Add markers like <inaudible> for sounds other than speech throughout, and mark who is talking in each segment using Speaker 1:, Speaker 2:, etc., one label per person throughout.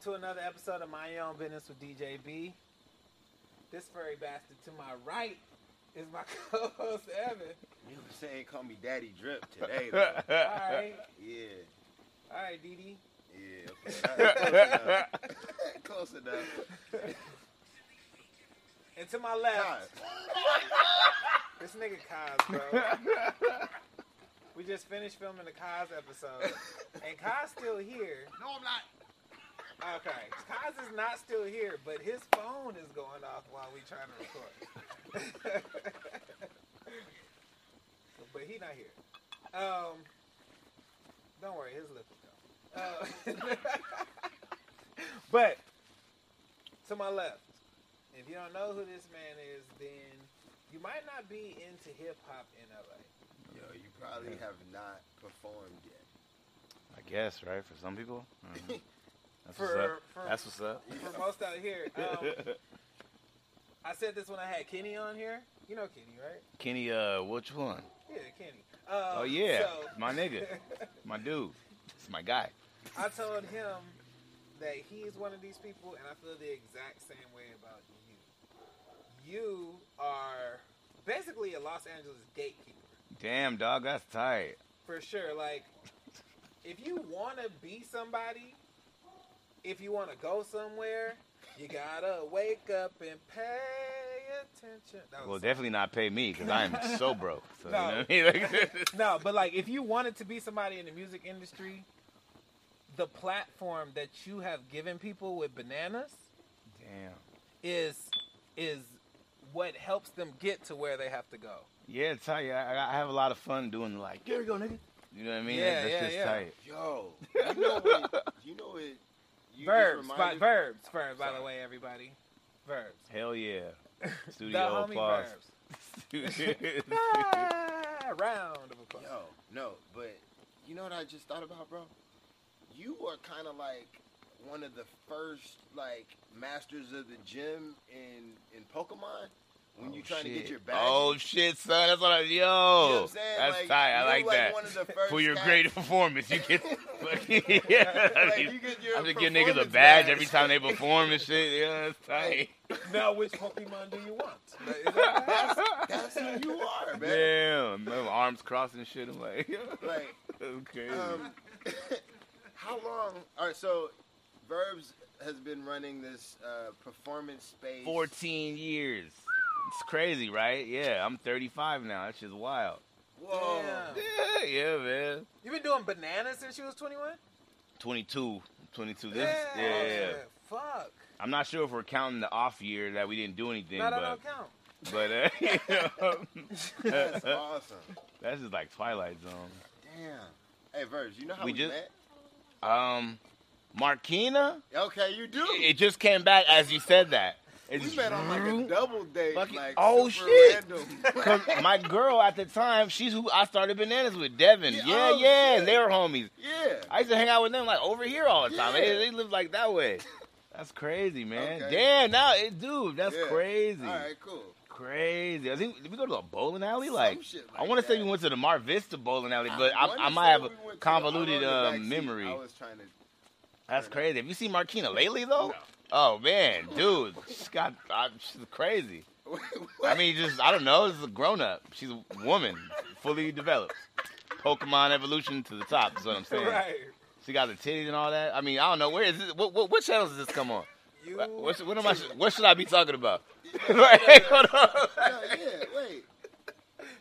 Speaker 1: to another episode of My Own Business with DJ B. This furry bastard to my right is my <laughs> co-host Evan.
Speaker 2: You were saying call me Daddy Drip today,
Speaker 3: <laughs>
Speaker 2: though.
Speaker 1: All right,
Speaker 2: yeah,
Speaker 1: all right, DD.
Speaker 2: yeah. <laughs> Okay. Close enough. <laughs> Close enough.
Speaker 1: And to my left,
Speaker 2: God.
Speaker 1: this nigga Cos, bro. we just finished filming the Cos episode, and Cos still here.
Speaker 2: No, I'm not.
Speaker 1: Okay, Cos is not still here, but his phone is going off while we trying to record. <laughs> So, but he not here. Um, don't worry, his lip is gone. Uh, <laughs> but to my left, if you don't know who this man is, then you might not be into hip hop in LA.
Speaker 2: Yo, you probably have not performed yet.
Speaker 3: I guess, right? For some people. Mhm. That's what's
Speaker 1: For-
Speaker 3: up.
Speaker 1: for-
Speaker 3: That's what's up.
Speaker 1: For most out
Speaker 3: <laughs>
Speaker 1: here, um, I said this when I had Kenny on here. You know Kenny, right?
Speaker 3: Kenny, uh, which one?
Speaker 1: Yeah, Kenny. Uh,
Speaker 3: Oh yeah,
Speaker 1: so-
Speaker 3: my nigga, my dude, it's my guy.
Speaker 1: <laughs> I told him that he's one of these people, and I feel the exact same way about you. You are basically a Los Angeles gatekeeper
Speaker 3: Damn, dog, that's tight.
Speaker 1: for sure. Like, if you want to be somebody, if you want to go somewhere, you gotta wake up and pay attention. That
Speaker 3: Well,
Speaker 1: was-
Speaker 3: definitely not pay me because
Speaker 1: <laughs>
Speaker 3: I am so broke. So, you know
Speaker 1: No.
Speaker 3: what I mean?
Speaker 1: <laughs>
Speaker 3: Like,
Speaker 1: no, but like, if you wanted to be somebody in the music industry, the platform that you have given people with bananas.
Speaker 3: damn.
Speaker 1: is is what helps them get to where they have to go.
Speaker 3: Yeah, it's tight. I, I- I have a lot of fun doing like, there you go, nigga. You know what I mean?
Speaker 1: Yeah,
Speaker 3: that's
Speaker 1: yeah,
Speaker 3: just
Speaker 1: yeah.
Speaker 3: tight.
Speaker 2: Yo, you know what? You know what? You
Speaker 1: verbs,
Speaker 2: just
Speaker 1: by,
Speaker 2: reminded-
Speaker 1: verbs, verbs. By the
Speaker 2: Sorry.
Speaker 1: way, everybody, verbs. <laughs>
Speaker 3: Hell yeah.
Speaker 1: the
Speaker 3: Studio
Speaker 1: homie
Speaker 3: applause. <laughs>
Speaker 1: verbs. <laughs> Ah, round of applause.
Speaker 2: Yo, no, but you know what I just thought about, bro? You are kind of like one of the first like masters of the gym in in Pokemon when
Speaker 3: Oh,
Speaker 2: you're trying to
Speaker 3: shit.
Speaker 2: get your badge.
Speaker 3: Oh shit, son! That's what I. Yo,
Speaker 2: You know what I'm saying?
Speaker 3: Oh, that's
Speaker 2: Like,
Speaker 3: tight. I
Speaker 2: you're
Speaker 3: like, that.
Speaker 2: One of the first
Speaker 3: <laughs> For your
Speaker 2: guys-
Speaker 3: great performance, you
Speaker 2: <laughs>
Speaker 3: get. <laughs> yeah, <laughs> I
Speaker 2: like,
Speaker 3: mean,
Speaker 2: you get your
Speaker 3: I just give niggas a
Speaker 2: performance
Speaker 3: badge every time they perform and shit. Yeah, that's tight.
Speaker 1: Now, which Pokemon do you want? <laughs> Is that right?
Speaker 2: <laughs> That's who you are,
Speaker 3: <laughs>
Speaker 2: man.
Speaker 3: Damn, man, my arms crossed and shit. I'm like, <laughs>
Speaker 2: Like,
Speaker 3: okay.
Speaker 2: um, <laughs> how long? All right, so Verbs has been running this uh, performance space.
Speaker 3: 14 years. It's crazy, right? Yeah, I'm 35 now. That's just wild.
Speaker 2: Whoa.
Speaker 1: Damn.
Speaker 3: Yeah, yeah, man.
Speaker 1: you been doing bananas since you was 21?
Speaker 3: 22, 22. This, yeah, yeah, yeah.
Speaker 1: Oh, Fuck.
Speaker 3: I'm not sure if we're counting the off year that we didn't do anything,
Speaker 1: No, that
Speaker 3: but
Speaker 1: don't count.
Speaker 3: but uh, <laughs> you know,
Speaker 2: <laughs> That's awesome.
Speaker 3: that's just like Twilight Zone.
Speaker 2: Damn. Hey, Verbs, you know how
Speaker 3: We
Speaker 2: we,
Speaker 3: just-
Speaker 2: met?
Speaker 3: Um, Marquina,
Speaker 2: Okay, you do.
Speaker 3: it just came back as you said that. It's
Speaker 2: we met on like a
Speaker 3: true.
Speaker 2: double date.
Speaker 3: Fucking-
Speaker 2: like,
Speaker 3: oh,
Speaker 2: super
Speaker 3: shit. <laughs>
Speaker 2: Random.
Speaker 3: 'Cause my girl at the time, she's who I started bananas with, Devin.
Speaker 2: Yeah,
Speaker 3: Yeah,
Speaker 2: oh,
Speaker 3: yeah, and
Speaker 2: shit.
Speaker 3: they were homies.
Speaker 2: <laughs> yeah.
Speaker 3: I used to hang out with them like over here all the time.
Speaker 2: Yeah.
Speaker 3: They, they live like that way. That's crazy, man.
Speaker 2: Okay.
Speaker 3: Damn, now it, dude, that's
Speaker 2: Yeah.
Speaker 3: crazy,
Speaker 2: All right, cool.
Speaker 3: crazy. I think did we go to a bowling alley? Like,
Speaker 2: Some shit
Speaker 3: I want to
Speaker 2: that.
Speaker 3: say we went to the Mar Vista bowling alley, but I,
Speaker 2: wanna
Speaker 3: I, might
Speaker 2: say
Speaker 3: have
Speaker 2: we
Speaker 3: a
Speaker 2: went to the- I
Speaker 3: convoluted
Speaker 2: wrote on the
Speaker 3: uh,
Speaker 2: back seat.
Speaker 3: memory.
Speaker 2: I was trying to. <laughs>
Speaker 3: That's
Speaker 2: Fair
Speaker 3: crazy. Have you seen Marquina lately though? Oh man, dude, she's got I, she's crazy. I mean, just I don't know. This is a grown up. She's a woman, fully developed. Pokemon evolution to the top is what I'm saying.
Speaker 1: Right.
Speaker 3: She got the titties and all that. I mean, I don't know where is this. What, what, what channels does this come on?
Speaker 1: You.
Speaker 3: What, what, what am I? What should I be talking about? <laughs> like, hold on.
Speaker 2: No, yeah,
Speaker 3: <laughs>
Speaker 2: wait.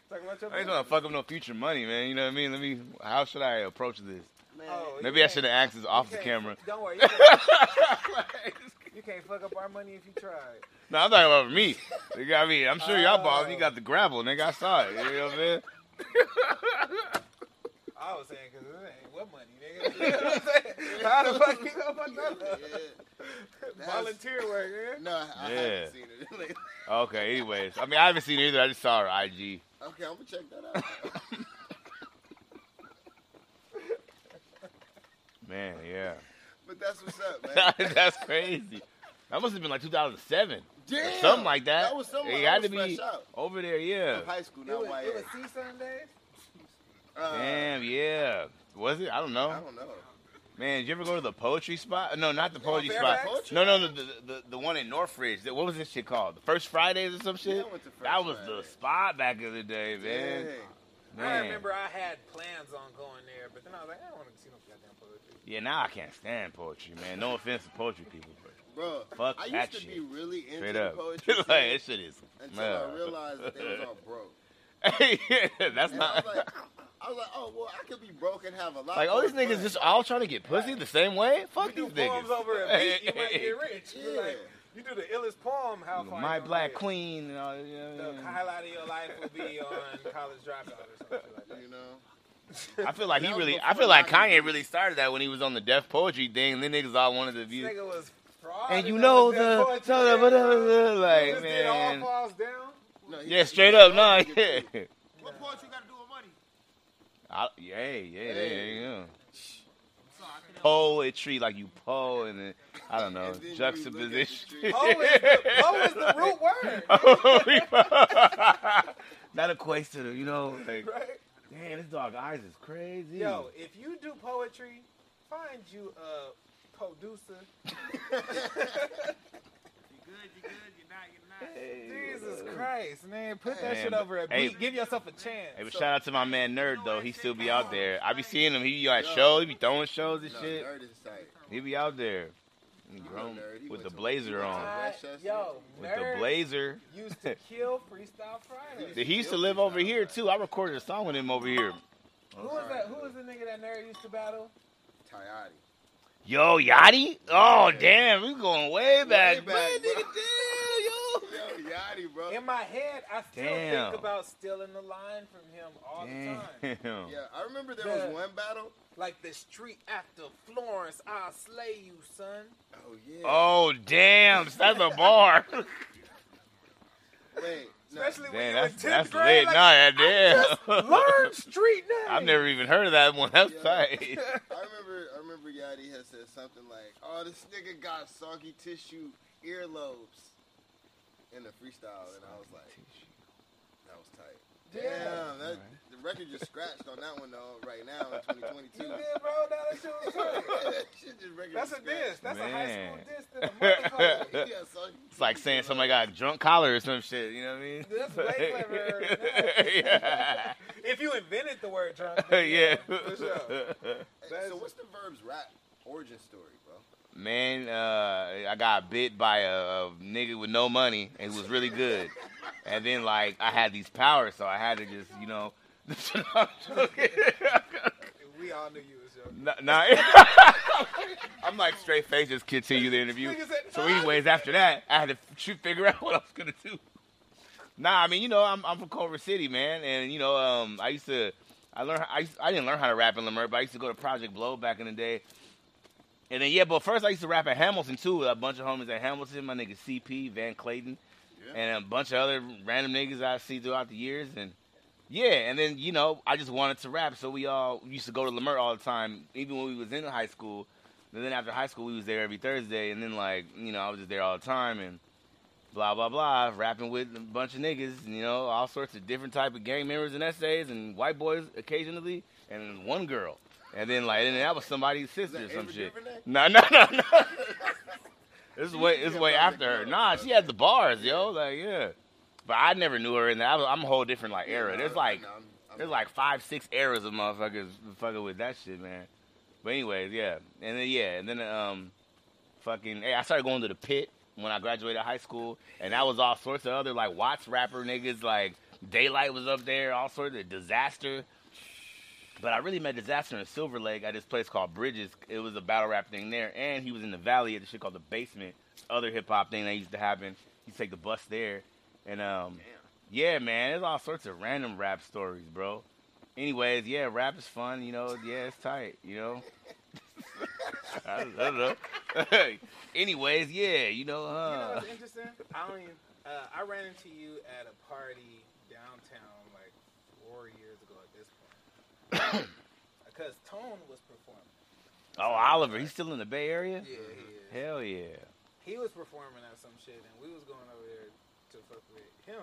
Speaker 1: Talk about your
Speaker 3: I ain't trying to fuck up no future money, man. You know what I mean? Let me. How should I approach this?
Speaker 2: Man.
Speaker 1: Oh, you
Speaker 3: Maybe I
Speaker 1: can't-
Speaker 3: should have asked this off
Speaker 1: you
Speaker 3: the
Speaker 1: can't-
Speaker 3: camera.
Speaker 1: Don't
Speaker 3: <laughs>
Speaker 1: worry. You can't, you can't fuck up our money if you try.
Speaker 3: No, I'm talking about me. Nigga, I mean, I'm sure y'all balls. You got the gravel, nigga. I saw it. You know what I'm saying?
Speaker 1: I was saying because it ain't what money, nigga. <laughs> You know what I'm saying? How the fuck you gonna fuck that up?
Speaker 2: <laughs> Yeah.
Speaker 1: Volunteer work, man.
Speaker 2: No, I, I
Speaker 3: Yeah.
Speaker 2: haven't seen it. <laughs> Like,
Speaker 3: Okay. Anyways, I mean, I haven't seen it either. I just saw her IG.
Speaker 2: okay, I'm gonna check that out. <laughs>
Speaker 3: Man, yeah. <laughs>
Speaker 2: But that's what's up, man.
Speaker 3: That's crazy. That must have been like 2007.
Speaker 2: Damn,
Speaker 3: <laughs> something like that.
Speaker 2: That was something.
Speaker 3: It
Speaker 2: I
Speaker 3: had
Speaker 2: was
Speaker 3: to
Speaker 2: fresh
Speaker 3: be
Speaker 2: out
Speaker 3: over there. Yeah.
Speaker 2: of high school,
Speaker 1: It
Speaker 2: not
Speaker 1: was, it
Speaker 2: YA.
Speaker 1: was C Sundays.
Speaker 2: Uh,
Speaker 3: Damn, yeah. Was it? I don't know.
Speaker 2: I don't know.
Speaker 3: Man, did you ever go to the poetry spot? No, not the poetry spot.
Speaker 1: Fairfax?
Speaker 2: Poetry?
Speaker 3: No, no, no, the, the the one in Northridge. What was this shit called? The First Fridays or some shit?
Speaker 2: I went to First
Speaker 3: that was the
Speaker 2: Fridays.
Speaker 3: spot back in the day, man.
Speaker 2: Dang.
Speaker 3: Man.
Speaker 1: I remember I had plans on going there, but then I was like, I don't want to see no goddamn poetry.
Speaker 3: Yeah, now I can't stand poetry, man. No offense to poetry people, but
Speaker 2: Bro,
Speaker 3: Fuck
Speaker 2: I
Speaker 3: that
Speaker 2: used to be
Speaker 3: shit.
Speaker 2: really into
Speaker 3: straight
Speaker 2: the
Speaker 3: up, <laughs>
Speaker 2: poetry
Speaker 3: like
Speaker 2: scene
Speaker 3: that shit is. <laughs>
Speaker 2: until I realized that they was all broke.
Speaker 3: yeah, that's
Speaker 2: And I was
Speaker 3: not <laughs>
Speaker 2: like, I was like, oh well, I could be broke and have a lot.
Speaker 3: like all
Speaker 2: more
Speaker 3: these niggas
Speaker 2: fun.
Speaker 3: just all trying to get pussy the same way. Fuck
Speaker 1: you
Speaker 3: these
Speaker 1: do poems
Speaker 3: niggas.
Speaker 1: over a beat, you might
Speaker 3: <laughs>
Speaker 1: get rich. You
Speaker 2: Yeah.
Speaker 1: Like, you do the illest poem, how far
Speaker 3: My
Speaker 1: you gonna
Speaker 3: black
Speaker 1: get.
Speaker 3: queen and all. Yeah,
Speaker 1: The
Speaker 3: yeah.
Speaker 1: highlight of your life will be on college dropout or something like that.
Speaker 2: You know,
Speaker 3: I feel like he
Speaker 2: That was
Speaker 3: really.
Speaker 2: before
Speaker 3: I feel like
Speaker 2: Rodney
Speaker 3: Kanye
Speaker 2: Reed.
Speaker 3: really started that when he was on the deaf poetry thing. And then niggas all wanted to
Speaker 1: This
Speaker 3: view.
Speaker 1: nigga was fraud.
Speaker 3: And you
Speaker 1: on
Speaker 3: know
Speaker 1: that
Speaker 3: the,
Speaker 1: poetry
Speaker 3: so the
Speaker 1: shit,
Speaker 3: blah, blah,
Speaker 1: bro.
Speaker 3: blah, blah,
Speaker 1: You
Speaker 3: like
Speaker 1: just did all
Speaker 3: man.
Speaker 1: falls down.
Speaker 2: no, he-
Speaker 3: Yeah,
Speaker 2: he-
Speaker 3: straight
Speaker 2: he
Speaker 3: up, no,
Speaker 2: always
Speaker 3: yeah.
Speaker 2: gets you.
Speaker 4: What poetry got to do with money?
Speaker 3: I, yeah, hey, yeah, there
Speaker 2: Hey.
Speaker 3: you go.
Speaker 4: So I can
Speaker 3: Poetry, like you po, and then I don't know
Speaker 2: And then you look at the Oh,
Speaker 3: juxtaposition. Oh,
Speaker 2: tree.
Speaker 1: Poe is, the, Poe is
Speaker 3: <laughs>
Speaker 1: the root word,
Speaker 3: that equates to the, you know, like,
Speaker 1: right?
Speaker 3: damn, this dog eyes is crazy.
Speaker 1: Yo, if you do poetry, find you a producer.
Speaker 3: <laughs>
Speaker 4: You good? You good? You not? You not?
Speaker 1: Jesus Christ, man, put that
Speaker 3: Man,
Speaker 1: shit
Speaker 3: but-
Speaker 1: over a beat.
Speaker 3: hey.
Speaker 1: Give yourself a chance.
Speaker 3: Hey, but shout out to my man Nerd though. He still be out there. I be seeing him. He be at
Speaker 2: Yo.
Speaker 3: shows. He be throwing shows and
Speaker 2: No,
Speaker 3: shit.
Speaker 2: nerd is tight.
Speaker 3: He be out there. He
Speaker 2: You know
Speaker 3: grown-
Speaker 2: Nerd, he
Speaker 3: with
Speaker 2: went
Speaker 3: the
Speaker 2: to-
Speaker 3: blazer
Speaker 2: he went to
Speaker 3: on.
Speaker 1: I-
Speaker 2: Westchester.
Speaker 1: Yo,
Speaker 3: With
Speaker 1: nerd
Speaker 3: the blazer.
Speaker 1: used to kill Freestyle Friday.
Speaker 3: <laughs> He used to live over here too. I recorded a song with him over here.
Speaker 1: Who was that? Who was the nigga that nerd used to battle?
Speaker 2: Tayati.
Speaker 3: Yo, Yachty? Oh, damn. We going way back.
Speaker 2: back, bro.
Speaker 3: nigga,
Speaker 2: <laughs> Yo, Yachty, bro.
Speaker 1: In my head, I still
Speaker 3: Damn.
Speaker 1: think about stealing the line from him all the time.
Speaker 3: damn, yo. Damn.
Speaker 2: Yeah, I remember there
Speaker 1: Yeah.
Speaker 2: was one battle.
Speaker 1: Like the street after Florence, I'll slay you, son.
Speaker 2: Oh yeah.
Speaker 3: Oh, damn. That's a <laughs> bar.
Speaker 2: Wait, no.
Speaker 1: Especially when
Speaker 3: damn,
Speaker 1: you're in
Speaker 3: that's,
Speaker 1: 10th
Speaker 3: that's
Speaker 1: grade.
Speaker 3: lit.
Speaker 1: Like,
Speaker 3: nah,
Speaker 1: I
Speaker 3: that
Speaker 1: just
Speaker 3: damn. <laughs>
Speaker 1: learned street names. <laughs>
Speaker 3: I've never even heard of that one. <laughs> That's
Speaker 2: Yeah. I
Speaker 3: tight.
Speaker 2: remember I remember Yachty had said something like, "Oh, this nigga got soggy tissue earlobes," in the freestyle, and I was like, "That was tight."
Speaker 1: Yeah.
Speaker 2: Damn, that, the record just scratched on that one though. Right now
Speaker 3: <laughs>
Speaker 2: in 2022,
Speaker 1: You did, bro. Now that shit was good.
Speaker 2: That shit just record
Speaker 1: That's a
Speaker 2: just
Speaker 1: diss.
Speaker 2: scratched.
Speaker 1: That's a high school
Speaker 3: Man.
Speaker 1: diss
Speaker 3: <laughs>
Speaker 1: to the motherfucker.
Speaker 2: He got soggy
Speaker 3: It's like
Speaker 2: tissue
Speaker 3: saying
Speaker 2: earlobes.
Speaker 3: somebody got a drunk collar or some shit. You know what I mean?
Speaker 1: That's way cleverer than
Speaker 3: <laughs> yeah.
Speaker 1: that. <laughs> if you invented the word drunk, then
Speaker 3: <laughs> yeah.
Speaker 1: for sure.
Speaker 2: Hey, So what's the verb's rap origin story, bro?
Speaker 3: Man, uh, I got bit by a, a nigga with no money and it was really good. And then, like, I had these powers, so I had to just, you know. <laughs>
Speaker 1: We all knew you was joking.
Speaker 3: nah, nah. <laughs> I'm like straight face, just continue the interview.
Speaker 1: Nigga said,
Speaker 3: So,
Speaker 1: "Nah."
Speaker 3: anyways, after that, I had to shoot, figure <laughs> out what I was gonna do. Nah, I mean, you know, I'm, I'm from Culver City, man, and you know, um, I used to, I learned, I, used- I didn't learn how to rap in Lemur, but I used to go to Project Blow back in the day. And then yeah, but first I used to rap at Hamilton too with a bunch of homies at Hamilton, my nigga CP, Van Clayton,
Speaker 2: Yeah.
Speaker 3: and a bunch of other random niggas I see throughout the years. And yeah, and then you know I just wanted to rap, so we all used to go to Lemur all the time, even when we was in high school. And then after high school, we was there every Thursday, and then like you know I was just there all the time and blah blah blah, rapping with a bunch of niggas, you know, all sorts of different type of gang members and essays and white boys occasionally, and one girl, and then like and then that was somebody's
Speaker 2: Is
Speaker 3: sister
Speaker 2: that
Speaker 3: or some
Speaker 2: Ava
Speaker 3: shit.
Speaker 2: DuVernay?
Speaker 3: No, no, no, no. this is way,
Speaker 2: You
Speaker 3: this is
Speaker 2: think
Speaker 3: way
Speaker 2: about
Speaker 3: after
Speaker 2: the
Speaker 3: her.
Speaker 2: girl,
Speaker 3: Nah,
Speaker 2: bro.
Speaker 3: she had the bars, yo. Like, yeah. But I never knew her in that. I was- I'm a whole different like <laughs> era.
Speaker 2: Yeah,
Speaker 3: There's
Speaker 2: no,
Speaker 3: like,
Speaker 2: no, I'm- I'm-
Speaker 3: there's like five, six eras of motherfuckers fucking with that shit, man. But anyways, yeah. And then yeah, and then um, fucking. Hey, I started going to the pit when I graduated high school, and that was all sorts of other like Watts rapper niggas. Like Daylight was up there, all sorts of disaster. But I really met Disaster in Silver Lake at this place called Bridges. It was a battle rap thing there, and he was in the Valley at this shit called the Basement, other hip hop thing that used to happen. He take the bus there, and um, yeah, man, there's all sorts of random rap stories, bro. Anyways, yeah, rap is fun, you know. Yeah, it's tight, you know. <laughs> I don't know. <laughs> Anyways, yeah, you know.
Speaker 1: You know
Speaker 3: Uh,
Speaker 1: what's interesting? I don't even. Uh, I ran into you at a party downtown like four years ago at this point.
Speaker 3: <coughs>
Speaker 1: Because Tone was performing.
Speaker 3: oh, Oliver, he's still in the Bay Area.
Speaker 1: Yeah, he is.
Speaker 3: Mm-hmm. Hell yeah.
Speaker 1: He was performing at some shit, and we was going over there to fuck with him.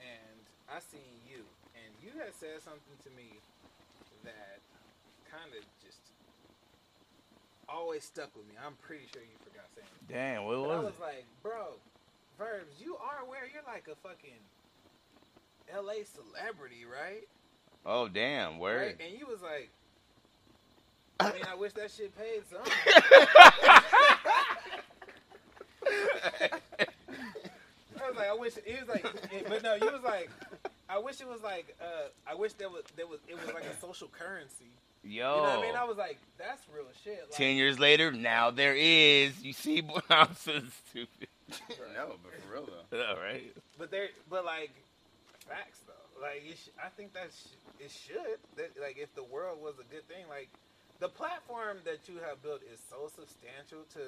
Speaker 1: And I seen you, and you had said something to me that kind of just always stuck with me. I'm pretty sure you forgot saying it.
Speaker 3: Damn,
Speaker 1: But
Speaker 3: what
Speaker 1: I
Speaker 3: was
Speaker 1: was
Speaker 3: it?
Speaker 1: like, bro, Verbs, you are where you're like a fucking LA celebrity, right?
Speaker 3: Oh damn,
Speaker 1: Right?
Speaker 3: word.
Speaker 1: And you was
Speaker 3: <laughs>
Speaker 1: like, I mean, I wish that shit paid something. I was like, I wish it was like, it- but no, you was like, I wish it was like, uh, I wish there was there was it was like a social currency.
Speaker 3: Yo.
Speaker 1: You know what I mean? I was like, that's real shit. Like,
Speaker 3: Oh. Ten years later, now there is. You see, <laughs> boy, I'm so stupid.
Speaker 2: <laughs>
Speaker 3: <laughs>
Speaker 2: no, but for real though.
Speaker 3: All right.
Speaker 1: But there, but like, facts though. Like, it sh- I think that sh- it should. That, like, if the world was a good thing, like, the platform that you have built is so substantial to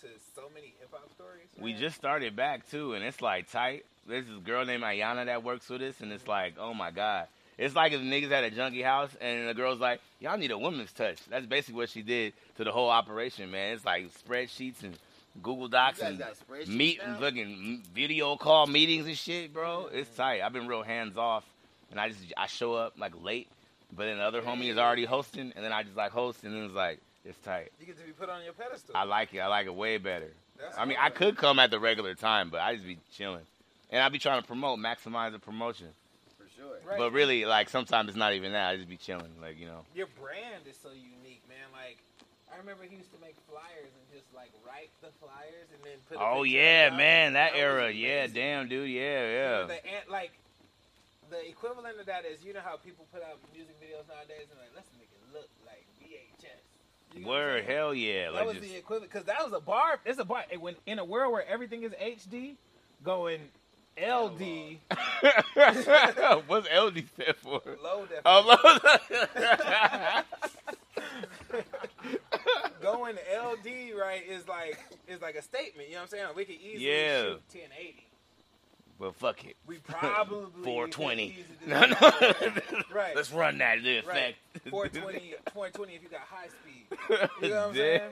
Speaker 1: to so many hip hop stories.
Speaker 3: We
Speaker 1: man.
Speaker 3: just started back too, and it's like tight. There's this girl named Ayana that works with us, and it's like, oh my god. It's like if niggas at a junkie house, and the girl's like, y'all need a woman's touch. That's basically what she did to the whole operation, man. It's like spreadsheets and Google Docs
Speaker 2: You guys
Speaker 3: and
Speaker 2: got spreadsheets
Speaker 3: meet
Speaker 2: now?
Speaker 3: fucking video call meetings and shit, bro. It's tight. I've been real hands off, and I just I show up like late, but then the other homie is already hosting, and then I just like host, and then it's like it's tight.
Speaker 1: you get to be put on your pedestal.
Speaker 3: I like it. I like it way better.
Speaker 1: That's
Speaker 3: I mean,
Speaker 1: what
Speaker 3: I could come at the regular time, but I just be chilling, and I be trying to promote, maximize the promotion.
Speaker 2: For sure.
Speaker 1: Right.
Speaker 3: But really, like sometimes it's not even that. I just be chilling, like you know.
Speaker 1: your brand is so unique, man. Like. I remember he used to make flyers and just like write the flyers and then put. a
Speaker 3: Oh
Speaker 1: picture
Speaker 3: yeah,
Speaker 1: of it.
Speaker 3: man, that
Speaker 1: was
Speaker 3: era. Yeah,
Speaker 1: amazing.
Speaker 3: damn, dude. Yeah,
Speaker 1: Yeah.
Speaker 3: yeah.
Speaker 1: The ant, like the equivalent of that is you know how people put out music videos nowadays and like let's make it look like VHS. You know what I'm
Speaker 3: Word,
Speaker 1: saying?
Speaker 3: hell yeah.
Speaker 1: That
Speaker 3: Like
Speaker 1: was
Speaker 3: just
Speaker 1: the equivalent because that was a bar. It's a bar. When in a world where everything is HD, going LD
Speaker 3: <laughs> what's LD stand for? <laughs> Um,
Speaker 1: low definition,
Speaker 3: Oh,
Speaker 1: going LD right is like is like a statement. You know what I'm saying? we could easily
Speaker 3: Yeah.
Speaker 1: shoot 1080.
Speaker 3: <laughs> but fuck it.
Speaker 1: We probably
Speaker 3: <laughs>
Speaker 1: could
Speaker 3: 420.
Speaker 1: easily do
Speaker 3: <laughs> No,
Speaker 1: that.
Speaker 3: no.
Speaker 1: Right.
Speaker 3: Let's run that to the
Speaker 1: Right.
Speaker 3: effect.
Speaker 1: 420, 420 if you got high speed. <laughs> You know what I'm saying?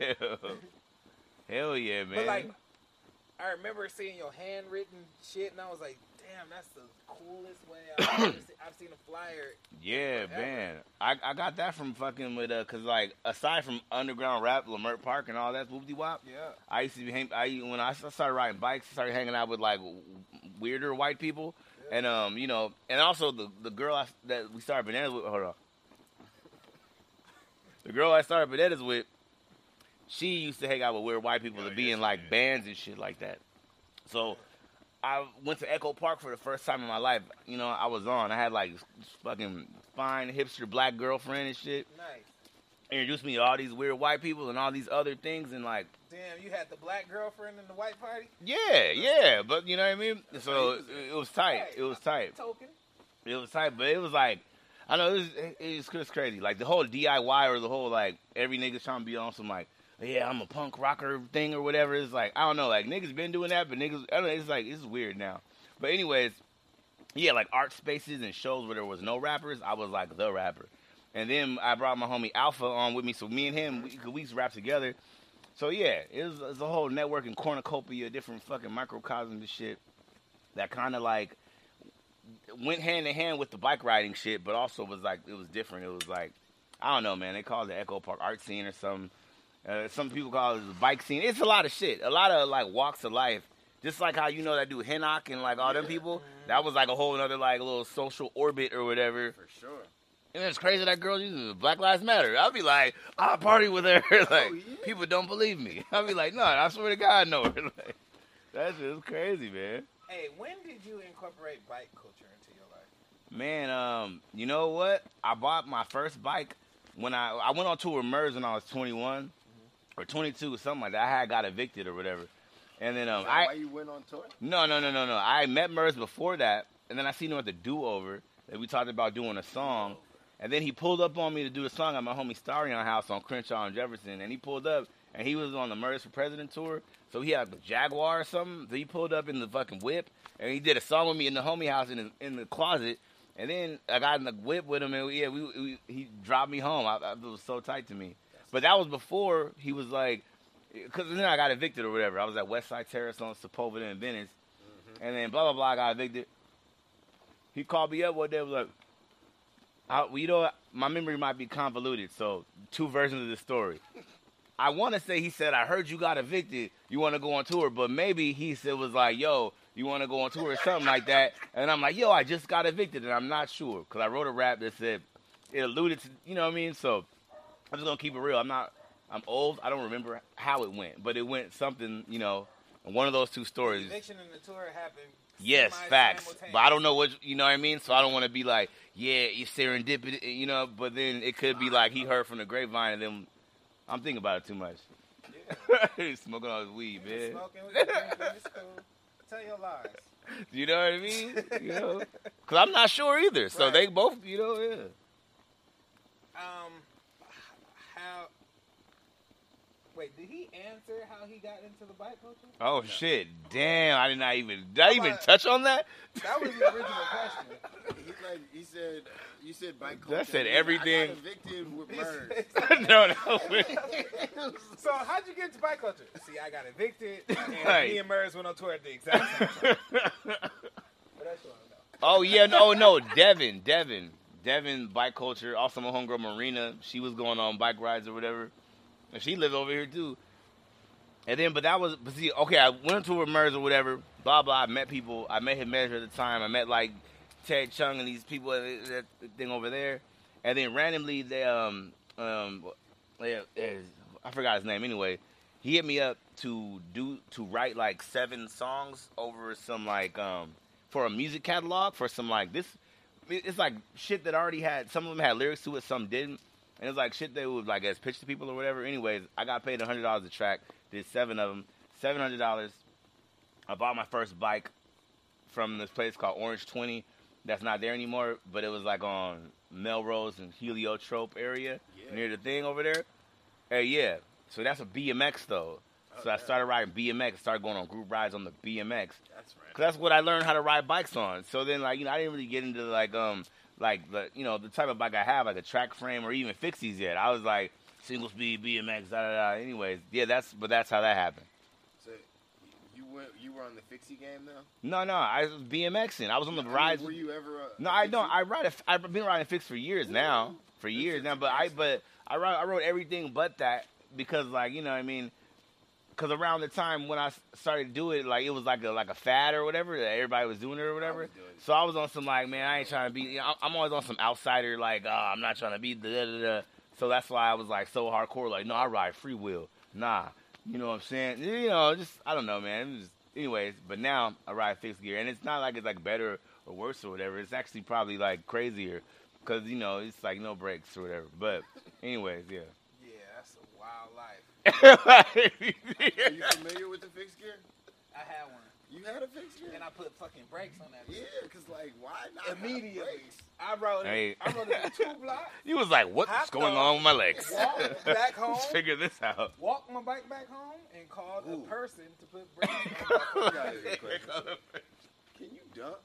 Speaker 3: Damn. Hell yeah, man.
Speaker 1: But like, I remember seeing your handwritten shit, and I was like, "Damn, that's the coolest way
Speaker 3: <coughs>
Speaker 1: I've ever seen. I've seen a flyer."
Speaker 3: yeah,
Speaker 1: forever.
Speaker 3: man. I, I got that from fucking with uh, cause like aside from underground rap, Lamert Park and all that whoop de wop.
Speaker 1: Yeah,
Speaker 3: I used to be hang, I when I started riding bikes, I started hanging out with like w- weirder white people,
Speaker 1: Yeah.
Speaker 3: and um, you know, and also the the girl I, that we started bananas with. Hold on, the girl I started bananas with, she used to hang out with weird white people
Speaker 2: Oh,
Speaker 3: to be
Speaker 2: yeah,
Speaker 3: in
Speaker 2: she
Speaker 3: like
Speaker 2: did.
Speaker 3: bands and shit like that. So I went to Echo Park for the first time in my life. You know, I was on. I had like this fucking fine hipster black girlfriend and shit.
Speaker 1: nice.
Speaker 3: Introduced me to all these weird white people and all these other things, and like.
Speaker 1: Damn, you had the black girlfriend in the white party.
Speaker 3: Yeah, yeah, but you know what I mean.
Speaker 2: how
Speaker 3: So
Speaker 2: you
Speaker 3: it,
Speaker 2: was there.
Speaker 3: it was tight. It was tight.
Speaker 1: Token.
Speaker 3: It was tight. But it was like, I know it was, it, it was just crazy. Like the whole DIY or the whole like every nigga trying to be on some like, yeah, I'm a punk rocker thing or whatever. It's like I don't know. Like niggas been doing that, but niggas, I don't know. It's like it's weird now. But anyways, yeah, like art spaces and shows where there was no rappers, I was like the rapper. And then I brought my homie Alpha on with me, so me and him we, we used to rap together. So yeah, it was, it was a whole network and cornucopia, of different fucking microcosms and shit that kind of like went hand in hand with the bike riding shit, but also was like it was different. It was like I don't know, man. They call it the Echo Park art scene or something. Uh, some people call it the bike scene. It's a lot of shit. A lot of like walks of life. Just like how you know that dude Henock and like all them people. That was like a whole other like little social orbit or whatever.
Speaker 2: For sure.
Speaker 3: And it's crazy that girl uses Black Lives Matter. I'll be like, I'll party with her. <laughs> like people don't believe me. I'll be like, no, I swear to God, no. <laughs> like, that's just crazy, man.
Speaker 1: Hey, when did you incorporate bike culture into your life?
Speaker 3: Man, um, you know what? I bought my first bike when I I went on tour with MERS when I was 21 or 22 or something like that. I had got evicted or whatever. And then um,
Speaker 2: Is that
Speaker 3: I
Speaker 2: why you went on tour? <laughs>
Speaker 3: no, no, no, no, no. I met Murs before that, and then I seen him at the do over that we talked about doing a song. And then he pulled up on me to do the song at my homie Starion house on Crenshaw and Jefferson. And he pulled up, and he was on the Murs for President tour. So he had the Jaguar or something. So he pulled up in the fucking whip, and he did a song with me in the homie house in the, in the closet. And then I got in the whip with him, and we, yeah, we, we he dropped me home. I, I, it was so tight to me. But that was before he was like, because then I got evicted or whatever. I was at Westside Terrace on Sepulveda and Venice, Mm-hmm. and then blah blah blah. I got evicted. He called me up one day. Was like, I, well, you know, what? my memory might be convoluted. So two versions of the story. I want to say he said, "I heard you got evicted. You want to go on tour?" But maybe he said was like, "Yo, you want to go on tour?" or something like that. And I'm like, "Yo, I just got evicted," and I'm not sure because I wrote a rap that said it alluded to, you know what I mean? So I'm just gonna keep it real. I'm not. I'm old. I don't remember how it went, but it went something, you know, one of those two
Speaker 1: The
Speaker 3: stories.
Speaker 1: eviction and the tour happened.
Speaker 3: Yes, facts.
Speaker 1: semi-simultaneous.
Speaker 3: But I don't know what you know what I mean, so I don't want to be like, yeah, you serendipity, you know. But then it could be like he heard from the grapevine, and then I'm thinking about it too much.
Speaker 1: Yeah.
Speaker 3: He's <laughs> smoking all his weed,
Speaker 1: You
Speaker 3: man. <laughs>
Speaker 1: Smoking, we drinking, it's cool. Tell your lies.
Speaker 3: You know what I mean? You know,
Speaker 1: <laughs>
Speaker 3: because I'm not sure either. So
Speaker 1: Right.
Speaker 3: they both, you know, yeah.
Speaker 1: Um, how? Wait, did he answer how he got into the bike culture?
Speaker 3: Oh shit! Damn, I did not even did I even
Speaker 1: about-
Speaker 3: touch on that. <laughs>
Speaker 1: That was the original question.
Speaker 2: He, like, he said, you said bike culture.
Speaker 3: That said
Speaker 2: He was like, I
Speaker 3: everything.
Speaker 2: got evicted
Speaker 1: <laughs>
Speaker 2: with
Speaker 1: He
Speaker 2: murder.
Speaker 3: <laughs>
Speaker 1: said-
Speaker 3: no, no.
Speaker 1: so how'd you get into bike culture? See, I got <laughs> evicted, and
Speaker 3: Right.
Speaker 1: me and Murs went on tour at the exact same time. <laughs> But that's what I know.
Speaker 3: oh yeah, no, no. Devin, Devin, Devin. Bike culture. Also, my homegirl Marina. She was going on bike rides or whatever, and she lived over here too. And then, but that was, but see, okay, I went on tour with Murs or whatever. Blah blah. I met people. I met him measure at the time. I met like Ted Chung and these people uh, that thing over there. And then randomly, they um um, yeah, yeah, I forgot his name anyway. He hit me up to do to write like seven songs over some like um for a music catalog for some like this. it- It's like shit that already had some of them had lyrics to it, some didn't, and it's like shit they would like as pitch to people or whatever. Anyways, I got paid hundred dollars a track. Did seven of them, seven hundred dollars. I bought my first bike from this place called Orange Twenty. That's not there anymore, but it was like on Melrose and Heliotrope area
Speaker 2: Yeah.
Speaker 3: near the thing over there. Hey, yeah. So that's a BMX though.
Speaker 2: Oh,
Speaker 3: so I
Speaker 2: yeah.
Speaker 3: started riding BMX, started going on group rides on the BMX.
Speaker 2: That's right.
Speaker 3: Cause that's what I learned how to ride bikes on. So then, like you know, I didn't really get into like um like the you know the type of bike I have, like a track frame or even fixies yet. I was like single speed BMX, da da da. Anyways, yeah, that's but that's how that happened.
Speaker 2: So you went, you were on the fixie game now.
Speaker 3: No, no, I was BMXing. I was on the
Speaker 2: I mean,
Speaker 3: rides.
Speaker 2: Were you ever? A,
Speaker 3: No,
Speaker 2: a
Speaker 3: I don't.
Speaker 2: fixie?
Speaker 3: I ride. A, I've been riding fixed for years now, for
Speaker 2: That's
Speaker 3: years
Speaker 2: just
Speaker 3: now. But I
Speaker 2: amazing.
Speaker 3: but I ride. I rode everything but that because like you know what I mean. Because around the time when I s- started to do it, like it was like a like a fad or whatever that everybody was doing it or whatever.
Speaker 2: was doing it.
Speaker 3: So I was on some like, man, I ain't trying to be. you know, I- I'm always on some outsider like, uh, I'm not trying to be. Da, da, da, da. So that's why I was like so hardcore. Like, no, I ride free will. Nah, you know what I'm saying? You know, just I don't know, man. It was- anyways, but now I ride fixed gear, and it's not like it's like better or worse or whatever. It's actually probably like crazier because you know it's like no brakes or whatever. But anyways, <laughs>
Speaker 1: Yeah, that's a wild life.
Speaker 2: Are
Speaker 3: yeah.
Speaker 2: <laughs> you familiar with the fixed gear?
Speaker 1: I had one,
Speaker 2: You had a fixed gear?
Speaker 1: and I put fucking brakes on that.
Speaker 2: yeah,
Speaker 1: bitch.
Speaker 2: cause like why not? have
Speaker 1: Immediately.
Speaker 2: brakes?
Speaker 1: I rode.
Speaker 3: Hey.
Speaker 1: it. I rode it through two <laughs> blocks.
Speaker 3: you was like,
Speaker 1: Hot
Speaker 3: what's going
Speaker 1: dog.
Speaker 3: on with my legs? <laughs>
Speaker 1: Walked back
Speaker 3: Let's
Speaker 1: home.
Speaker 3: figure this out.
Speaker 1: Walked my bike back home and called
Speaker 2: Ooh.
Speaker 1: a person to put <laughs> brakes. on.
Speaker 2: You got it, quick. Can you dunk?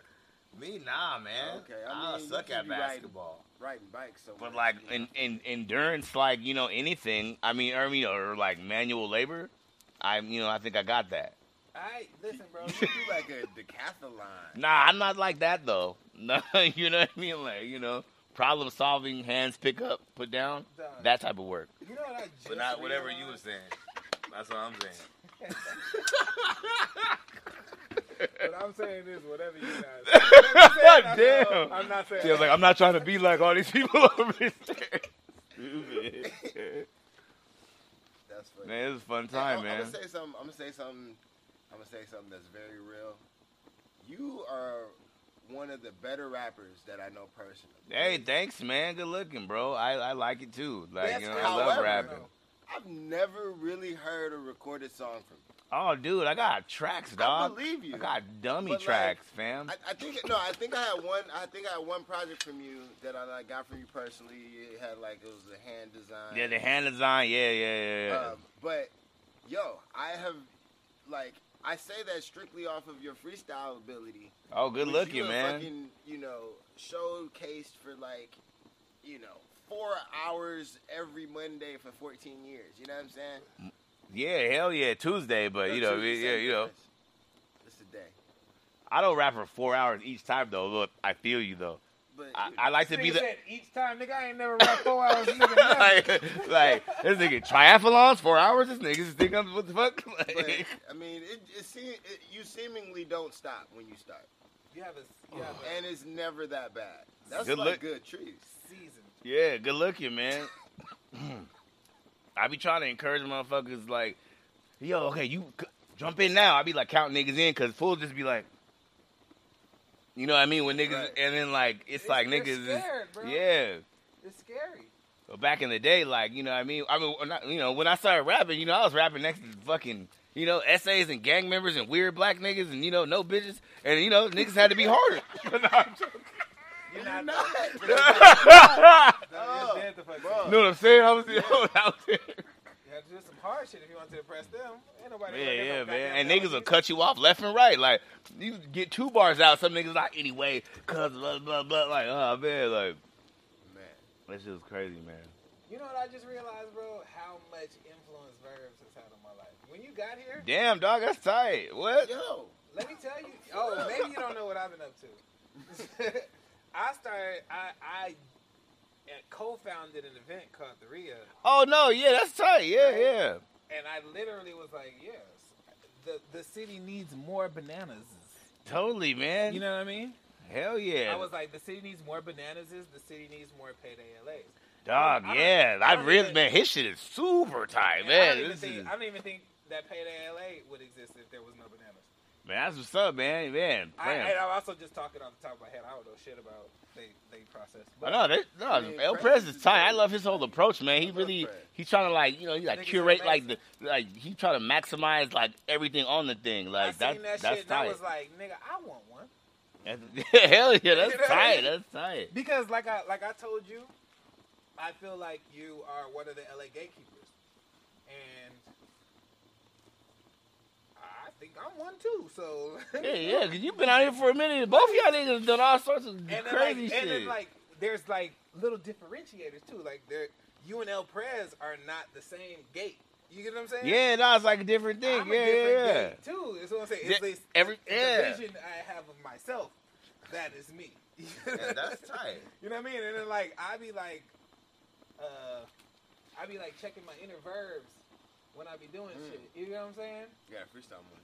Speaker 3: Me nah, man.
Speaker 2: Okay, I mean, you
Speaker 3: suck
Speaker 2: should
Speaker 3: at
Speaker 2: be riding.
Speaker 3: basketball.
Speaker 2: Riding bikes so
Speaker 3: But
Speaker 2: much.
Speaker 3: like in, in endurance, like you know anything. I mean, or, you know, or like manual labor. I you know I think I got that.
Speaker 1: I listen, bro.
Speaker 2: you should
Speaker 1: <laughs>
Speaker 2: do like a decathlon.
Speaker 3: Nah, I'm not like that though. <laughs> No, you know what I mean? Like you know, problem solving, hands pick up, put down,
Speaker 1: Dog,
Speaker 3: that type of work.
Speaker 1: you know what I just realized?
Speaker 3: saying. That's what I'm <laughs> saying.
Speaker 1: But I'm saying this, whatever you guys. <laughs> Whatever you said, I'm-
Speaker 3: Damn.
Speaker 1: I'm not saying.
Speaker 3: See, I was like, I'm not trying to be like all these people <laughs> over there. Stupid.
Speaker 2: That's funny.
Speaker 3: man, it was a
Speaker 2: Hey, I'm,
Speaker 3: fun time,
Speaker 2: I'm
Speaker 3: man.
Speaker 2: gonna say something. I'm gonna say something. I'm gonna say something that's very real. You are one of the better rappers that I know personally.
Speaker 3: Hey, thanks, man. Good looking, bro. I, I like it too. Like
Speaker 1: That's
Speaker 3: you know, I
Speaker 2: however,
Speaker 3: love rapping.
Speaker 2: I've never really heard a recorded song from you.
Speaker 3: Oh, dude, I got tracks, dog.
Speaker 2: I believe you.
Speaker 3: I got dummy
Speaker 2: But, like,
Speaker 3: tracks, fam.
Speaker 2: I, I think no. I think I had one. I think I had one project from you that I like, got from you personally. It had like it was a hand design.
Speaker 3: yeah, the hand design. Yeah, yeah, yeah. yeah.
Speaker 2: Um, but yo, I have like I say that strictly off of your freestyle ability.
Speaker 3: oh, good
Speaker 2: which you
Speaker 3: looking,
Speaker 2: have
Speaker 3: man.
Speaker 2: Fucking, you know, showcased for like, you know, four hours every Monday for 14 years. You know what I'm saying?
Speaker 3: Yeah, hell yeah. Tuesday, but you
Speaker 2: No,
Speaker 3: know,
Speaker 2: two is the
Speaker 3: yeah,
Speaker 2: same
Speaker 3: you know,
Speaker 2: difference. It's a day.
Speaker 3: I don't rap for four hours each time though. Look, I feel you though.
Speaker 2: but
Speaker 3: I, I like to be
Speaker 1: Nigga
Speaker 3: the
Speaker 1: said, each time, nigga, I ain't <laughs> never run four hours.
Speaker 3: <laughs>
Speaker 1: Nigga, nothing."
Speaker 3: like, like this nigga triathlons four hours. This nigga just think I'm what the fuck. <laughs>
Speaker 2: but,
Speaker 3: Like,
Speaker 2: I mean, it, it, seem, it you seemingly don't stop when you start,
Speaker 1: you have a, you have a
Speaker 2: and it's never that bad. That's
Speaker 3: Good
Speaker 2: like
Speaker 3: look.
Speaker 2: good trees.
Speaker 1: season.
Speaker 3: yeah, good looking man. <clears throat> I be trying to encourage motherfuckers like, yo, okay, you c- jump in now. I be like counting niggas in because fools just be like, you know what I mean when niggas
Speaker 2: Right.
Speaker 3: and then like it's,
Speaker 1: It's-
Speaker 3: like
Speaker 1: they're
Speaker 3: niggas is
Speaker 1: scared, bro.
Speaker 3: yeah.
Speaker 1: It's scary.
Speaker 3: But back in the day, like you know, what I mean, I mean, when I- you know, when I started rapping, you know, I was rapping next to fucking, you know, essays and gang members and weird black niggas and you know, no bitches, and you know, niggas had to be
Speaker 1: <laughs>
Speaker 3: harder. No, I'm joking.
Speaker 1: You're not. no,
Speaker 2: Oh,
Speaker 1: you're dead the fuck.
Speaker 2: bro.
Speaker 3: <laughs> You know what I'm saying? I was, <laughs> I was out there.
Speaker 1: You have to do some hard shit if you want to impress them. Ain't nobody.
Speaker 3: Yeah,
Speaker 1: gonna
Speaker 3: yeah,
Speaker 1: get no
Speaker 3: man.
Speaker 1: goddamn
Speaker 3: And niggas will
Speaker 1: melody.
Speaker 3: cut you off left and right. Like you get two bars out, some niggas like anyway, cause blah blah blah. Like oh man, like
Speaker 2: man.
Speaker 3: that shit was crazy, man.
Speaker 1: You know what I just realized, bro? How much influence verbs has had on my life. When you got here,
Speaker 3: Damn, dog, that's tight. What?
Speaker 2: Yo,
Speaker 1: let me tell you. Oh, maybe you don't know what I've been up to. <laughs> I started. I I uh, co-founded an event called The Ria,
Speaker 3: Oh no, yeah, that's tight. Yeah,
Speaker 1: Right.
Speaker 3: yeah.
Speaker 1: and I literally was like, yes, the the city needs more bananas.
Speaker 3: Totally, man.
Speaker 1: You know what I mean?
Speaker 3: Hell yeah.
Speaker 1: I was like, the city needs more bananas. The city needs more payday LAs.
Speaker 3: Dog,
Speaker 1: I don't-
Speaker 3: yeah.
Speaker 1: I
Speaker 3: I,
Speaker 1: don't
Speaker 3: really,
Speaker 1: even-
Speaker 3: man, his shit is super tight,
Speaker 1: And I,
Speaker 3: man.
Speaker 1: don't even
Speaker 3: This
Speaker 1: think,
Speaker 3: is-
Speaker 1: I don't even think that payday LA would exist if there was no bananas.
Speaker 3: man, that's what's up, man. Man,
Speaker 1: I,
Speaker 3: damn.
Speaker 1: and I'm also just talking off the top of my head. I don't know shit about they they process.
Speaker 3: I know, they, no,
Speaker 2: I mean,
Speaker 3: El
Speaker 2: Prez
Speaker 3: Prez is
Speaker 2: is
Speaker 3: tight. I
Speaker 2: dope.
Speaker 3: love his whole approach, man.
Speaker 2: I
Speaker 3: He
Speaker 2: love
Speaker 3: really,
Speaker 2: Prez.
Speaker 3: he's trying to like, you know, he
Speaker 1: Niggas
Speaker 3: like
Speaker 1: are
Speaker 3: curate like the,
Speaker 1: amazing.
Speaker 3: like he trying to maximize like everything on the thing.
Speaker 1: I
Speaker 3: Like
Speaker 1: seen
Speaker 3: that,
Speaker 1: that,
Speaker 3: that's
Speaker 1: shit and I
Speaker 3: tight.
Speaker 1: was like, nigga, I want one
Speaker 3: That's- <laughs> hell yeah,
Speaker 1: know <laughs> what
Speaker 3: that's
Speaker 1: I
Speaker 3: tight.
Speaker 1: mean?
Speaker 3: That's tight.
Speaker 1: because like I like I told you, I feel like you are one of the LA gatekeepers, and I think I'm one too. So
Speaker 3: Yeah, yeah, because you've been out here for a minute. Both of y'all niggas done all sorts of
Speaker 1: and then,
Speaker 3: crazy
Speaker 1: like,
Speaker 3: shit.
Speaker 1: And then like there's like little differentiators too. Like there, you and El Prez are not the same gate. You get what I'm saying?
Speaker 3: yeah, no, it's like a different thing.
Speaker 1: I'm
Speaker 3: yeah,
Speaker 1: a different
Speaker 3: yeah, yeah.
Speaker 1: gate too. That's what I'm saying.
Speaker 3: Yeah,
Speaker 1: It's this
Speaker 3: every-
Speaker 1: the
Speaker 3: yeah.
Speaker 1: vision I have of myself. That is me. <laughs>
Speaker 2: yeah, that's tight.
Speaker 1: You know what I mean? And then like I be like, uh, I be like checking my inner verbs when I be doing
Speaker 2: Mm.
Speaker 1: shit. You know what I'm saying?
Speaker 2: You got a freestyle money.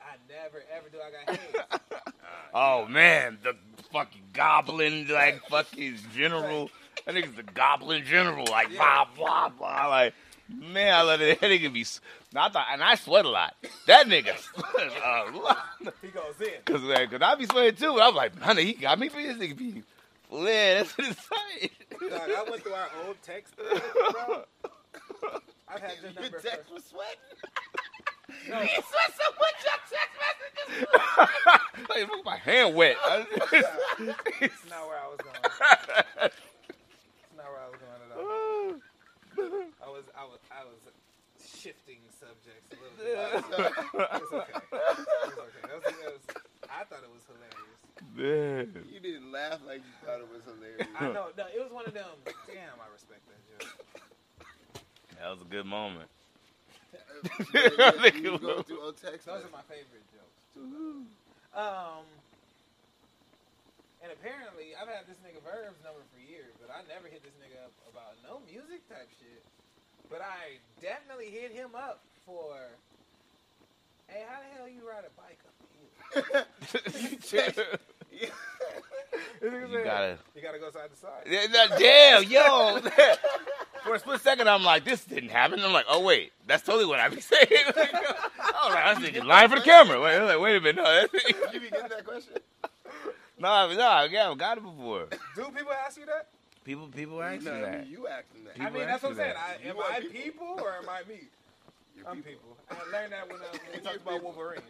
Speaker 1: I never ever do. I got
Speaker 3: <laughs>
Speaker 1: hands.
Speaker 3: Oh man, the fucking goblin, like fucking general. That nigga's the goblin general, like blah blah blah. Like man, I love <laughs> that. That nigga be. s- I thought, and I sweat a lot. That nigga <laughs> sweat a lot.
Speaker 1: he goes in.
Speaker 3: Cause, like, 'cause I be sweating too. But I'm like, man, he got me for this nigga. Be flare. <laughs> That's what it's like. <laughs>
Speaker 1: Dog, I went through our old text, bro. I've had
Speaker 2: <laughs>
Speaker 1: your
Speaker 2: Your
Speaker 1: number for
Speaker 2: text was sweating.
Speaker 1: no,
Speaker 3: like, look, my hand wet. <laughs>
Speaker 1: It's not where I was going. It's not where I was going at all. I was, I was, I was shifting subjects a little bit. It's okay. It's okay. That was, that was, I thought it was hilarious.
Speaker 3: man.
Speaker 2: You didn't laugh like you thought it was
Speaker 3: <laughs>
Speaker 2: hilarious.
Speaker 1: I know. No, it was one of them. Damn, I respect that joke.
Speaker 3: That was a good moment.
Speaker 2: But Uh, you- you go through old text
Speaker 1: Those are my favorite jokes. Too, by the way. um, and apparently, I've had this nigga Verb's number for years, but I never hit this nigga up about no music type shit. But I definitely hit him up for, hey, how the hell you ride a bike up the
Speaker 3: <laughs>
Speaker 1: hill?
Speaker 2: Yeah.
Speaker 3: you gotta.
Speaker 1: You gotta go side to side.
Speaker 3: Yeah, no, Damn, yo. <laughs> For a split second, I'm like, this didn't happen. I'm like, oh wait, that's totally what I be <laughs> saying. I was like, I was thinking, lying for the camera. Wait, I was like, wait a minute, <laughs> no,
Speaker 2: <laughs>
Speaker 3: that's,
Speaker 2: you be getting that question?
Speaker 1: <laughs>
Speaker 3: no, I- no, yeah, I've got it before.
Speaker 1: Do people ask you that?
Speaker 3: People, people ask me
Speaker 2: no, I
Speaker 3: that.
Speaker 2: mean, you acting that.
Speaker 1: I
Speaker 3: People
Speaker 1: mean, that's
Speaker 3: ask
Speaker 1: what
Speaker 3: you
Speaker 1: I'm saying.
Speaker 3: that.
Speaker 1: I, am
Speaker 2: You are
Speaker 1: I
Speaker 2: people.
Speaker 1: people or am I me?
Speaker 2: You're
Speaker 1: I'm people. I learned that when, I,
Speaker 3: <laughs>
Speaker 1: when we talked about Wolverine.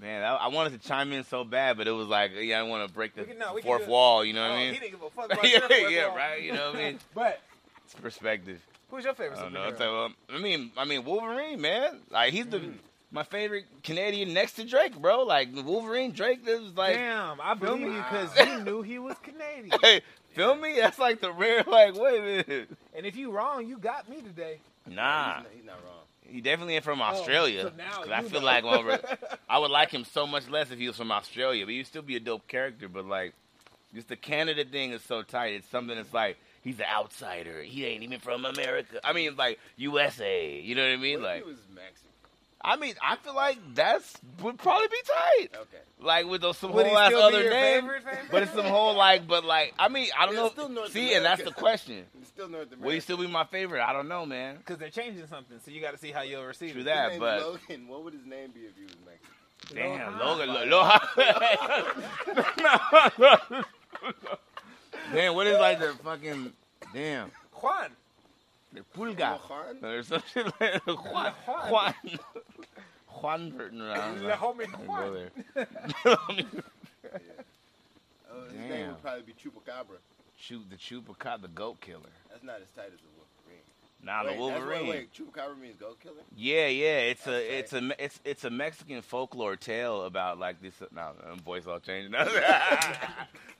Speaker 3: Man, I, I wanted to chime in so bad, but it was like, yeah, I want to break the
Speaker 1: We can- no, we can
Speaker 3: fourth
Speaker 1: do-
Speaker 3: wall. You know what
Speaker 1: oh,
Speaker 3: I
Speaker 1: he
Speaker 3: mean?
Speaker 1: didn't give a fuck about
Speaker 3: <laughs> yeah,
Speaker 1: Jennifer
Speaker 3: yeah,
Speaker 1: Lawrence.
Speaker 3: right. You know what I mean?
Speaker 1: But
Speaker 3: It's perspective.
Speaker 1: who's your favorite
Speaker 3: I don't know.
Speaker 1: superhero?
Speaker 3: It's like, well, I mean, I mean, Wolverine, man. Like he's the
Speaker 1: Mm.
Speaker 3: my favorite Canadian next to Drake, bro. Like Wolverine, Drake. This was like,
Speaker 1: Damn, I
Speaker 3: feel
Speaker 1: believe <gasps>
Speaker 3: me?
Speaker 1: you because you knew he was Canadian.
Speaker 3: <laughs> hey, feel me? That's like the rare. <laughs> Like, wait a minute.
Speaker 1: and if you wrong, you got me today.
Speaker 3: Nah,
Speaker 2: He's not, he's not wrong.
Speaker 3: he definitely ain't from
Speaker 1: Oh,
Speaker 3: Australia.
Speaker 1: so now
Speaker 3: 'Cause
Speaker 1: you
Speaker 3: I feel
Speaker 1: know. <laughs>
Speaker 3: like well, I would like him so much less if he was from Australia, but he'd still be a dope character. But like, Just the Canada thing is so tight. It's something that's like he's an outsider. He ain't even from America. I mean, like USA. You know what I mean?
Speaker 2: What if
Speaker 3: Like,
Speaker 2: it was Mexican.
Speaker 3: I mean, I feel like that's would probably be tight.
Speaker 2: Okay.
Speaker 3: Like with those some
Speaker 1: Would
Speaker 3: whole
Speaker 1: he
Speaker 3: ass
Speaker 1: still be
Speaker 3: other
Speaker 1: your
Speaker 3: name,
Speaker 1: favorite, favorite?
Speaker 3: but it's
Speaker 1: <laughs>
Speaker 3: some whole like, but like, I mean, I don't
Speaker 2: Yeah,
Speaker 3: know.
Speaker 2: it's still North
Speaker 3: See, and that's the
Speaker 2: America.
Speaker 3: question.
Speaker 2: It's still North America.
Speaker 3: Will he still be my favorite? I don't know, man.
Speaker 1: Because they're changing something, so you got to see how you'll receive
Speaker 3: True
Speaker 1: it.
Speaker 2: His
Speaker 3: that,
Speaker 2: name's
Speaker 3: but-
Speaker 2: Logan. What would his name be if he was Mexican?
Speaker 3: Damn,
Speaker 1: Lohan.
Speaker 3: Logan, Lo- <laughs> Lohan. Damn, what is like the fucking damn
Speaker 1: Juan.
Speaker 3: the pulga
Speaker 2: Lohan?
Speaker 3: or some shit like Juan Juan Juan Burton around.
Speaker 1: <laughs> Le homie
Speaker 3: Go
Speaker 1: Juan.
Speaker 3: there.
Speaker 2: Yeah. Oh, his name
Speaker 3: Damn.
Speaker 2: would probably be Chupacabra.
Speaker 3: <laughs> Shoot the chupacabra, the goat killer.
Speaker 2: That's not as tight as a Wolverine.
Speaker 3: Nah,
Speaker 2: wait,
Speaker 3: the Wolverine.
Speaker 2: That's, wait, wait, Chupacabra means goat killer?
Speaker 3: Yeah, yeah, it's
Speaker 2: Okay.
Speaker 3: a it's a me- it's it's a Mexican folklore tale about like this. No, my voice all <laughs> changing.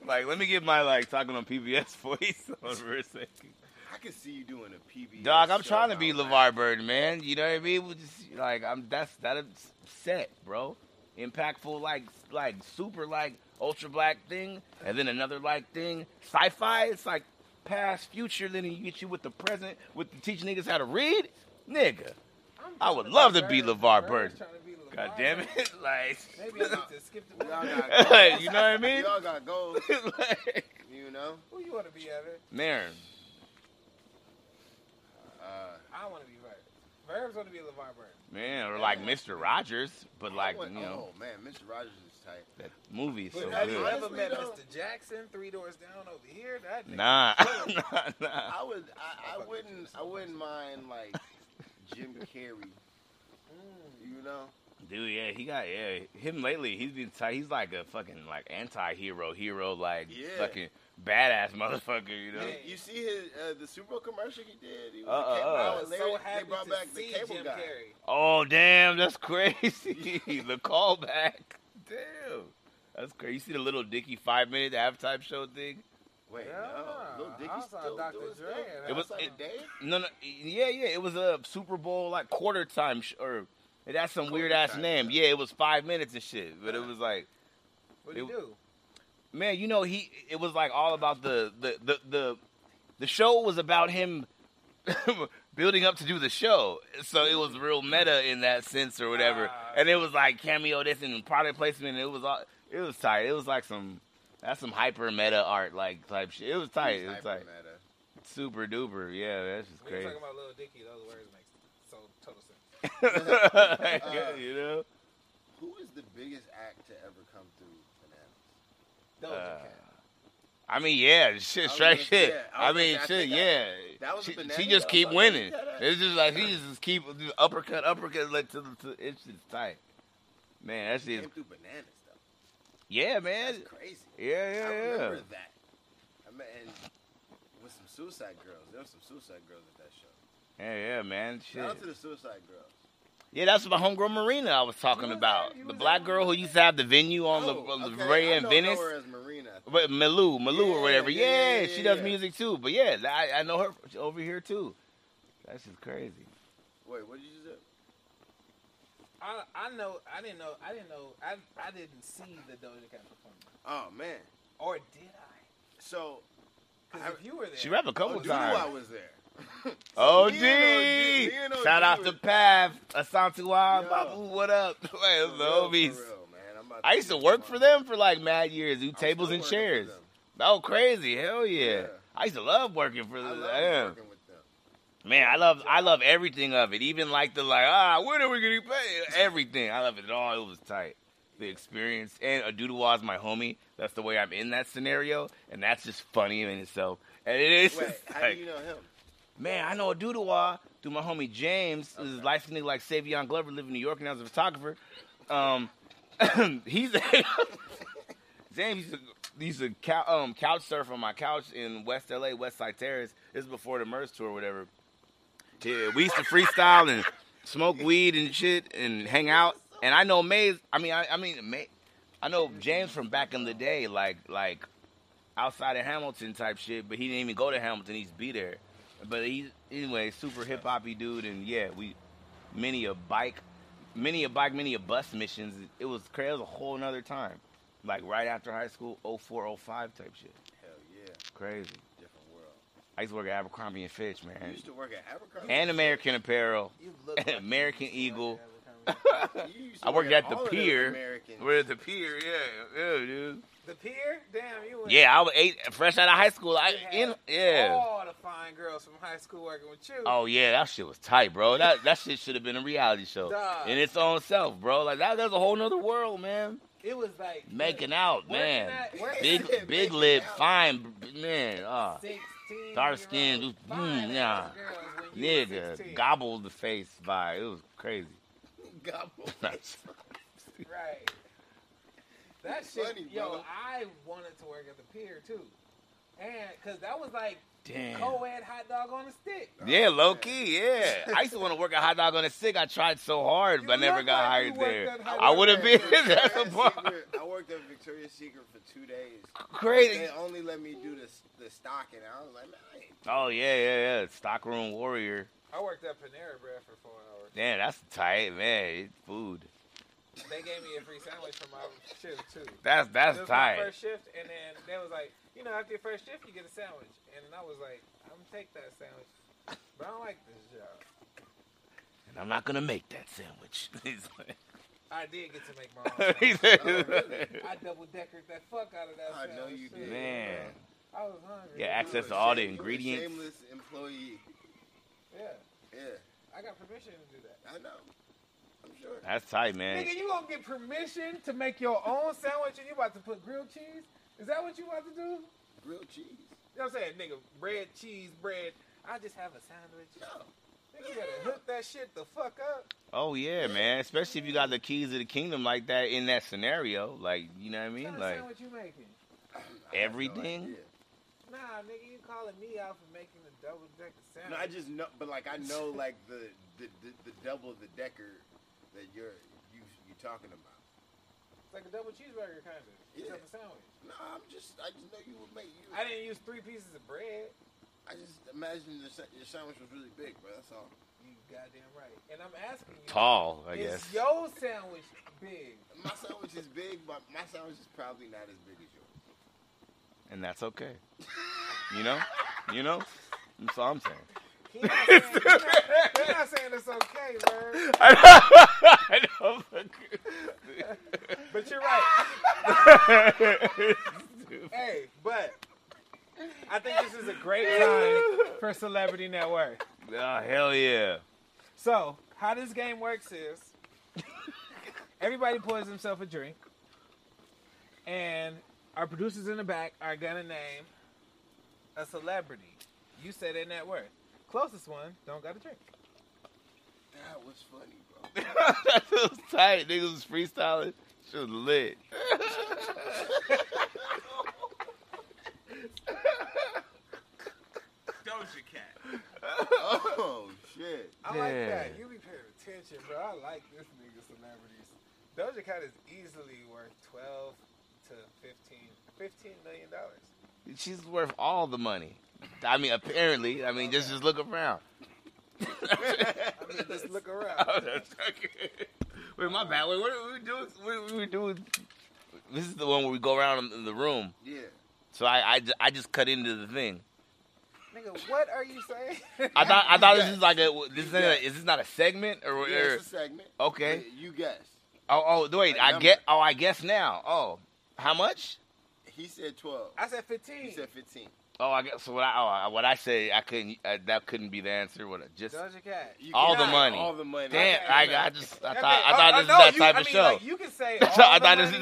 Speaker 3: like, let me get my like talking on PBS <laughs> voice on for a second.
Speaker 2: I can see you doing a PB.
Speaker 3: Dog, I'm trying to be LeVar Burton, man. You know what I mean? We just like I'm that's that is set, bro. Impactful like like super like ultra black thing, and then another like thing. Sci-fi, it's like past, future, then he get you with the present, with the teaching niggas how to read. Nigga.
Speaker 1: I'm
Speaker 3: I would
Speaker 1: trying
Speaker 3: love
Speaker 1: be
Speaker 3: to be
Speaker 1: Brad-
Speaker 3: LeVar
Speaker 1: Brad's
Speaker 3: Burton.
Speaker 1: trying to be LeVar
Speaker 3: God damn
Speaker 1: Burton.
Speaker 3: it. <laughs> like
Speaker 1: Maybe I need to skip
Speaker 3: <laughs>
Speaker 1: the
Speaker 2: Y'all
Speaker 3: Hey,
Speaker 2: got
Speaker 3: you know what <laughs> I mean?
Speaker 2: Y'all got gold,
Speaker 3: like,
Speaker 2: you know?
Speaker 1: Who you want to be, Evan?
Speaker 3: man.
Speaker 2: Uh,
Speaker 1: I want to be Verb. Verb's want to be LeVar Burton.
Speaker 3: Man, or like Mr. Rogers, <laughs> but like,
Speaker 2: I went-
Speaker 3: you know,
Speaker 2: Oh, man, Mr. Rogers is tight.
Speaker 3: that movie's so
Speaker 1: But
Speaker 2: Wait,
Speaker 1: have you
Speaker 2: good.
Speaker 1: ever met
Speaker 2: Honestly,
Speaker 1: Mr. Jackson three doors down over here? That nigga.
Speaker 3: Nah, <laughs> nah, nah.
Speaker 2: I would, I, I wouldn't, I wouldn't mind like Jim Carrey,
Speaker 1: Mm.
Speaker 2: you know?
Speaker 3: Dude, yeah, he got yeah. Him lately, he's been tight. He's like a fucking like anti-hero, hero like
Speaker 2: Yeah.
Speaker 3: fucking badass motherfucker. You know,
Speaker 1: Yeah.
Speaker 2: You see his uh, the Super Bowl commercial he did. He was
Speaker 3: Uh,
Speaker 2: came
Speaker 3: uh,
Speaker 1: I
Speaker 3: uh.
Speaker 2: out
Speaker 1: was
Speaker 2: and later
Speaker 1: so
Speaker 2: they
Speaker 1: happy
Speaker 2: brought
Speaker 1: to
Speaker 2: back the
Speaker 1: see
Speaker 2: cable
Speaker 1: Jim
Speaker 2: guy.
Speaker 1: Carrey.
Speaker 3: oh damn, that's <laughs> crazy. the callback, damn, that's crazy. You see the little Dicky five minute halftime show thing?
Speaker 2: Wait,
Speaker 1: Yeah.
Speaker 2: no, Lil
Speaker 1: I
Speaker 2: Dicky's
Speaker 1: saw
Speaker 2: still
Speaker 1: Dr.
Speaker 2: doing
Speaker 1: Dre
Speaker 2: stuff?
Speaker 1: and
Speaker 3: It was-
Speaker 2: Outside
Speaker 3: it-
Speaker 2: of Dave?
Speaker 3: No, no, yeah, yeah. It was a Super Bowl like quarter time sh- or. It had some weird ass
Speaker 2: Quarter-time
Speaker 3: name.
Speaker 2: show.
Speaker 3: Yeah, it was five minutes and shit, but it was like
Speaker 1: What do you
Speaker 3: It-
Speaker 1: do?
Speaker 3: man, you know he it was like all about the the the the, the show was about him <laughs> building up to do the show. So it was real meta in that sense or whatever.
Speaker 1: Ah.
Speaker 3: and it was like cameo this and product placement. and It was all it was tight. It was like some that's some hyper meta art like type shit. It was tight. It was
Speaker 2: He's
Speaker 3: tight.
Speaker 2: hyper-meta.
Speaker 3: Super duper. Yeah, that's just
Speaker 1: We were
Speaker 3: crazy.
Speaker 1: talking about Lil Dicky. Those words make so total sense.
Speaker 3: <laughs>
Speaker 2: Uh,
Speaker 3: you
Speaker 2: <laughs>
Speaker 3: know.
Speaker 2: Who is the biggest act to ever come through Bananas?
Speaker 1: Doja
Speaker 3: Uh,
Speaker 1: Cat.
Speaker 3: I mean, yeah,
Speaker 2: I
Speaker 3: shit,
Speaker 2: was
Speaker 3: straight
Speaker 2: gonna say,
Speaker 3: shit.
Speaker 2: I
Speaker 3: I
Speaker 2: was
Speaker 3: mean,
Speaker 2: gonna say, I
Speaker 3: shit,
Speaker 2: think
Speaker 3: yeah.
Speaker 2: that was a
Speaker 3: she,
Speaker 2: banana
Speaker 3: she just
Speaker 2: though,
Speaker 3: keep
Speaker 2: like,
Speaker 3: winning.
Speaker 2: yeah, that-
Speaker 3: It's just like she
Speaker 2: <laughs>
Speaker 3: just keep just uppercut, uppercut, like to, to it's just tight. Man, that shit.
Speaker 2: Came through Bananas though.
Speaker 3: Yeah, man.
Speaker 2: That's crazy.
Speaker 3: Yeah,
Speaker 2: I
Speaker 3: yeah, yeah.
Speaker 2: remember that. I mean, and with some Suicide Girls, there were some Suicide Girls at that show.
Speaker 3: Yeah, yeah, man. Shit.
Speaker 2: Shout out to the Suicide Girls.
Speaker 3: Yeah, that's my homegirl Marina I was talking
Speaker 1: was
Speaker 3: about.
Speaker 1: that? Who
Speaker 3: The
Speaker 1: was
Speaker 3: black
Speaker 1: that?
Speaker 3: girl who used to have the venue on La La
Speaker 2: Oh, okay,
Speaker 3: Brea
Speaker 2: I
Speaker 3: and
Speaker 2: know
Speaker 3: Venice.
Speaker 2: Her as Marina.
Speaker 3: But Malou, Malou or
Speaker 2: Yeah,
Speaker 3: whatever.
Speaker 2: yeah,
Speaker 3: Yeah,
Speaker 2: yeah, yeah,
Speaker 3: she does
Speaker 2: yeah.
Speaker 3: music too. But yeah, I, I know her over here too. That's just crazy.
Speaker 2: Wait, what did you say?
Speaker 1: I, I know. I didn't know. I didn't know. I, I didn't see the Doja Cat performance.
Speaker 2: Oh man.
Speaker 1: Or did I?
Speaker 2: So I-
Speaker 1: Because if you were there,
Speaker 3: She rapped a
Speaker 2: oh,
Speaker 3: couple
Speaker 2: do
Speaker 3: times.
Speaker 2: I was there.
Speaker 3: OD!
Speaker 2: Me and OG me and
Speaker 3: Shout
Speaker 2: OG
Speaker 3: out
Speaker 2: was-
Speaker 3: to Pav, Asante Wild,
Speaker 2: Yo.
Speaker 3: Babu, what up? <laughs> Like,
Speaker 2: For
Speaker 3: it's the
Speaker 2: real, for
Speaker 3: homies.
Speaker 2: real, man. I'm about
Speaker 3: I used to
Speaker 2: see
Speaker 3: work
Speaker 2: tomorrow.
Speaker 3: for them for like mad years, do
Speaker 2: I'm
Speaker 3: tables
Speaker 2: still
Speaker 3: and
Speaker 2: working for
Speaker 3: chairs.
Speaker 2: them.
Speaker 3: Oh, crazy. Hell yeah.
Speaker 2: Yeah.
Speaker 3: I used to love working for
Speaker 2: I
Speaker 3: the
Speaker 2: love
Speaker 3: damn.
Speaker 2: working with
Speaker 3: <laughs>
Speaker 2: them.
Speaker 3: Man, I love I love everything of it. Even like the like, ah, when are we gonna play? Everything. I love it all. It was tight. The experience and Adudawa is my homie. That's the way I'm in that scenario, and that's just funny in itself. And it is <laughs>
Speaker 2: Wait,
Speaker 3: just
Speaker 2: how
Speaker 3: like,
Speaker 2: do you know him?
Speaker 3: Man, I know a Dudawa through my homie James, who's
Speaker 2: Okay.
Speaker 3: a life nigga like Savion Glover, lived in New York, and I was a photographer. Um, <laughs> he's <laughs> James used to, used to cou- um, couch surf on my couch in West LA, West Side Terrace. This is before the Merz tour or whatever. Yeah, we used to freestyle and smoke weed and shit and hang out. And I know Maze. I mean, I, I mean, May, I know James from back in the day, like like outside of Hamilton type shit. But he didn't even go to Hamilton. He's be there. But he anyway, super hip hoppy dude. And yeah, we many a bike, many a bike, many a bus missions. It was crazy. It was a whole nother time. like right after high school, 04, 05 type shit.
Speaker 2: Hell yeah,
Speaker 3: Crazy.
Speaker 2: different world.
Speaker 3: I used to work at Abercrombie and Fitch,
Speaker 2: You
Speaker 3: man,
Speaker 2: used to work at Abercrombie.
Speaker 3: and American <laughs> Apparel.
Speaker 1: You look like
Speaker 3: American
Speaker 1: you
Speaker 3: Eagle.
Speaker 1: have a conversation.
Speaker 2: You used to
Speaker 3: I
Speaker 2: work
Speaker 3: worked at the
Speaker 2: all of them
Speaker 3: pier.
Speaker 2: American. <laughs>
Speaker 3: We're at the pier, yeah, yeah, dude.
Speaker 1: the pier? Damn, you went
Speaker 3: Yeah, I was eight, fresh out of high school. I
Speaker 1: You
Speaker 3: in,
Speaker 1: had
Speaker 3: yeah.
Speaker 1: all the fine girls from high school working with you.
Speaker 3: Oh yeah, that shit was tight, bro. That that shit should have been a reality show
Speaker 1: Dog.
Speaker 3: in its own self, bro. Like that, that's a whole nother world, man.
Speaker 1: It was like
Speaker 3: Making out,
Speaker 1: Working
Speaker 3: man.
Speaker 1: at- working <laughs>
Speaker 3: Big
Speaker 2: at
Speaker 3: big
Speaker 2: making
Speaker 3: lip,
Speaker 2: out. <laughs>
Speaker 3: fine, b- man. Ah.
Speaker 1: Sixteen.
Speaker 3: Dark skin,
Speaker 1: year-old
Speaker 3: mm,
Speaker 1: fine-ass
Speaker 3: nah.
Speaker 1: girls when you were
Speaker 3: Nigga,
Speaker 1: 16.
Speaker 3: gobbled the face by it was crazy. <laughs>
Speaker 2: Gobble.
Speaker 1: Right. That shit,
Speaker 2: Funny,
Speaker 1: yo,
Speaker 2: brother.
Speaker 1: I wanted to work at the pier too, and because that was like
Speaker 3: Damn.
Speaker 1: co-ed hot dog on a stick.
Speaker 3: Yeah, low key, yeah. I used to want to work a hot dog on a stick. I tried so hard,
Speaker 1: You
Speaker 3: but I never
Speaker 1: look
Speaker 3: got
Speaker 1: like you
Speaker 3: hired
Speaker 1: worked
Speaker 3: there.
Speaker 1: at hot
Speaker 3: I
Speaker 1: dog
Speaker 3: would have
Speaker 1: there.
Speaker 3: been. <laughs>
Speaker 1: <laughs>
Speaker 3: That's a
Speaker 2: Victoria's
Speaker 3: bar.
Speaker 2: Secret- I worked at Victoria's Secret for two days.
Speaker 3: Crazy.
Speaker 2: They only let me do the the stocking. I was like, man, I ain't
Speaker 3: Oh yeah, yeah, yeah. Stockroom warrior.
Speaker 1: I worked at Panera Bread for four hours.
Speaker 3: Damn, that's tight, man. It's food.
Speaker 1: They gave me a free sandwich for my shift too.
Speaker 3: That's that's
Speaker 1: It was my
Speaker 3: tight.
Speaker 1: first shift, and then they was like, you know, after your first shift, you get a sandwich, and I was like, I'm gonna take that sandwich, but I don't like this job.
Speaker 3: And I'm not gonna make that sandwich. <laughs> He's like-
Speaker 1: I did get to make
Speaker 3: <laughs>
Speaker 1: my own.
Speaker 3: He
Speaker 1: sandwich.
Speaker 3: said-
Speaker 2: Oh, really?
Speaker 1: I double deckered that fuck out of that.
Speaker 2: I know
Speaker 1: sandwich,
Speaker 2: you
Speaker 1: shit.
Speaker 2: did.
Speaker 3: Man,
Speaker 1: I was hungry.
Speaker 2: You
Speaker 3: Yeah, access
Speaker 2: were
Speaker 3: to all the
Speaker 2: shame- you were a
Speaker 3: ingredients.
Speaker 2: Shameless employee.
Speaker 1: Yeah,
Speaker 2: Yeah,
Speaker 1: I got permission to do that.
Speaker 2: I know. I'm sure.
Speaker 3: that's tight, man.
Speaker 1: Nigga, you gonna get permission to make your own sandwich and you about to put grilled cheese? Is that what you about to do? You know
Speaker 2: Grilled cheese.
Speaker 1: what I'm saying, nigga, bread, cheese, bread. I just have a sandwich.
Speaker 2: No.
Speaker 1: Nigga, you better hook that shit the fuck up.
Speaker 3: Oh yeah, man. Especially if you got the keys of the kingdom like that in that scenario. Like you know what I
Speaker 1: What kind
Speaker 3: mean?
Speaker 1: of
Speaker 3: Like
Speaker 1: sandwich you making?
Speaker 2: I have
Speaker 3: Everything?
Speaker 2: No, idea.
Speaker 1: Nah, nigga, you calling me out for making a double decker sandwich?
Speaker 2: no, I just know, but like I
Speaker 3: <laughs>
Speaker 2: know, like the the, the, the double the decker that you're you you talking about.
Speaker 1: it's like a double cheeseburger kind of.
Speaker 2: Yeah.
Speaker 1: Except a sandwich.
Speaker 2: No, I'm just I just know you would make you.
Speaker 1: I didn't use three pieces of bread.
Speaker 2: I just imagine your, sa- your sandwich was really big, bro. That's all.
Speaker 1: You goddamn right. And I'm asking you.
Speaker 3: tall, I
Speaker 1: is
Speaker 3: guess.
Speaker 1: your sandwich big?
Speaker 2: My sandwich is big, but my sandwich is probably not as big as yours.
Speaker 3: and that's okay. You know, you know. That's all I'm saying. <laughs>
Speaker 1: He not saying, he not, he not saying it's okay, bro.
Speaker 3: I know. I know.
Speaker 1: But you're right. Hey, but I think this is a great time for celebrity net worth.
Speaker 3: <laughs> oh hell yeah! <laughs>
Speaker 1: So, how this game works is everybody pours themselves a drink, and our producers in the back are gonna name a celebrity. You said their net worth. Closest one don't got a drink.
Speaker 2: That was funny, bro.
Speaker 3: that was tight. Niggas was freestyling. She was lit. <laughs>
Speaker 4: Doja Cat.
Speaker 2: <laughs> oh shit!
Speaker 1: I like that.
Speaker 3: Yeah.
Speaker 1: You be paying attention, bro. I like this nigga celebrities. Doja Cat is easily worth twelve to 15, 15 million dollars.
Speaker 3: She's worth all the money. I mean, apparently. I mean, just just look around. <laughs>
Speaker 1: I mean, just look around.
Speaker 3: Oh, that's okay. Wait, my bad. Wait, what are we doing? What are we doing? This is the one where we go around in- in the room.
Speaker 2: Yeah.
Speaker 3: So I, I, ju- I just cut into the thing.
Speaker 1: Nigga, what are you saying?
Speaker 3: I thought I thought this
Speaker 2: Yes.
Speaker 3: is like a this is,
Speaker 2: Yes.
Speaker 3: a, is this not a segment or, or
Speaker 2: yeah it's a segment.
Speaker 3: Okay.
Speaker 2: But You guess.
Speaker 3: oh oh wait
Speaker 2: A
Speaker 3: I
Speaker 2: number.
Speaker 3: get oh I guess now oh how much
Speaker 2: He said twelve.
Speaker 1: <laughs> I said
Speaker 2: He
Speaker 1: 15.
Speaker 2: said fifteen.
Speaker 3: oh I guess so what I oh, I- what I say I couldn't uh, that couldn't be the answer what I just
Speaker 1: Doja Cat.
Speaker 2: You
Speaker 3: All
Speaker 2: cannot-
Speaker 3: the money.
Speaker 2: All the money.
Speaker 3: damn
Speaker 1: Okay.
Speaker 3: I, I just I
Speaker 1: That
Speaker 3: thought
Speaker 1: mean-
Speaker 3: I thought
Speaker 1: oh,
Speaker 3: this is
Speaker 1: no,
Speaker 3: that
Speaker 1: you-
Speaker 3: type
Speaker 1: I
Speaker 3: of
Speaker 1: mean,
Speaker 3: show
Speaker 1: Like, you can say. All
Speaker 3: so <laughs> I
Speaker 1: the
Speaker 3: thought
Speaker 1: money.
Speaker 3: this <laughs>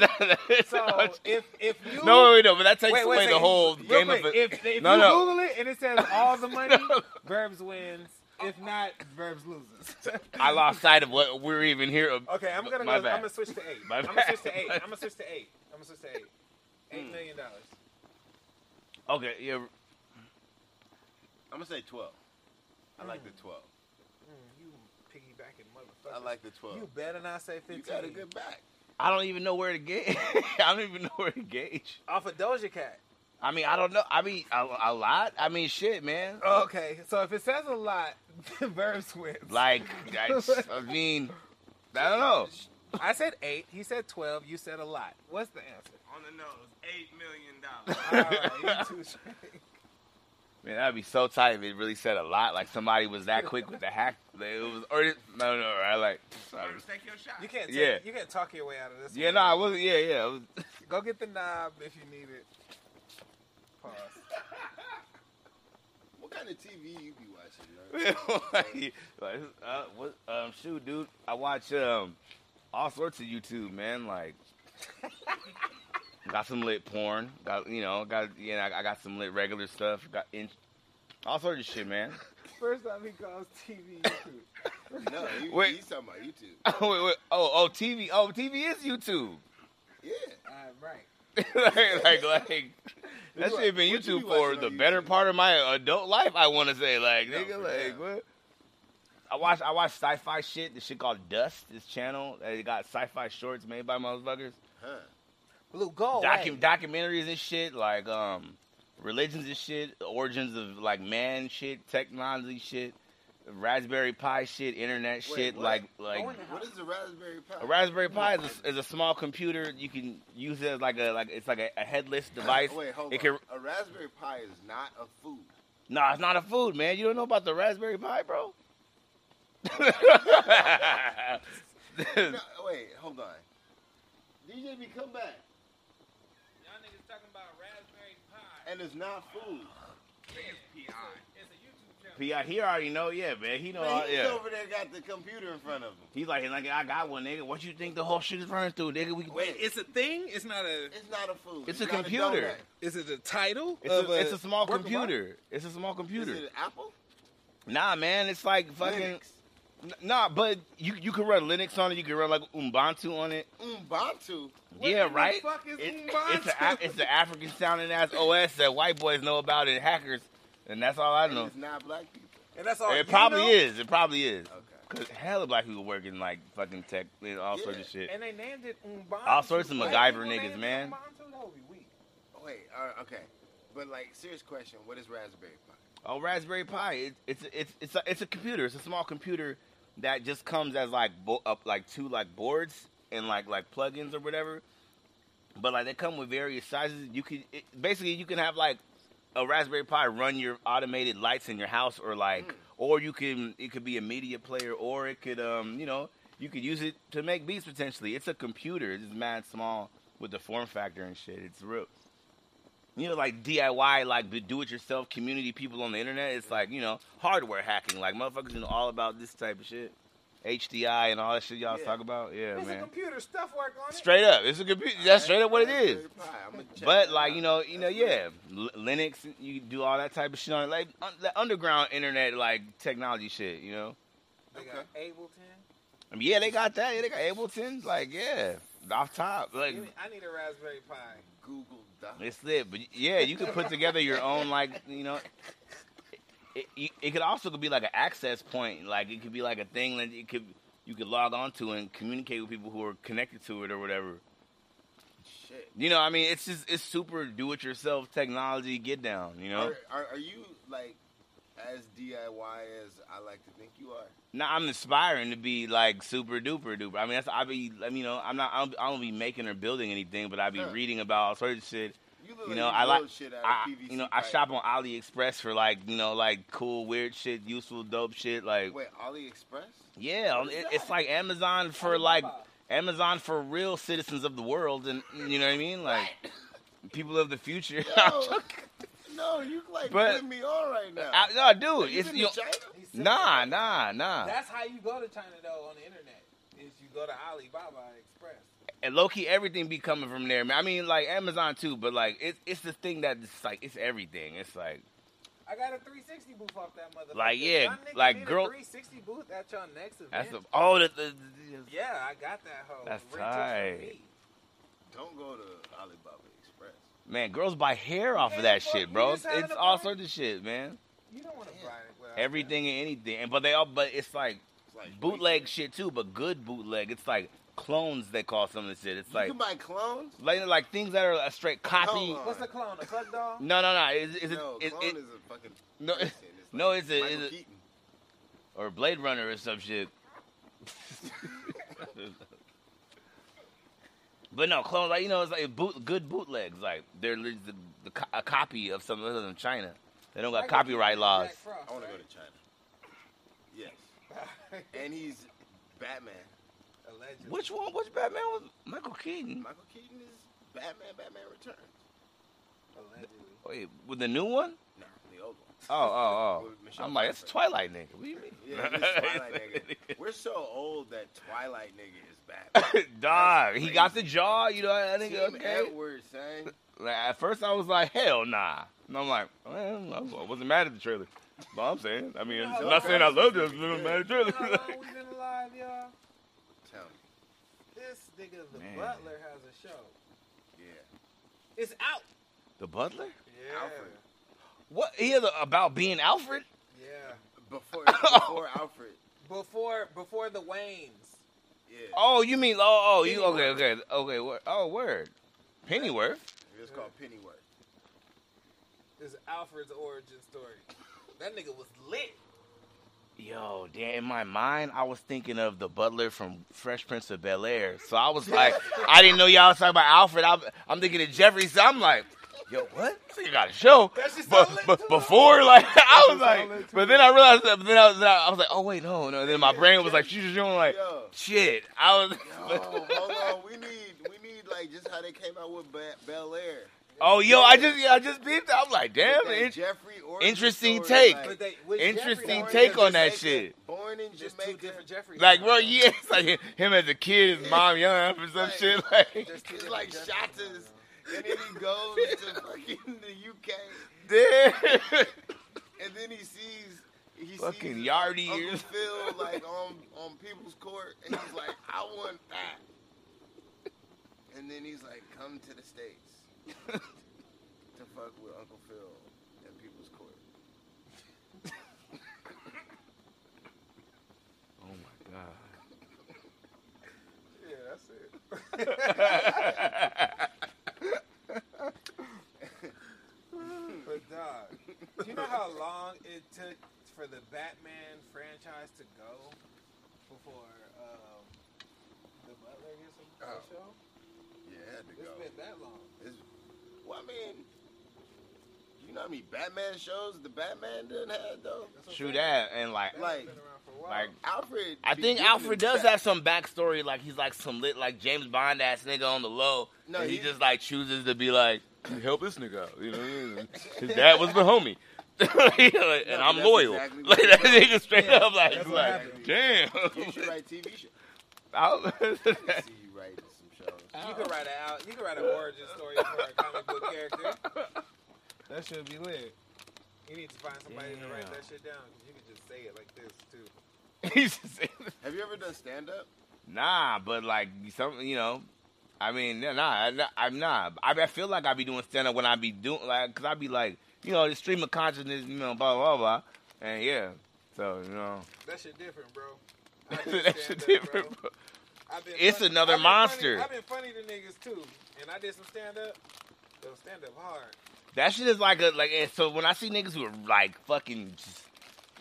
Speaker 3: is
Speaker 1: So if if you
Speaker 3: no wait no but that takes
Speaker 1: wait, wait,
Speaker 3: away
Speaker 1: a
Speaker 3: the
Speaker 1: second.
Speaker 3: whole
Speaker 1: Real
Speaker 3: game
Speaker 1: quick,
Speaker 3: of it
Speaker 1: If, if
Speaker 3: No,
Speaker 1: you
Speaker 3: no.
Speaker 1: Google it and it says all the money,
Speaker 3: <laughs> No.
Speaker 1: Verbs wins. If not, Verbs loses.
Speaker 3: <laughs> I lost sight of what we're even here of-
Speaker 1: Okay, I'm gonna go,
Speaker 3: my
Speaker 1: I'm
Speaker 3: bad.
Speaker 1: gonna switch to eight.
Speaker 3: My Hmm.
Speaker 1: I'm gonna
Speaker 3: bad.
Speaker 1: switch to eight. I'm gonna switch to eight. I'm gonna switch to eight. Eight million dollars.
Speaker 3: okay yeah
Speaker 2: I'm gonna say twelve. I like the twelve.
Speaker 1: Mm, you piggybacking motherfucker.
Speaker 2: I like the twelve.
Speaker 1: You better not say
Speaker 2: You
Speaker 1: fifteen.
Speaker 2: got a good back.
Speaker 3: I don't even know where to gauge <laughs> I don't even know where to gauge
Speaker 1: Off of Doja Cat.
Speaker 3: I mean I don't know I mean a, a lot I mean shit man
Speaker 1: Okay, so if it says <laughs> a lot, Verbs wins. <laughs>
Speaker 3: Like, I, I mean, I don't know.
Speaker 1: I said eight. He said twelve. You said a lot. What's the
Speaker 3: <laughs>
Speaker 1: answer?
Speaker 4: On the nose, eight million dollars.
Speaker 1: All right, you two straight.
Speaker 3: Man, that'd be so tight if it really said a lot. Like somebody was that quick with the hack. Like, It was or it, no, no, right? Like, <laughs> sorry.
Speaker 4: First, take your shot.
Speaker 1: You can't. Take,
Speaker 3: Yeah.
Speaker 1: You can't talk your way out of this.
Speaker 3: yeah,
Speaker 1: one.
Speaker 3: no, I was. Yeah, yeah. It was,
Speaker 1: Go get the knob if you need it. Pause.
Speaker 2: What kind of TV you be watching? Right?
Speaker 3: <laughs> like, uh, what, um, shoot, dude, I watch um all sorts of YouTube, man. Like, got some lit porn. Got you know, got yeah, I, I got some lit regular stuff. Got in, all sorts of shit, man. <laughs>
Speaker 1: First time he calls TV YouTube.
Speaker 2: No, you,
Speaker 3: Wait.
Speaker 2: he's talking about YouTube.
Speaker 3: wait, wait, oh, oh, TV, oh, TV is YouTube.
Speaker 2: Yeah.
Speaker 1: All right.
Speaker 3: <laughs> like, like, like. That
Speaker 2: What-
Speaker 3: shit been
Speaker 2: what you
Speaker 3: YouTube
Speaker 2: be
Speaker 3: for
Speaker 2: watching
Speaker 3: the
Speaker 2: on
Speaker 3: better
Speaker 2: YouTube?
Speaker 3: part of my adult life. I want to say, like,
Speaker 2: No,
Speaker 3: nigga,
Speaker 2: for
Speaker 3: like,
Speaker 2: sure.
Speaker 3: what? I watch I watch sci-fi shit. This shit called Dust. This channel they got sci-fi shorts made by motherfuckers.
Speaker 2: Huh.
Speaker 1: Blue, go away.
Speaker 3: Docu- documentaries and shit like um religions and shit, the origins of like man shit, technology shit, Raspberry Pi shit, internet
Speaker 2: Wait,
Speaker 3: shit,
Speaker 2: what?
Speaker 3: like
Speaker 1: Go
Speaker 3: like
Speaker 1: in the house.
Speaker 2: What is the Raspberry Pi?
Speaker 3: a Raspberry Pi is a, is a small computer. You can use it as like a like it's like a, a headless device.
Speaker 2: <laughs> Wait, hold
Speaker 3: it
Speaker 2: on.
Speaker 3: can-
Speaker 2: A Raspberry Pi is not a food.
Speaker 3: Nah, it's not a food, man. You don't know about the Raspberry Pi, <laughs> bro.
Speaker 2: No, wait, hold on. DJ, be come back.
Speaker 4: Y'all niggas talking about Raspberry Pi.
Speaker 2: And it's not food.
Speaker 4: It's PI. It's a YouTube channel.
Speaker 3: P.I. He already know, yeah, man. He know,
Speaker 2: Man,
Speaker 3: all,
Speaker 2: he's
Speaker 3: uh, yeah.
Speaker 2: over there got the computer in front of him.
Speaker 3: He's like, he's like, I got one, nigga. What you think the whole shit is running through, nigga? We
Speaker 2: Wait,
Speaker 1: It's a thing. It's not a.
Speaker 2: It's not a food.
Speaker 3: It's a
Speaker 2: not
Speaker 3: computer.
Speaker 2: donut.
Speaker 1: Is it a title?
Speaker 2: uh,
Speaker 3: It's
Speaker 1: of
Speaker 3: a, it's a small
Speaker 1: work of art?
Speaker 3: computer. It's a small
Speaker 2: Is
Speaker 3: computer.
Speaker 2: it an apple?
Speaker 3: Nah, man, it's like fucking.
Speaker 2: Linux.
Speaker 3: N- Nah, but you you can run Linux on it. You can run like Ubuntu on it.
Speaker 2: Ubuntu.
Speaker 1: What
Speaker 3: yeah,
Speaker 1: the
Speaker 3: right.
Speaker 1: fuck is
Speaker 3: It-
Speaker 1: Ubuntu?
Speaker 3: it's a, Af- it's the African sounding ass OS that white boys know about and hackers, and that's all I
Speaker 2: And
Speaker 3: know.
Speaker 2: It's not black people.
Speaker 1: And that's all. Oh, you
Speaker 3: it probably
Speaker 1: know?
Speaker 3: is. It probably is.
Speaker 2: Okay.
Speaker 3: Cause hella black people work in like fucking tech and all sorts of
Speaker 2: Yeah.
Speaker 3: shit.
Speaker 1: And they named it Ubuntu.
Speaker 3: All sorts of
Speaker 1: White
Speaker 3: MacGyver
Speaker 1: people
Speaker 3: niggas,
Speaker 1: named it
Speaker 3: man.
Speaker 1: Ubuntu? That would be weak.
Speaker 2: Wait, uh, okay. But, like, serious question what is Raspberry Pi?
Speaker 3: Oh, Raspberry Pi. It, it's it's it's a, it's a computer. It's a small computer that just comes as like bo- up like two like boards and like like plugins or whatever. But like they come with various sizes. You can it, basically you can have like a Raspberry Pi run your automated lights in your house or like
Speaker 2: Mm.
Speaker 3: or you can it could be a media player or it could um you know you could use it to make beats potentially. It's a computer. It's mad small with the form factor and shit. It's real you know, like DIY, like the do-it-yourself community people on the internet. It's like you know, hardware hacking. Like motherfuckers know all about this type of shit, HDI and all that shit y'all
Speaker 2: Yeah.
Speaker 3: talk about. Yeah,
Speaker 1: It's a
Speaker 3: man.
Speaker 1: computer stuff work on it.
Speaker 3: Straight up, it's a computer. That's straight up what it
Speaker 2: Raspberry
Speaker 3: is.
Speaker 2: Pi. I'ma check
Speaker 3: But
Speaker 2: that
Speaker 3: like
Speaker 2: out.
Speaker 3: you know, you know,
Speaker 2: That's
Speaker 3: yeah, L- Linux. You do all that type of shit on it, like un- the underground internet, like technology shit. You know,
Speaker 1: They got Ableton.
Speaker 3: I mean, yeah, they got that. Yeah, they got Ableton. Like yeah, off top. Like
Speaker 1: Give me- I need a Raspberry Pi.
Speaker 2: Google Doc.
Speaker 3: It's lit, but yeah, you could put together your own like you know. It, it, it could also could be like an access point, like it could be like a thing that it could you could log on to and communicate with people who are connected to it or whatever.
Speaker 2: Shit.
Speaker 3: You know, I mean, it's just it's super do-it-yourself technology get down. You know,
Speaker 2: Are, are, are you, like, as DIY as I like to think you are?
Speaker 3: now I'm aspiring to be like super duper duper. I mean, that's I be I mean, you know I'm not I don't, I don't be making or building anything, but I be
Speaker 2: Sure.
Speaker 3: reading about all sorts of shit.
Speaker 2: You, look
Speaker 3: You know,
Speaker 2: you
Speaker 3: I like-
Speaker 2: build shit out of
Speaker 3: I,
Speaker 2: PVC
Speaker 3: you know, I
Speaker 2: pipe.
Speaker 3: shop on AliExpress for like you know like cool weird shit, useful dope shit like.
Speaker 2: Wait,
Speaker 3: <laughs>
Speaker 2: AliExpress?
Speaker 3: Yeah,
Speaker 1: What is
Speaker 3: it,
Speaker 1: that? Oh,
Speaker 3: it's like Amazon for like Amazon for real citizens of the world, and you know what I mean, like people of the future. <laughs>
Speaker 2: No, no, you like
Speaker 3: But-
Speaker 2: putting me on right now.
Speaker 3: I, no, dude,
Speaker 2: you
Speaker 3: it's
Speaker 2: been
Speaker 3: you
Speaker 2: to China?
Speaker 1: He's simple.
Speaker 3: nah, nah, nah.
Speaker 1: That's how you go to China though on the internet. Is you go to Alibaba Express.
Speaker 3: And low key, everything be coming from there. man. I mean, like Amazon too, but like it's it's the thing that it's like it's everything. It's like
Speaker 1: I got a 360 booth off that motherfucker.
Speaker 3: Like, yeah,
Speaker 1: Y'all niggas
Speaker 3: like,
Speaker 1: need a
Speaker 3: girl-
Speaker 1: 360 booth at your next event.
Speaker 3: that's the, all the, the, the-
Speaker 1: Yeah, I got that hoe.
Speaker 3: That's
Speaker 1: Rent it from
Speaker 3: tight.
Speaker 1: me.
Speaker 2: Don't go to Alibaba Express.
Speaker 3: man. Girls buy hair off of
Speaker 1: Yeah,
Speaker 3: that
Speaker 1: fuck,
Speaker 3: shit,
Speaker 1: we
Speaker 3: bro.
Speaker 1: just
Speaker 3: It's,
Speaker 1: having
Speaker 3: it's
Speaker 1: a
Speaker 3: all
Speaker 1: party.
Speaker 3: sorts of shit, man.
Speaker 1: You don't want to
Speaker 2: Yeah.
Speaker 1: buy it. Well,
Speaker 3: Everything and anything, and but they all but it's like
Speaker 2: It's like
Speaker 3: bootleg shit too, but good bootleg. It's like clones they call some of this shit. It's
Speaker 2: You
Speaker 3: like
Speaker 2: can buy clones.
Speaker 3: like like things that are a straight copy.
Speaker 2: Hold on.
Speaker 1: What's the clone? A fuck
Speaker 3: <laughs>
Speaker 1: doll?
Speaker 3: No, no, no. Is, is
Speaker 2: no,
Speaker 3: it, is
Speaker 2: clone
Speaker 3: it
Speaker 2: is a fucking.
Speaker 3: no
Speaker 2: person.
Speaker 3: <laughs>
Speaker 2: It's
Speaker 3: no,
Speaker 2: like
Speaker 3: it's a-
Speaker 2: Michael
Speaker 3: it's a-
Speaker 2: Keaton.
Speaker 3: or Blade Runner or some shit. But no, clones like you know, it's like boot, good bootlegs. Like they're li- the, the, co- a copy of something other than China. They don't got copyright laws.
Speaker 2: I want to go to China. Yes. And he's Batman.
Speaker 1: <laughs> Allegedly.
Speaker 3: Which one? Which Batman was Michael Keaton?
Speaker 2: Michael Keaton is Batman. Batman Returns.
Speaker 1: Allegedly.
Speaker 3: Wait, with the new one?
Speaker 2: No, the old one.
Speaker 3: Oh, oh,
Speaker 2: With
Speaker 3: oh!
Speaker 2: Michelle
Speaker 3: I'm like, it's
Speaker 2: Pfeiffer.
Speaker 3: Twilight, nigga. What do you mean?
Speaker 2: Yeah, this
Speaker 3: <laughs>
Speaker 2: Twilight nigga. We're so old that Twilight nigga is
Speaker 3: <laughs>
Speaker 2: Batman.
Speaker 3: Dog, he got the
Speaker 2: crazy.
Speaker 3: jaw. You know, I think
Speaker 2: Team
Speaker 3: okay.
Speaker 2: Edward, son.
Speaker 3: Like, at first, I was like, hell nah. And I'm like, well, I was- I wasn't mad at the trailer. That's all I'm saying. I mean,
Speaker 1: No,
Speaker 3: I'm not saying I loved it. I was
Speaker 2: no.
Speaker 3: mad at the
Speaker 1: You know How
Speaker 3: trailer.
Speaker 1: long we been alive, y'all?
Speaker 2: Tell me.
Speaker 1: This nigga, the
Speaker 3: Man.
Speaker 1: butler, has a show.
Speaker 2: Yeah.
Speaker 1: It's out.
Speaker 3: the Butler?
Speaker 1: Yeah.
Speaker 2: Alfred.
Speaker 3: What? He has a, about being Alfred?
Speaker 1: Yeah.
Speaker 3: <laughs>
Speaker 2: Before
Speaker 3: Oh.
Speaker 2: before Alfred.
Speaker 1: Before before the Waynes.
Speaker 2: Yeah.
Speaker 3: Oh, you mean? Oh, oh, you okay?
Speaker 1: Pennyworth.
Speaker 3: Okay, okay. wor- Oh, word. Pennyworth.
Speaker 2: It was called Pennyworth.
Speaker 1: is Alfred's origin story. That nigga was lit.
Speaker 3: Yo, damn! In my mind, I was thinking of the butler from Fresh Prince of Bel Air. So I
Speaker 1: <laughs>
Speaker 3: was like, I didn't know y'all was talking about Alfred. I'm, I'm thinking of Jeffrey. So I'm like, yo, what? So you got a show?
Speaker 1: That shit's
Speaker 3: But,
Speaker 1: so lit,
Speaker 3: but
Speaker 1: too.
Speaker 3: before, like, <laughs> I was
Speaker 1: shit's so
Speaker 3: like,
Speaker 1: lit,
Speaker 3: but
Speaker 1: too.
Speaker 3: then I realized that. But then I was, I was like, oh wait, no, no. And then my brain was like, she's just doing like,
Speaker 2: Yo.
Speaker 3: <laughs> shit. I was, <laughs>
Speaker 2: Yo, hold on. We need we need like just how they came out with ba- Bel Air.
Speaker 3: oh yo, I just, yeah, I just beat. That. I'm like, damn,
Speaker 2: With that
Speaker 3: it,
Speaker 2: Jeffrey origin
Speaker 3: interesting
Speaker 2: story,
Speaker 3: take.
Speaker 2: like,
Speaker 1: But they, with
Speaker 3: Interesting
Speaker 1: Jeffrey,
Speaker 3: take
Speaker 1: though,
Speaker 3: on that
Speaker 2: Jamaica-
Speaker 3: shit.
Speaker 2: Born in
Speaker 1: There's two
Speaker 2: <laughs> Jamaica.
Speaker 1: different Jeffrey.
Speaker 3: Like, bro, yeah, <laughs> it's like him as a kid, his mom young for some
Speaker 2: Like-
Speaker 3: shit. Like, <laughs>
Speaker 1: <laughs> There's two
Speaker 2: It's
Speaker 1: different
Speaker 2: like
Speaker 1: Jeffrey
Speaker 2: Shatas.
Speaker 1: Dahmer.
Speaker 2: And then he goes to fucking the UK.
Speaker 3: damn.
Speaker 2: And then he sees he
Speaker 3: Fucking
Speaker 2: sees
Speaker 3: Yardy
Speaker 2: Uncle
Speaker 3: ears.
Speaker 2: Phil
Speaker 3: <laughs>
Speaker 2: like on on people's court, and he's like, "I want that." And then he's like, "Come to the states
Speaker 3: <laughs>
Speaker 2: to fuck with Uncle Phil at people's court."
Speaker 3: Oh my god.
Speaker 1: Yeah, that's it. But dog, do you know how long it took for the Batman franchise to go before um, the Butler gets a
Speaker 2: Oh.
Speaker 1: show?
Speaker 2: Yeah, it had to
Speaker 1: It's
Speaker 2: go.
Speaker 1: been that long.
Speaker 2: It's- well, I mean, you know how many Batman shows the Batman done had though.
Speaker 1: That's what I'm
Speaker 3: True
Speaker 1: saying.
Speaker 3: that, and like,
Speaker 1: Batman's
Speaker 2: like-
Speaker 1: been around for a while.
Speaker 3: like
Speaker 2: Alfred.
Speaker 3: I
Speaker 2: be
Speaker 3: think
Speaker 2: getting
Speaker 3: Alfred
Speaker 2: the
Speaker 3: does
Speaker 2: fat-
Speaker 3: have some backstory. Like he's like some lit, like James Bond ass nigga on the low,
Speaker 2: No,
Speaker 3: and he,
Speaker 2: he-
Speaker 3: just like chooses to be like, help this nigga out. You know, <laughs> his dad was the homie. <laughs> and
Speaker 2: No,
Speaker 3: I'm
Speaker 2: that's
Speaker 3: loyal. <laughs>
Speaker 2: exactly
Speaker 3: like
Speaker 2: what
Speaker 3: that
Speaker 2: he
Speaker 3: nigga straight
Speaker 1: Yeah,
Speaker 3: up like,
Speaker 1: that's what
Speaker 3: like
Speaker 1: happened.
Speaker 3: damn.
Speaker 2: You
Speaker 3: <laughs>
Speaker 2: should write TV show. I can
Speaker 3: I'll-
Speaker 2: see you writing some shows.
Speaker 1: You can write a out. You can write an origin story for a comic book character.
Speaker 3: <laughs>
Speaker 1: That should be lit. You need to find somebody to write
Speaker 3: Damn.
Speaker 1: that shit down because you can just say it like this too.
Speaker 3: He's just saying that.
Speaker 2: Have you ever done stand up?
Speaker 3: nah, but like some, you know, I mean, nah, nah, nah, I'm not. I, I feel like I be doing stand up when I be doing like, cause I be like, you know, the stream of consciousness, you know, blah blah blah, and yeah, so you know,
Speaker 1: That shit different, bro. I do
Speaker 3: <laughs> that shit
Speaker 1: stand-up,
Speaker 3: different.
Speaker 1: bro.
Speaker 3: bro.
Speaker 1: I've been
Speaker 3: It's
Speaker 1: funny-
Speaker 3: another
Speaker 1: I've been
Speaker 3: monster.
Speaker 1: Funny, I've been funny to niggas too, and I did some stand up. Yo, stand up hard.
Speaker 3: That shit is like a like. And so when I see niggas who are like fucking, just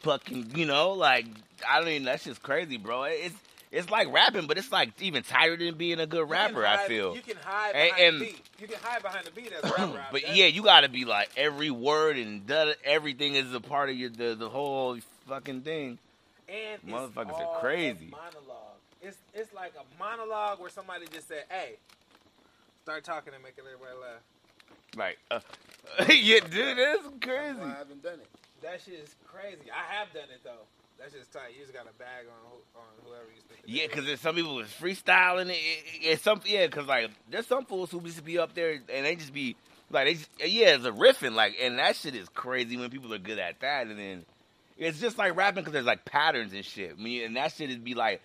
Speaker 3: fucking, you know, like I don't even. That's just crazy, bro. It's it's like rapping, but it's like even tighter than being a good
Speaker 1: You can
Speaker 3: rapper.
Speaker 1: hide,
Speaker 3: I feel.
Speaker 1: you can hide
Speaker 3: And-
Speaker 1: behind
Speaker 3: and-
Speaker 1: the beat. You can hide behind the beat
Speaker 3: <clears throat>
Speaker 1: as a rapper.
Speaker 3: but
Speaker 1: That-
Speaker 3: yeah, you got to be like every word and da- everything is a part of your the, the whole fucking thing.
Speaker 1: And it's
Speaker 3: Motherfuckers are
Speaker 1: all a
Speaker 3: crazy.
Speaker 1: monologue. It's it's like a monologue where somebody just said, "Hey, start talking and making everybody laugh."
Speaker 3: Like, uh, <laughs> yeah, dude, that's crazy.
Speaker 2: Why I haven't done it.
Speaker 1: That shit is crazy. I have done it though. That shit's tight. You just got a bag on who- on whoever you speak. to.
Speaker 3: Yeah, because there's some people was freestyling. It, it, it's some yeah, because like there's some fools who just be up there and they just be like they just, yeah, it's a riffing like, and that shit is crazy when people are good at that. And then it's just like rapping because there's like patterns and shit. I mean, and that shit would be like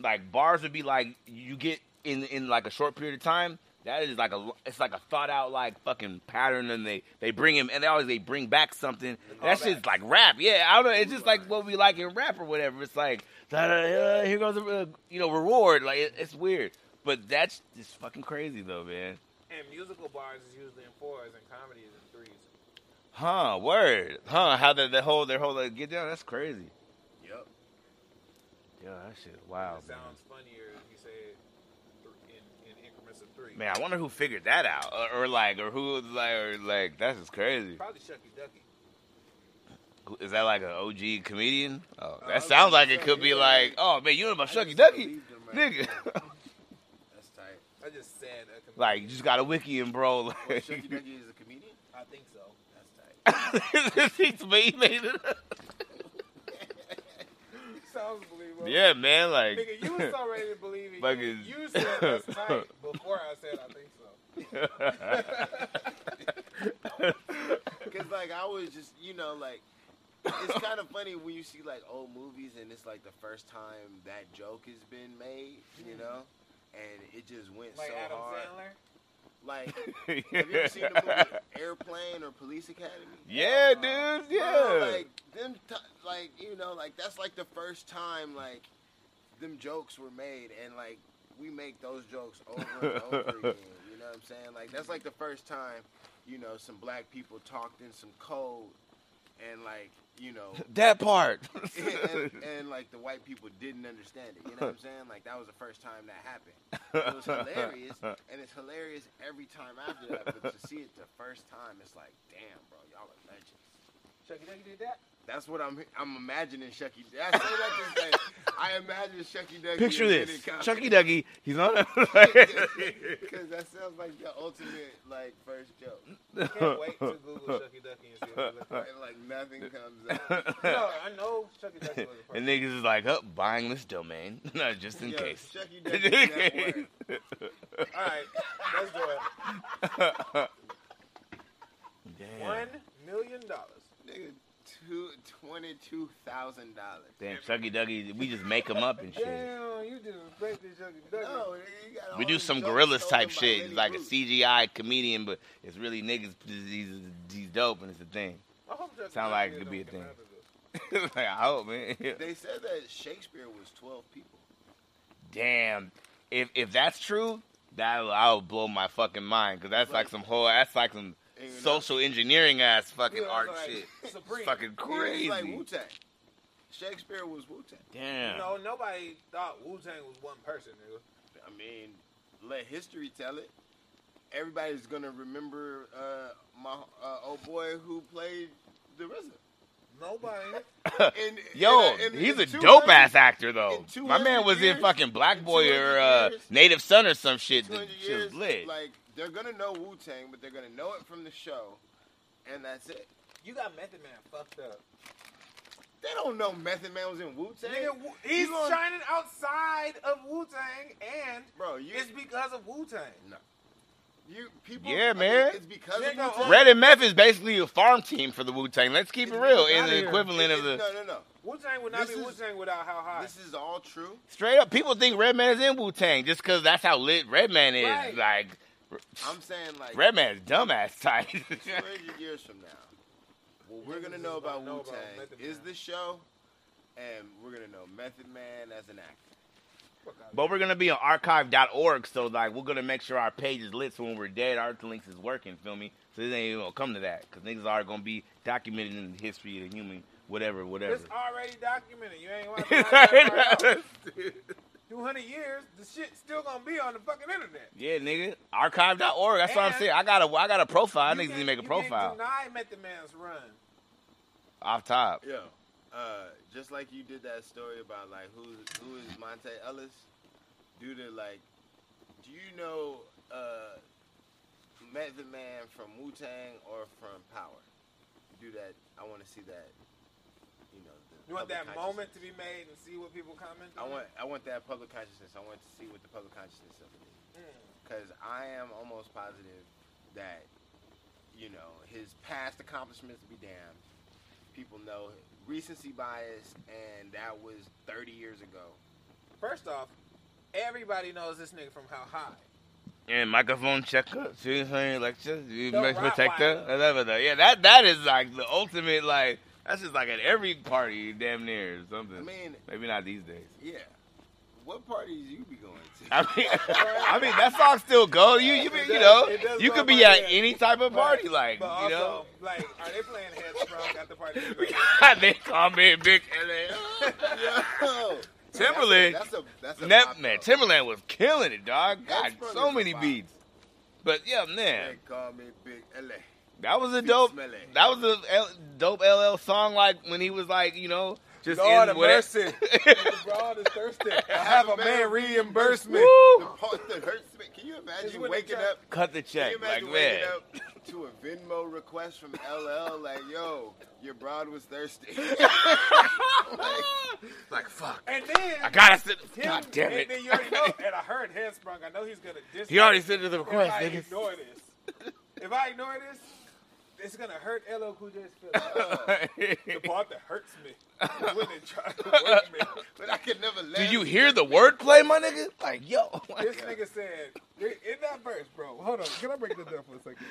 Speaker 3: like bars would be like you get in in like a short period of time. That is like a l- it's like a thought out like fucking pattern, and they they bring him and they always they bring back something. That shit's like rap, yeah. I don't know. It's just like what we like in rap or whatever. It's like da, da, da, here goes the uh, you know reward. Like it, it's weird, but that's just fucking crazy though, man.
Speaker 1: And musical bars is usually in fours, and comedy is in threes.
Speaker 3: Huh? Word? Huh? How the, the whole their whole like, get down? That's crazy.
Speaker 2: Yep.
Speaker 3: Yeah, that shit. Wow.
Speaker 1: it sounds funnier if you say it th- in in increments of three.
Speaker 3: Man, I wonder who figured that out, or, or like, or who was like, or like that's just crazy.
Speaker 1: Probably Shucky Ducky.
Speaker 3: Who- Is that like an OG comedian? Oh,
Speaker 1: Uh, I
Speaker 3: that
Speaker 1: was
Speaker 3: sounds
Speaker 1: gonna
Speaker 3: like it
Speaker 1: say,
Speaker 3: could be
Speaker 1: yeah.
Speaker 3: like, oh man, you know
Speaker 2: I
Speaker 3: about Shucky
Speaker 2: just
Speaker 3: Ducky,
Speaker 2: believed him right
Speaker 3: nigga. <laughs>
Speaker 2: there. That's tight.
Speaker 1: I just uh, said a comedian.
Speaker 3: like, you just got a wiki and bro,
Speaker 2: Wait,
Speaker 3: like,
Speaker 2: Shucky
Speaker 3: <laughs>
Speaker 2: Ducky is a comedian?
Speaker 1: I think so.
Speaker 2: That's tight.
Speaker 3: but he made it. up.
Speaker 1: Sounds believable.
Speaker 3: Yeah, man, like,
Speaker 1: Nigga, you
Speaker 3: <laughs>
Speaker 1: was so ready to believe it.
Speaker 3: Like
Speaker 1: you,
Speaker 3: it's-
Speaker 1: you said that's
Speaker 3: <laughs>
Speaker 1: tight before I said I think so.
Speaker 2: Because, like, I was just, you know, like, it's kind of funny when you see, like, old movies and it's, like, the first time that joke has been made, you know? And it just went
Speaker 1: Like
Speaker 2: so
Speaker 1: Adam
Speaker 2: hard.
Speaker 1: Sandler.
Speaker 2: Like, have you ever seen the movie Airplane or Police Academy?
Speaker 3: <laughs> yeah, dude,
Speaker 2: Bro,
Speaker 3: yeah.
Speaker 2: like them, t- like you know, like that's like the first time like them jokes were made, and like we make those jokes over and over again. You know what I'm saying? Like that's like the first time, you know, some black people talked in some code, and like you know. <laughs>
Speaker 3: That part.
Speaker 2: and, and like the white people didn't understand it, you know what I'm saying? Like that was the first time that happened. It was hilarious, and it's hilarious every time after that. But to see it the first time, it's like, damn, bro, y'all are legends.
Speaker 1: Shucky E. Ducky did that.
Speaker 2: That's what I'm. I'm imagining Shucky. I say that to say. I imagine Shucky Ducky.
Speaker 3: <laughs> Picture
Speaker 2: in
Speaker 3: this:
Speaker 2: Minnetonka.
Speaker 3: Chucky Ducky. He's on
Speaker 2: <laughs> Cause that sounds like the ultimate like first joke.
Speaker 3: <laughs>
Speaker 1: Can't wait to Google Shucky Ducky and see what it looks like.
Speaker 2: And like nothing comes
Speaker 3: <laughs>
Speaker 2: out.
Speaker 1: No, I know Shucky Ducky was a person.
Speaker 3: <laughs> and niggas is like, oh, buying this domain, <laughs> No, just in
Speaker 2: Yo,
Speaker 3: case.
Speaker 2: Shucky
Speaker 3: <laughs>
Speaker 2: Ducky Network.
Speaker 1: All right, let's do
Speaker 3: <laughs>
Speaker 1: it. One
Speaker 3: Damn,
Speaker 1: million dollars.
Speaker 2: Nigga, two twenty-two thousand dollars.
Speaker 3: damn, Chucky Ducky. We just make them up and shit.
Speaker 1: Damn, you disrespected Shucky E. Ducky.
Speaker 2: No, nigga, you got
Speaker 3: We
Speaker 2: all
Speaker 3: do
Speaker 2: these
Speaker 3: some
Speaker 2: jokes
Speaker 3: gorillas
Speaker 2: stolen
Speaker 3: type
Speaker 2: by
Speaker 3: shit.
Speaker 2: Lenny
Speaker 3: It's like a
Speaker 2: Bruce.
Speaker 3: CGI comedian, but it's really niggas. He's, he's dope and it's a thing. <laughs>
Speaker 1: I hope Shucky Ducky
Speaker 3: Sound like it
Speaker 1: don't
Speaker 3: could be a
Speaker 1: come
Speaker 3: thing.
Speaker 1: after this.
Speaker 3: like, I hope, man.
Speaker 2: They said that Shakespeare was twelve people.
Speaker 3: Damn, if if that's true, that I'll blow my fucking mind because that's like some whole. That's like some
Speaker 2: And, uh, you know,
Speaker 3: social engineering ass fucking
Speaker 1: Yeah, I
Speaker 3: art
Speaker 1: was like, <laughs>
Speaker 3: shit.
Speaker 1: Supreme.
Speaker 3: Fucking
Speaker 2: he was
Speaker 3: crazy.
Speaker 2: Like Wu Tang. Shakespeare was Wu Tang.
Speaker 3: Damn.
Speaker 1: No, nobody thought Wu Tang was one person, nigga.
Speaker 2: I mean, let history tell it. Everybody's gonna remember uh, my uh, old boy who played the RZA.
Speaker 1: Nobody.
Speaker 2: In,
Speaker 3: <laughs> Yo,
Speaker 2: in- in-
Speaker 3: he's
Speaker 2: in
Speaker 3: a
Speaker 2: 200
Speaker 3: dope ass actor though.
Speaker 2: in 200
Speaker 3: My man was in
Speaker 2: years-
Speaker 3: fucking Black
Speaker 2: in
Speaker 3: Boy
Speaker 2: 200
Speaker 3: or uh,
Speaker 2: years-
Speaker 3: Native Son or some shit. That
Speaker 2: 200
Speaker 3: shit was
Speaker 2: years,
Speaker 3: lit.
Speaker 2: Like they're gonna know Wu Tang, but they're gonna know it from the show, and that's it.
Speaker 1: You got Method Man fucked up.
Speaker 2: They don't know Method Man was in Wu Tang,
Speaker 1: Nigga, Wu- he's
Speaker 2: you gonna-
Speaker 1: shining outside of Wu Tang, and
Speaker 2: bro. You,
Speaker 1: it's because of Wu Tang.
Speaker 2: you people.
Speaker 3: Yeah,
Speaker 2: I mean,
Speaker 3: man.
Speaker 2: it's because
Speaker 1: Nigga,
Speaker 2: of Wu Tang.
Speaker 1: oh,
Speaker 3: Red and Meth is basically a farm team for the Wu Tang. Let's keep it
Speaker 1: Get
Speaker 3: real.
Speaker 1: the fuck
Speaker 3: It's
Speaker 1: outta
Speaker 3: the
Speaker 1: here.
Speaker 3: equivalent of the
Speaker 2: No, no, no.
Speaker 1: Wu Tang would not
Speaker 2: This
Speaker 1: be
Speaker 2: is-
Speaker 1: Wu Tang without How High.
Speaker 2: This is all true.
Speaker 3: straight up. People think Redman is in Wu Tang just because that's how lit Redman is.
Speaker 1: Right.
Speaker 3: Like
Speaker 2: I'm saying like
Speaker 3: Redman's dumbass type. <laughs>
Speaker 2: 200 years from now, what we're gonna
Speaker 1: Niggas
Speaker 2: know
Speaker 1: is gonna
Speaker 2: about
Speaker 1: know
Speaker 2: Wu
Speaker 1: about Method
Speaker 2: Tang is
Speaker 1: Man.
Speaker 2: the show, and we're gonna know Method Man as an actor.
Speaker 1: Fuck outta
Speaker 3: But
Speaker 1: here.
Speaker 3: we're gonna be on archive.org, so like we're gonna make sure our page is lit. So when we're dead, our links is working. Feel me? So this ain't even gonna come to that because niggas are gonna be documented in the history of the human, whatever, whatever.
Speaker 1: It's already documented. You ain't watching that
Speaker 3: yeah,
Speaker 1: 200 years, the shit's still gonna be on the fucking internet.
Speaker 3: nigga. Archive.org. That's what
Speaker 1: And-
Speaker 3: I'm saying. I got a, I got a profile. I
Speaker 1: You
Speaker 3: niggas need to
Speaker 1: can't-
Speaker 3: make a
Speaker 1: you Can't
Speaker 3: profile
Speaker 1: deny Method Man's run.
Speaker 3: off top.
Speaker 2: Yo, uh, just like you did that story about like who who is Monte Ellis, due to like, do you know uh, Method Man from Wu Tang or from Power? Do that. I want to see that. You know. The
Speaker 1: You want
Speaker 2: public
Speaker 1: that
Speaker 2: consciousness.
Speaker 1: moment to be made and see what people comment
Speaker 2: I
Speaker 1: on?
Speaker 2: want I want that public consciousness. I want to see what the public consciousness of it is.
Speaker 1: Mm.
Speaker 2: because I am almost positive that you know his past accomplishments be damned. People know recency bias, and that was 30 years ago.
Speaker 1: First off, everybody knows this nigga from How High.
Speaker 3: And microphone checker. See what I'm saying? Like just you
Speaker 1: The
Speaker 3: make protector.
Speaker 1: Rottweiler.
Speaker 3: Whatever. the- Yeah, that that is like the ultimate. Like that's just like at every party, damn near or something.
Speaker 2: I mean,
Speaker 3: Maybe not these days. <laughs>
Speaker 2: yeah. What parties you be going to?
Speaker 3: I
Speaker 1: <laughs>
Speaker 3: mean, I mean that song still goes. You you,
Speaker 1: It
Speaker 3: you
Speaker 1: does-
Speaker 3: know
Speaker 1: it does
Speaker 3: you
Speaker 1: go
Speaker 3: could be
Speaker 1: like
Speaker 3: at
Speaker 1: that.
Speaker 3: any type of party,
Speaker 1: But-
Speaker 3: like
Speaker 1: but
Speaker 3: you know.
Speaker 1: also, like, are they playing
Speaker 3: <laughs>
Speaker 1: Headstrong at the party?
Speaker 3: they call me Big LA.
Speaker 2: Yo,
Speaker 3: Timberland,
Speaker 2: That's a that's a, that's a
Speaker 3: Nep-
Speaker 2: pop
Speaker 3: man,
Speaker 2: up.
Speaker 3: Timberland was killing it, dog.
Speaker 2: That's
Speaker 3: God,
Speaker 2: probably
Speaker 3: so many
Speaker 2: the vibe.
Speaker 3: beats. But yeah, man,
Speaker 2: They call me Big LA.
Speaker 3: that was a
Speaker 2: Big
Speaker 3: dope.
Speaker 2: Smelly.
Speaker 3: That was a L- dope LL song. Like when he was like, you know, just
Speaker 1: Lord
Speaker 3: in
Speaker 1: of
Speaker 3: whatever-
Speaker 1: mercy. The broad is thirsty. I
Speaker 3: <laughs>
Speaker 1: have a man reimbursement.
Speaker 2: The
Speaker 3: Woo!
Speaker 2: part that hurts me. Can you
Speaker 1: It's
Speaker 2: imagine
Speaker 1: when they
Speaker 2: waking
Speaker 1: try-
Speaker 2: up?
Speaker 3: Cut the
Speaker 2: Can
Speaker 3: check,
Speaker 2: you
Speaker 3: like
Speaker 2: imagine
Speaker 3: man.
Speaker 2: waking up to a Venmo request from LL? Like, yo, your broad was thirsty.
Speaker 3: <laughs>
Speaker 2: like,
Speaker 3: Like fuck,
Speaker 1: And then
Speaker 3: I gotta sit.
Speaker 1: him,
Speaker 3: God damn
Speaker 1: And
Speaker 3: it! <laughs>
Speaker 1: then you already know. And I heard Headsprung. I know he's gonna diss.
Speaker 3: he already sent to the
Speaker 1: If
Speaker 3: request,
Speaker 1: I
Speaker 3: nigga.
Speaker 1: ignore this, if I ignore this, it's gonna hurt LL Cool J's feelings.
Speaker 3: <laughs>
Speaker 1: the part that hurts me is when they try to
Speaker 3: <laughs>
Speaker 1: work me.
Speaker 2: but I could never laugh.
Speaker 3: Do you hear the wordplay, my nigga? Like yo, <laughs>
Speaker 1: This nigga said in that verse, bro. Hold on, can I break this down for a second?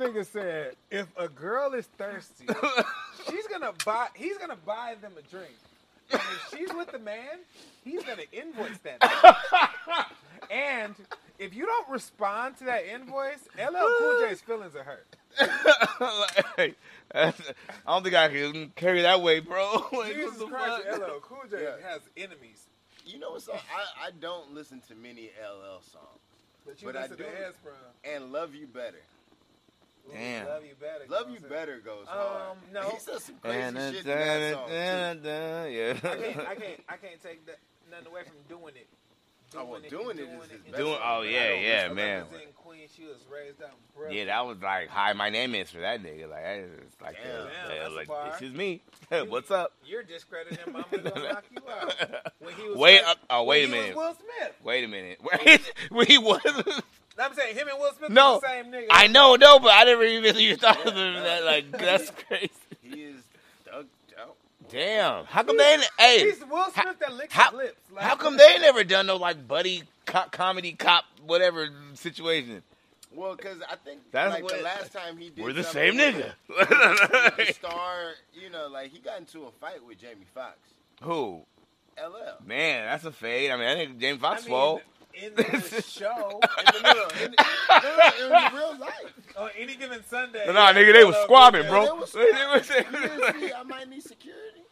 Speaker 1: this nigga said, if a girl is thirsty, she's gonna buy. He's gonna buy them a drink. And if she's with the man, he's gonna invoice that. man.
Speaker 2: <laughs>
Speaker 1: and if you don't respond to that
Speaker 2: <laughs>
Speaker 1: invoice, LL Cool J's feelings are hurt.
Speaker 3: <laughs> Like, I don't think I can carry that weight, bro. <laughs> Like,
Speaker 1: Jesus
Speaker 3: what the
Speaker 1: Christ,
Speaker 3: fuck?
Speaker 1: LL Cool J
Speaker 2: Yeah.
Speaker 1: has enemies.
Speaker 2: You know what's up? I, I don't listen to many LL songs.
Speaker 1: But you
Speaker 2: But I
Speaker 1: listen to
Speaker 2: do.
Speaker 1: Headsprung.
Speaker 2: And Love You Better.
Speaker 3: Damn.
Speaker 1: Love you better.
Speaker 2: Love
Speaker 1: goes
Speaker 2: You
Speaker 1: in.
Speaker 2: Better goes hard.
Speaker 1: Um, no.
Speaker 2: He says some crazy
Speaker 3: Dun,
Speaker 2: shit in that
Speaker 3: dun,
Speaker 2: song,
Speaker 3: dun,
Speaker 2: too.
Speaker 3: dun,
Speaker 1: I can't, I
Speaker 3: <laughs> Yeah.
Speaker 1: can't, I can't take that, nothing away from doing it.
Speaker 2: Oh, well, doing it is his
Speaker 1: and
Speaker 2: best
Speaker 3: Doing-
Speaker 2: song,
Speaker 3: oh,
Speaker 2: but I
Speaker 3: yeah,
Speaker 2: don't
Speaker 3: yeah,
Speaker 2: listen to
Speaker 3: man.
Speaker 2: that
Speaker 1: She was in Queen, she was raised out in Brooklyn.
Speaker 3: Yeah, that was like, hi, my name is for that nigga. Like, I just, like,
Speaker 2: Damn,
Speaker 3: uh,
Speaker 1: that's a
Speaker 3: like,
Speaker 1: bar.
Speaker 3: this is me. <laughs> What's up?
Speaker 1: You're discrediting him. I'm gonna knock you
Speaker 3: <laughs>
Speaker 1: out. When <laughs> he was
Speaker 3: Wait,
Speaker 1: first-
Speaker 3: uh, oh, wait a
Speaker 1: when he
Speaker 3: minute.
Speaker 1: Was Will Smith.
Speaker 3: Wait a minute. <laughs> Wait,
Speaker 1: <laughs>
Speaker 3: we was.
Speaker 1: No, I'm saying him and Will Smith
Speaker 3: No,
Speaker 1: are the same nigga.
Speaker 3: I know, no, but I never even you thought of
Speaker 2: Yeah,
Speaker 3: that.
Speaker 2: no.
Speaker 1: <laughs>
Speaker 3: Like, that's crazy.
Speaker 2: He is thugged out.
Speaker 3: Damn. How come they? ain't- Hey,
Speaker 1: He's Will Smith that licks
Speaker 3: how-
Speaker 1: his lips. Like,
Speaker 3: how
Speaker 1: <laughs>
Speaker 3: come they ain't never done no like buddy cop, comedy cop whatever situation?
Speaker 2: Well, because I think
Speaker 3: That's
Speaker 2: like,
Speaker 3: what-
Speaker 2: the last time he did
Speaker 3: We're the
Speaker 2: something
Speaker 3: same
Speaker 2: with-
Speaker 1: <laughs>
Speaker 3: nigga.
Speaker 2: with the star, you know, like he got into a fight with Jamie Foxx.
Speaker 3: <laughs> Who?
Speaker 2: LL.
Speaker 3: Man, that's a fade. I mean, I think James
Speaker 1: I
Speaker 3: Fox
Speaker 1: mean,
Speaker 3: swole.
Speaker 1: in the show,
Speaker 2: In the middle, in, the, no, no, in real life.
Speaker 1: on any given Sunday.
Speaker 3: No, nah, nigga, they was
Speaker 1: Hello,
Speaker 3: squabbing,
Speaker 1: Cool J.
Speaker 3: bro.
Speaker 2: They was You didn't see, I might need security.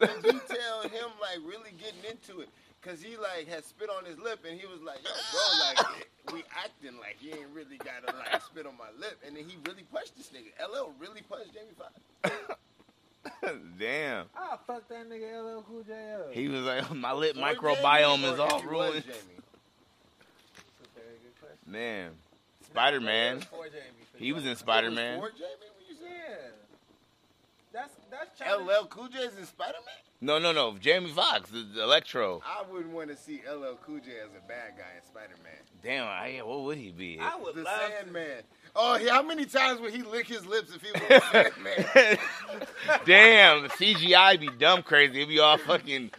Speaker 2: And detail him like really getting into it, cause he like had spit on his lip, and he was like, "Yo, bro, like we acting like you ain't really gotta like spit on my lip," and then he really punched this nigga. LL really punched Jamie Foxx.
Speaker 3: <laughs> Damn.
Speaker 1: I'll Ah, fuck that nigga LL Cool J up.
Speaker 3: He was like, <laughs> my lip
Speaker 2: Or Jamie,
Speaker 3: microbiome
Speaker 2: or
Speaker 3: is
Speaker 2: if
Speaker 3: all
Speaker 2: he was
Speaker 3: ruined.
Speaker 2: Jamie.
Speaker 1: That's a very good question.
Speaker 3: Man, Spider Man.
Speaker 1: Before Jamie, for
Speaker 3: He was
Speaker 1: sure.
Speaker 3: in Spider Man.
Speaker 2: It was for Jamie when you said
Speaker 1: Yeah. That's that's
Speaker 2: that?
Speaker 1: China.
Speaker 2: LL Cool J's in Spider Man?
Speaker 3: No, no, no. Jamie Foxx, the, the Electro.
Speaker 2: I wouldn't want to see LL Cool J as a bad guy in Spider Man.
Speaker 3: Damn, I, what would he be?
Speaker 1: I would
Speaker 2: The
Speaker 1: love
Speaker 2: Sandman. Oh, yeah, how many times would he lick his lips if he was the
Speaker 3: <laughs>
Speaker 2: Sandman?
Speaker 3: Damn, the CGI be dumb crazy. It'd be all fucking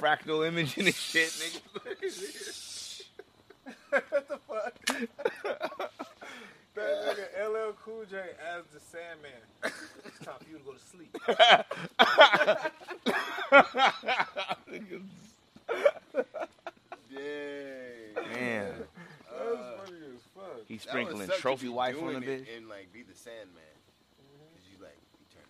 Speaker 3: fractal imaging and shit, nigga.
Speaker 1: to.
Speaker 3: <laughs>
Speaker 1: <laughs> what the fuck? that nigga LL Cool J as the Sandman. <laughs> It's time for you to go to
Speaker 3: <laughs>
Speaker 1: sleep.
Speaker 2: Dang.
Speaker 3: Man,
Speaker 1: that's funny as fuck.
Speaker 3: he's
Speaker 2: That would
Speaker 3: Uh, sprinkling
Speaker 2: suck to
Speaker 3: trophy
Speaker 2: be
Speaker 3: wife on
Speaker 2: doing
Speaker 3: the
Speaker 2: it
Speaker 3: bitch.
Speaker 2: And, like, be the Sandman.
Speaker 1: Mm-hmm.
Speaker 2: Because you, like, you turn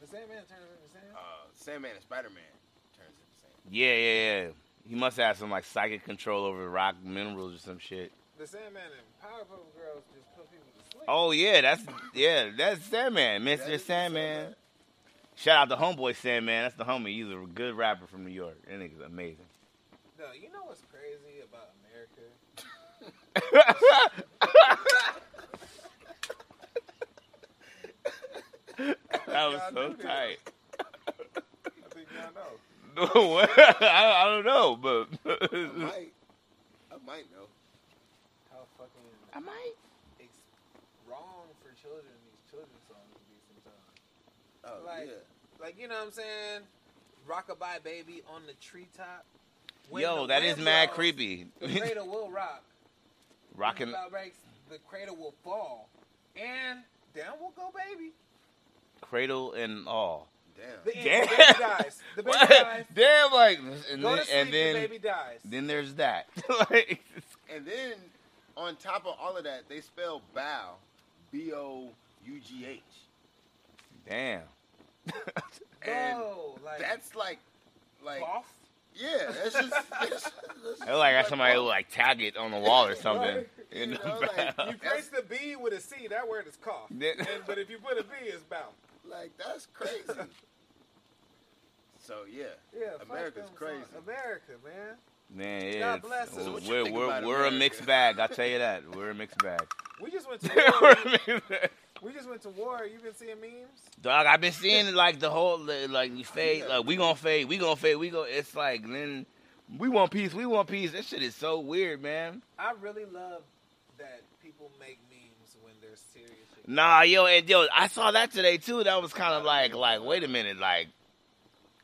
Speaker 1: The Sandman turns into the Sandman.
Speaker 2: uh, Sandman and Spider Man turns into Sandman.
Speaker 3: Yeah, yeah, yeah. He must have some like psychic control over rock minerals or some shit.
Speaker 1: The Sandman and Powerpuff Girls just put people to sleep.
Speaker 3: Oh yeah, that's yeah, that's
Speaker 2: That
Speaker 3: Sandman, Mister
Speaker 2: is the
Speaker 3: Sandman. Shout out to Homeboy Sandman. That's the homie. He's a good rapper from New York. That nigga's amazing.
Speaker 1: No, you know what's crazy about America?
Speaker 3: That was
Speaker 1: Y'all
Speaker 3: so
Speaker 1: do that.
Speaker 3: tight. <laughs>
Speaker 1: I think y'all know.
Speaker 3: No, I, I don't know,
Speaker 2: I
Speaker 3: but <laughs>
Speaker 2: might. I might know.
Speaker 1: How fucking
Speaker 3: I might.
Speaker 1: it's wrong for children these children's songs to be sometimes.
Speaker 2: Oh,
Speaker 1: Like-
Speaker 2: yeah.
Speaker 1: Like you know what I'm saying? Rockabye baby on the treetop. When
Speaker 3: Yo,
Speaker 1: the
Speaker 3: that is
Speaker 1: wind
Speaker 3: mad
Speaker 1: blows,
Speaker 3: creepy.
Speaker 1: The cradle will rock.
Speaker 3: <laughs> Rocking.
Speaker 1: About breaks, the cradle will fall, and down will go baby.
Speaker 3: cradle and all.
Speaker 1: The,
Speaker 2: Damn.
Speaker 1: end, the
Speaker 3: Damn.
Speaker 1: baby dies. The baby
Speaker 3: <laughs> What?
Speaker 1: dies.
Speaker 3: Damn, like, and
Speaker 1: Go
Speaker 3: then,
Speaker 1: to sleep.
Speaker 3: and then,
Speaker 1: the baby dies.
Speaker 3: then there's that. <laughs> like,
Speaker 2: And then, on top of all of that, they spell bow, B O U G H.
Speaker 3: damn.
Speaker 2: and
Speaker 1: Bro, like
Speaker 2: that's like, like,
Speaker 1: boss.
Speaker 2: yeah, that's just.
Speaker 1: <laughs>
Speaker 2: That's, that's
Speaker 3: It look like somebody who, like tag it on the wall or something.
Speaker 2: You
Speaker 3: <laughs> You know,
Speaker 2: know, like,
Speaker 1: You place the B with a C, that word is cough.
Speaker 3: <laughs> Yeah.
Speaker 1: <laughs> And- but if you put a B, it's bounce.
Speaker 2: Like that's crazy. so yeah,
Speaker 1: Yeah, fuck
Speaker 2: America's
Speaker 1: them
Speaker 2: crazy.
Speaker 1: sons. America, man.
Speaker 3: man, yeah,
Speaker 1: God
Speaker 3: it's-
Speaker 1: bless us. So what
Speaker 2: you
Speaker 3: we're
Speaker 2: think
Speaker 3: we're,
Speaker 2: about
Speaker 3: we're a
Speaker 2: America?
Speaker 3: mixed bag. I tell you that we're a mixed bag. <laughs>
Speaker 1: We just <laughs> went
Speaker 3: We're
Speaker 1: to war.
Speaker 3: a mixed bag.
Speaker 1: we just went to war. You been seeing memes?
Speaker 3: Dog, I've been seeing like the whole li- like you fade, like we gonna fade, we gonna fade, we go. It's like then we want peace, we want peace. That shit is so weird, man.
Speaker 1: I really love that people make memes when they're serious. shit.
Speaker 3: Nah, yo, and yo, I saw that today too. That was kind of like like wait a minute, like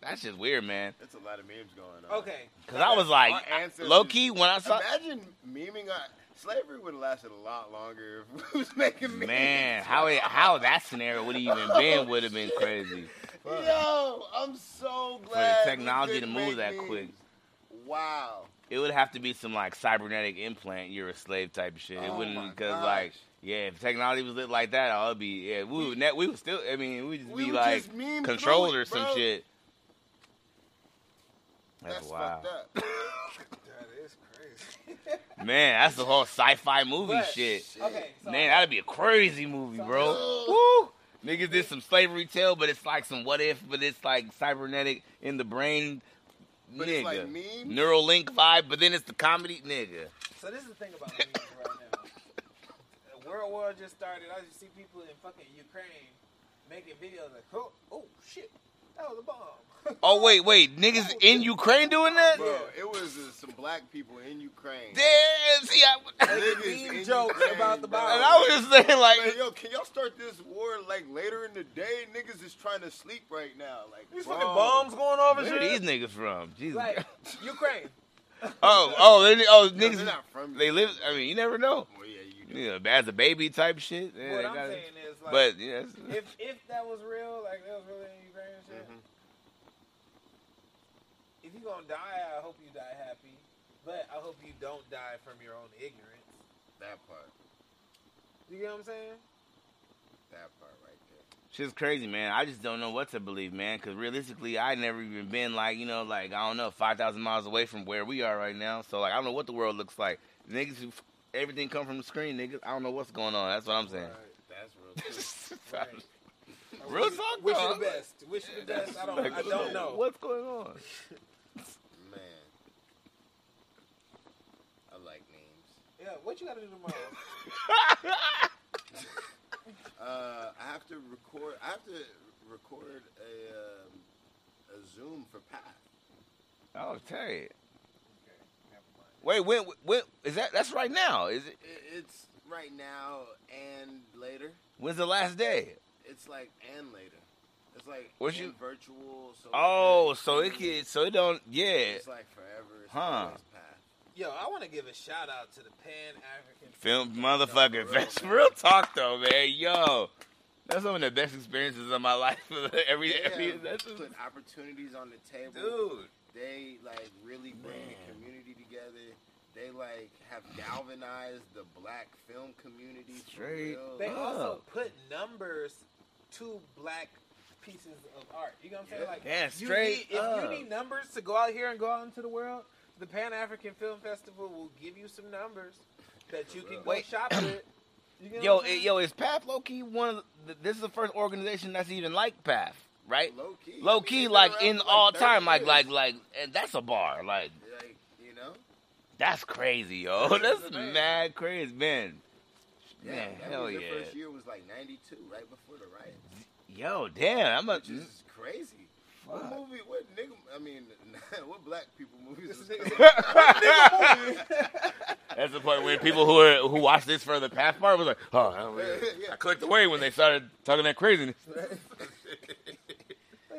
Speaker 3: that's just weird, man.
Speaker 2: that's a lot of memes going on.
Speaker 1: Okay.
Speaker 3: Cause I was like
Speaker 2: Our ancestors-
Speaker 3: low key when I saw
Speaker 2: Imagine memeing on slavery would have lasted a lot longer if we was making memes.
Speaker 3: man how it, how that scenario would have even been would have been crazy.
Speaker 2: <laughs> Yo, I'm so
Speaker 3: For the
Speaker 2: glad we
Speaker 3: technology to
Speaker 2: didn't
Speaker 3: move
Speaker 2: make
Speaker 3: that
Speaker 2: memes.
Speaker 3: quick,
Speaker 2: Wow.
Speaker 3: it would have to be some like cybernetic implant, you're a slave type of shit. It
Speaker 2: Oh my
Speaker 3: wouldn't because
Speaker 2: gosh.
Speaker 3: like yeah, if technology was lit like that, I'd be yeah, we would net we would still. I mean, we'd just
Speaker 2: We
Speaker 3: be
Speaker 2: would
Speaker 3: like
Speaker 2: just meme
Speaker 3: controlled
Speaker 2: through it,
Speaker 3: or some
Speaker 2: bro.
Speaker 3: shit. That's,
Speaker 2: That's
Speaker 3: wild,
Speaker 2: fucked up.
Speaker 1: That is crazy.
Speaker 3: man. That's the whole sci-fi movie
Speaker 1: But-
Speaker 3: shit.
Speaker 1: <laughs> Okay. So
Speaker 3: Man, that'd be a crazy movie, bro.
Speaker 2: <laughs> Woo!
Speaker 3: Niggas did some slavery tale, but it's like some what if, but it's like cybernetic in the brain,
Speaker 2: But
Speaker 3: nigga.
Speaker 2: it's like memes.
Speaker 3: Neuralink vibe, but then it's the comedy, nigga.
Speaker 1: So this is the thing about memes right now. The World War just started. I just see people in fucking Ukraine making videos like, oh, oh shit, that was a
Speaker 3: <laughs>
Speaker 1: bomb.
Speaker 3: Oh wait, wait, niggas in Ukraine doing that?
Speaker 2: Bro, it was uh, some black people in Ukraine.
Speaker 3: Damn, see,
Speaker 2: <laughs>
Speaker 3: I,
Speaker 2: Niggas
Speaker 1: Meme
Speaker 2: in
Speaker 1: jokes
Speaker 2: Ukraine,
Speaker 1: about the
Speaker 2: bro.
Speaker 1: bomb.
Speaker 3: and I was just saying
Speaker 2: Like,
Speaker 3: like,
Speaker 2: yo, can y'all start this war like later in the day? Niggas is trying to sleep right now. Like,
Speaker 1: These
Speaker 2: bro,
Speaker 1: fucking bombs going off and
Speaker 3: where are
Speaker 1: shit.
Speaker 3: these niggas from? Jesus.
Speaker 1: Like Ukraine.
Speaker 3: oh, oh, they, oh,
Speaker 2: No,
Speaker 3: niggas.
Speaker 2: they're not from.
Speaker 3: They live. I mean, you never know.
Speaker 2: Well, yeah, you do.
Speaker 3: Yeah, as a baby type shit. <laughs> Yeah,
Speaker 1: what
Speaker 3: they
Speaker 1: I'm
Speaker 3: gotta-
Speaker 1: saying is like,
Speaker 3: but yeah, that's-
Speaker 1: if if that was real, like that was really in Ukraine and shit.
Speaker 3: Mm-hmm.
Speaker 2: Mhm.
Speaker 1: If you gonna die, I hope you die happy. But I hope you don't die from your own ignorance.
Speaker 2: That part.
Speaker 1: You get what I'm saying?
Speaker 2: That part right there.
Speaker 3: Shit's crazy, man. I just don't know what to believe, man. Because realistically, I never even been like, you know, like I don't know, five thousand miles away from where we are right now. So like, I don't know what the world looks like. Niggas, who- everything come from the screen, niggas. I don't know what's going on. That's what I'm saying. <laughs>
Speaker 2: That's real. too.
Speaker 1: <laughs> Right. I
Speaker 3: Real
Speaker 1: wish you-
Speaker 3: talk,
Speaker 1: Wish
Speaker 3: though.
Speaker 1: you the best. Wish you the best. I don't. I don't know.
Speaker 3: what's going on. <laughs>
Speaker 2: Man, I like memes.
Speaker 1: Yeah. What you gotta do tomorrow?
Speaker 2: Uh, I have to record. I have to record a um, a Zoom for Pat.
Speaker 3: I'll tell you.
Speaker 1: Okay, never mind.
Speaker 3: Oh, Wait, when, when is that? That's right now. Is it?
Speaker 2: It, it's right now and later.
Speaker 3: When's the last day?
Speaker 2: It's like and later. It's like
Speaker 3: What's
Speaker 2: in
Speaker 3: you-
Speaker 2: virtual. So
Speaker 3: Oh,
Speaker 2: like,
Speaker 3: so it
Speaker 2: Zoom.
Speaker 3: can, so it don't. Yeah,
Speaker 2: It's like forever. It's
Speaker 3: Huh.
Speaker 2: always Pat.
Speaker 1: Yo, I want to give a shout out to the Pan African
Speaker 3: film motherfucker. That's <laughs> real talk though, man. Yo, that's one of the best experiences of my life. <laughs> every
Speaker 2: Yeah,
Speaker 3: every that's just,
Speaker 2: put opportunities on the table.
Speaker 1: Dude,
Speaker 2: They like really bring the community together. They like have galvanized the black film community. for
Speaker 3: Straight
Speaker 2: real.
Speaker 1: they
Speaker 3: Oh.
Speaker 1: also put numbers to black pieces of art. You know what I'm saying?
Speaker 2: Yeah.
Speaker 1: Like,
Speaker 3: Yeah,
Speaker 1: you
Speaker 3: straight
Speaker 1: need- if
Speaker 3: up.
Speaker 1: you need numbers to go out here and go out into the world, the Pan African Film Festival will give you some numbers that you can go
Speaker 3: Wait.
Speaker 1: shop with. You get
Speaker 3: yo,
Speaker 1: what I'm
Speaker 3: it,
Speaker 1: saying?
Speaker 3: yo, is Path low key one? Of the, this is the first organization that's even like Path, right?
Speaker 2: low key,
Speaker 3: Low
Speaker 2: I mean,
Speaker 3: key,
Speaker 2: they've been
Speaker 3: like
Speaker 2: around
Speaker 3: in
Speaker 2: for, like,
Speaker 3: all
Speaker 2: 30
Speaker 3: time, like
Speaker 2: years.
Speaker 3: like like, and that's a bar, like
Speaker 2: Like, you know,
Speaker 3: that's crazy, yo. <laughs>
Speaker 2: That's
Speaker 3: That's
Speaker 2: amazing.
Speaker 3: mad crazy, man.
Speaker 2: yeah,
Speaker 3: Man,
Speaker 2: that
Speaker 3: hell
Speaker 2: was
Speaker 3: yeah.
Speaker 2: Their first year was like '92, right before the riots,
Speaker 3: Yo, damn, I'm a
Speaker 2: which
Speaker 3: <laughs>
Speaker 2: is crazy. What
Speaker 3: mm. Fuck.
Speaker 2: movie? What nigga? I mean, <laughs> what black people movies?
Speaker 1: This
Speaker 2: Was
Speaker 1: nigga-
Speaker 2: crazy?
Speaker 3: That's the point when people who are who watch this for the path part was like, oh, I, don't really-
Speaker 2: Yeah.
Speaker 3: <laughs>
Speaker 2: <laughs>
Speaker 3: I clicked away when they started talking that craziness.
Speaker 1: <laughs> they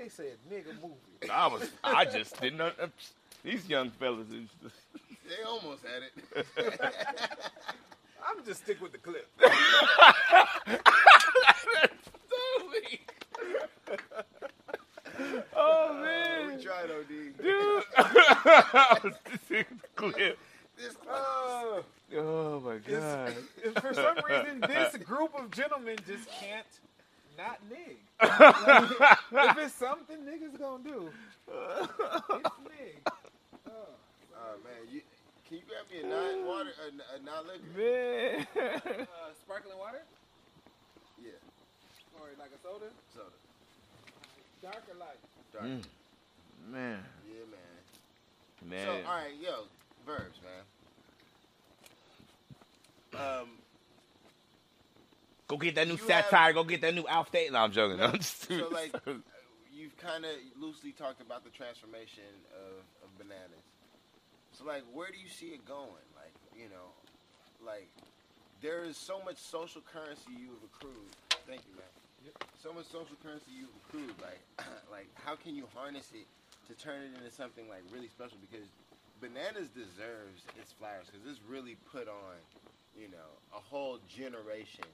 Speaker 1: said nigga movie.
Speaker 3: I was, I just didn't know these young fellas. is just- <laughs>
Speaker 2: they almost had it.
Speaker 1: I'm just stick with the clip.
Speaker 3: oh
Speaker 2: we
Speaker 3: man, <laughs>
Speaker 2: tried, OD.
Speaker 3: dude, I was just in the clip.
Speaker 2: This close.
Speaker 1: Oh.
Speaker 3: Oh my god. <laughs>
Speaker 1: It's- for some reason, this group of gentlemen just can't not nig.
Speaker 3: Nigga.
Speaker 1: if it's something niggas gonna do, it's nig. Oh,
Speaker 2: Oh man, you, can you grab me a non water, a, a non liquor?
Speaker 3: Man.
Speaker 1: uh, sparkling water
Speaker 2: Yeah,
Speaker 1: or like a soda,
Speaker 2: soda.
Speaker 1: dark or light.
Speaker 2: Dark.
Speaker 3: Mm. Man.
Speaker 2: Yeah, man.
Speaker 3: Man.
Speaker 2: So, all right, yo, verbs, man. Um,
Speaker 3: Go get that new
Speaker 2: You have-
Speaker 3: satire. Go get that new outfit. No, I'm joking. <laughs> No, I'm just-
Speaker 2: so like, you've kind of loosely talked about the transformation of, of bananas. So like, where do you see it going? Like, you know, like there is so much social currency you've accrued. Thank you, man. So much social currency you've accrued. Like, <clears throat> like how can you harness it to turn it into something like really special? Because bananas deserves its flowers because it's really put on, you know, a whole generation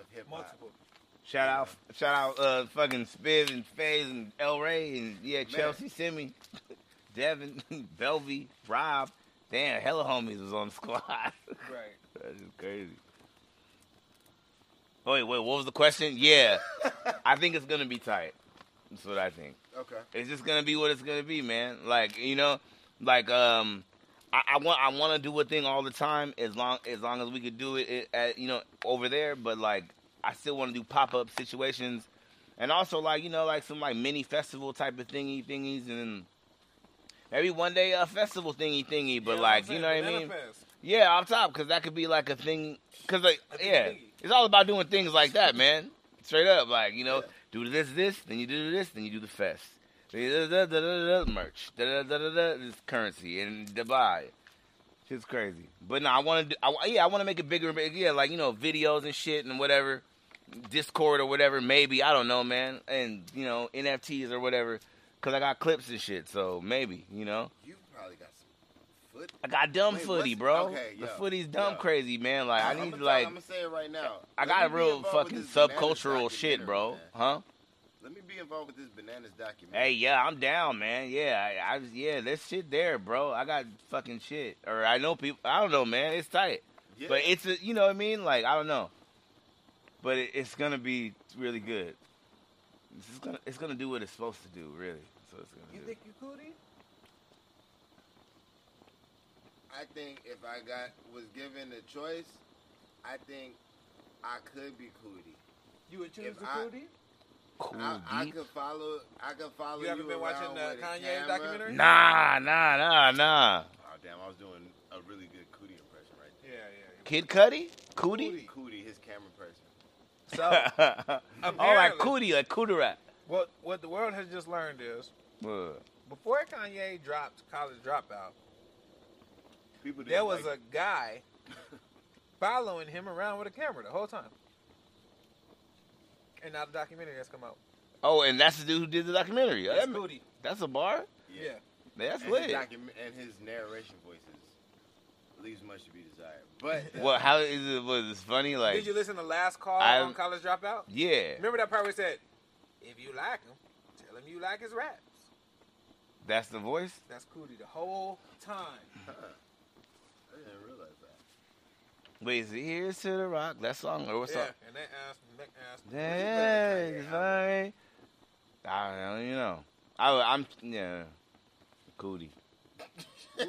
Speaker 2: of hip hop.
Speaker 1: Multiple.
Speaker 3: shout out, shout out, uh, fucking Spiv and Faze and El Ray and yeah, Chelsea Simi, <laughs> Devin, <laughs> Belvy, Rob. Damn, hella homies was on the <laughs> squad.
Speaker 1: Right.
Speaker 3: That's just crazy. Wait, wait, what was the question? Yeah, I think it's gonna be tight. That's what I think.
Speaker 2: Okay.
Speaker 3: it's just gonna be what it's gonna be, man. Like you know, like um, I, I want I want to do a thing all the time as long as long as we could do it, it at, you know over there. But like I still want to do pop up situations, and also like you know like some like mini festival type of thingy thingies, and then maybe one day a festival thingy thingy. But
Speaker 1: Yeah,
Speaker 3: like
Speaker 1: I'm
Speaker 3: you know what I
Speaker 1: saying,
Speaker 3: mean?
Speaker 1: banana fest.
Speaker 3: Yeah, off top because that could be like a thing. Because like
Speaker 1: A big
Speaker 3: yeah,
Speaker 1: thingy.
Speaker 3: it's all about doing things like that, man. Straight up, like you know,
Speaker 2: Yeah.
Speaker 3: do this, this, then you do this, then you do the fest. Then you Da, da, da, da, da, merch, da, da, da, da, da, this currency in Dubai. Shit's crazy, but no, I want to. do I, yeah, I want to make it bigger, and bigger. Yeah, like you know, videos and shit and whatever, Discord or whatever. Maybe I don't know, man. And you know, NFTs or whatever. Cause I got clips and shit, so maybe you know.
Speaker 2: You probably got some foot.
Speaker 3: I got dumb
Speaker 2: Wait,
Speaker 3: footy,
Speaker 2: what's-
Speaker 3: bro.
Speaker 2: okay,
Speaker 3: the
Speaker 2: yeah,
Speaker 3: footy's dumb
Speaker 2: yeah.
Speaker 3: crazy, man. Like I
Speaker 2: I'm gonna
Speaker 3: need to
Speaker 2: tell-
Speaker 3: like
Speaker 2: I'm gonna say it right now.
Speaker 3: I
Speaker 2: Let
Speaker 3: got
Speaker 2: me
Speaker 3: a
Speaker 2: be
Speaker 3: real
Speaker 2: involved with
Speaker 3: fucking
Speaker 2: this bananas
Speaker 3: subcultural shit,
Speaker 2: documentary,
Speaker 3: bro.
Speaker 2: man.
Speaker 3: Huh?
Speaker 2: Let me be involved with this bananas documentary.
Speaker 3: Hey, yeah, I'm down, man. Yeah, I, I was- yeah, this shit there, bro. I got fucking shit, or I know people. I don't know, man. It's tight,
Speaker 2: Yeah.
Speaker 3: but it's a, you know what I mean. Like I don't know, but it, it's gonna be really good. It's just gonna it's gonna do what it's supposed to do, really. So it's gonna
Speaker 1: You
Speaker 3: do.
Speaker 1: think you cootie?
Speaker 2: I think if I got was given the choice, I think I could be Cootie.
Speaker 1: You would choose
Speaker 2: If
Speaker 1: the
Speaker 2: I-
Speaker 1: cootie?
Speaker 3: cool
Speaker 2: I, I
Speaker 3: deep.
Speaker 2: could follow. I could follow you.
Speaker 1: You haven't been watching
Speaker 2: around
Speaker 1: the
Speaker 2: with a
Speaker 1: Kanye
Speaker 2: camera.
Speaker 1: documentary?
Speaker 3: Nah, nah, nah, nah.
Speaker 2: Oh damn! I was doing a really good Cootie impression right
Speaker 1: Yeah, yeah.
Speaker 3: Kid Cudi,
Speaker 2: there.
Speaker 3: Cootie.
Speaker 2: Cootie, his camera person.
Speaker 3: Oh.
Speaker 1: <laughs> So
Speaker 3: All right,
Speaker 1: Apparently.
Speaker 3: Cootie, like Cootie Rat.
Speaker 1: what what the world has just learned is
Speaker 3: Uh.
Speaker 1: before Kanye dropped College Dropout,
Speaker 2: People
Speaker 1: there
Speaker 2: didn't
Speaker 1: was
Speaker 2: like,
Speaker 1: a <laughs> guy following him around with a camera the whole time. And now the documentary has come out.
Speaker 3: Oh, and that's the dude who did the documentary.
Speaker 1: That's
Speaker 3: That's,
Speaker 1: Cootie.
Speaker 3: that's a bar.
Speaker 1: Yeah.
Speaker 2: and
Speaker 3: That's
Speaker 2: his,
Speaker 3: lit.
Speaker 2: docu- and his narration voices leaves much to be desired. But
Speaker 3: <laughs> What? How is it? Was it funny? Like,
Speaker 1: Did you listen to Last Call
Speaker 3: I-
Speaker 1: on College Dropout?
Speaker 3: yeah,
Speaker 1: Remember that part where it said, if you like him, tell him you like his raps.
Speaker 3: that's the voice.
Speaker 1: That's Cootie the whole time.
Speaker 2: Huh. I didn't realize that.
Speaker 3: Wait, is it here's to the rock? That song or what
Speaker 1: yeah.
Speaker 3: song?
Speaker 1: And that ass, that ass.
Speaker 3: Yeah,
Speaker 2: Kanye
Speaker 3: it's fine. I don't you know. I, am yeah, cootie.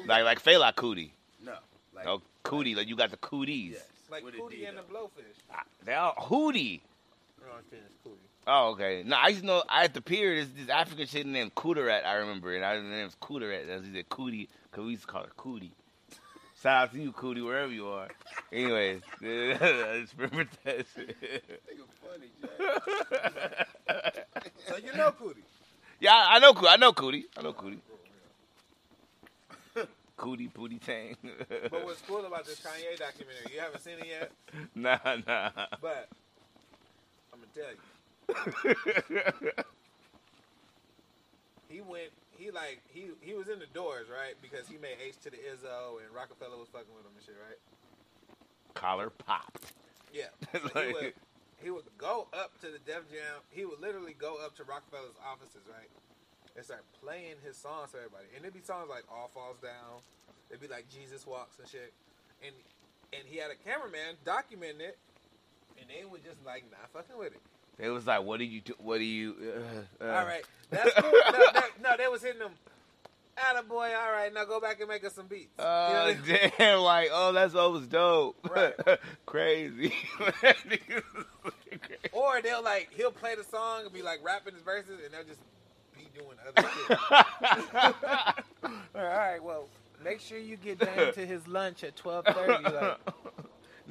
Speaker 3: like like Fela cootie.
Speaker 2: No. Like,
Speaker 3: Oh, cootie. Like you got the cooties.
Speaker 2: yes.
Speaker 1: Like
Speaker 2: With a D,
Speaker 1: Cootie and the
Speaker 2: though.
Speaker 1: Blowfish.
Speaker 3: Ah, They all hootie.
Speaker 1: No, I'm finished. Cootie.
Speaker 3: Oh, okay. No, I used to know I at the pier this this African shit named Cooterat, I remember, and I his name was Cooterat. That's either Cootie, because we used to call it Cootie. Shout out to you, Cootie, wherever you are. Anyways, <laughs> I just remember that shit. <laughs>
Speaker 2: Nigga funny, Jack.
Speaker 1: So you know Cootie.
Speaker 3: yeah, I I know Cootie. I know Cootie. I know Cootie. Cootie Pootie Tang.
Speaker 1: But what's cool about this Kanye documentary, you haven't seen it yet,
Speaker 3: <laughs> nah, nah. <laughs>
Speaker 1: but I'm gonna tell you, he went, he like, he he was in the doors, right? Because he made H to the Izzo and Rockefeller was fucking with him and shit, right?
Speaker 3: Collar popped.
Speaker 1: Yeah. So he, would,
Speaker 3: Like-
Speaker 1: he would go up to the Def Jam. He would literally go up to Rockefeller's offices, right? And start playing his songs to everybody. And it'd be songs like All Falls Down. It'd be like Jesus Walks and shit. And and he had a cameraman documenting it. And they were just like not fucking with it.
Speaker 3: It was like, what do you do? What do you? Uh, uh.
Speaker 1: All right, that's cool. no, that, no, they was hitting them. Atta boy, all right, now go back and make us some beats.
Speaker 3: <laughs>
Speaker 1: You know what I
Speaker 3: Oh
Speaker 1: mean?
Speaker 3: damn! <laughs> Like, oh, that's always dope.
Speaker 1: Right.
Speaker 3: <laughs>
Speaker 1: <laughs>
Speaker 3: Crazy.
Speaker 1: Or they'll like he'll play the song and be like rapping his verses, and they'll just be doing other shit. All right, well, make sure you get down to his lunch at twelve thirty. <laughs> Like,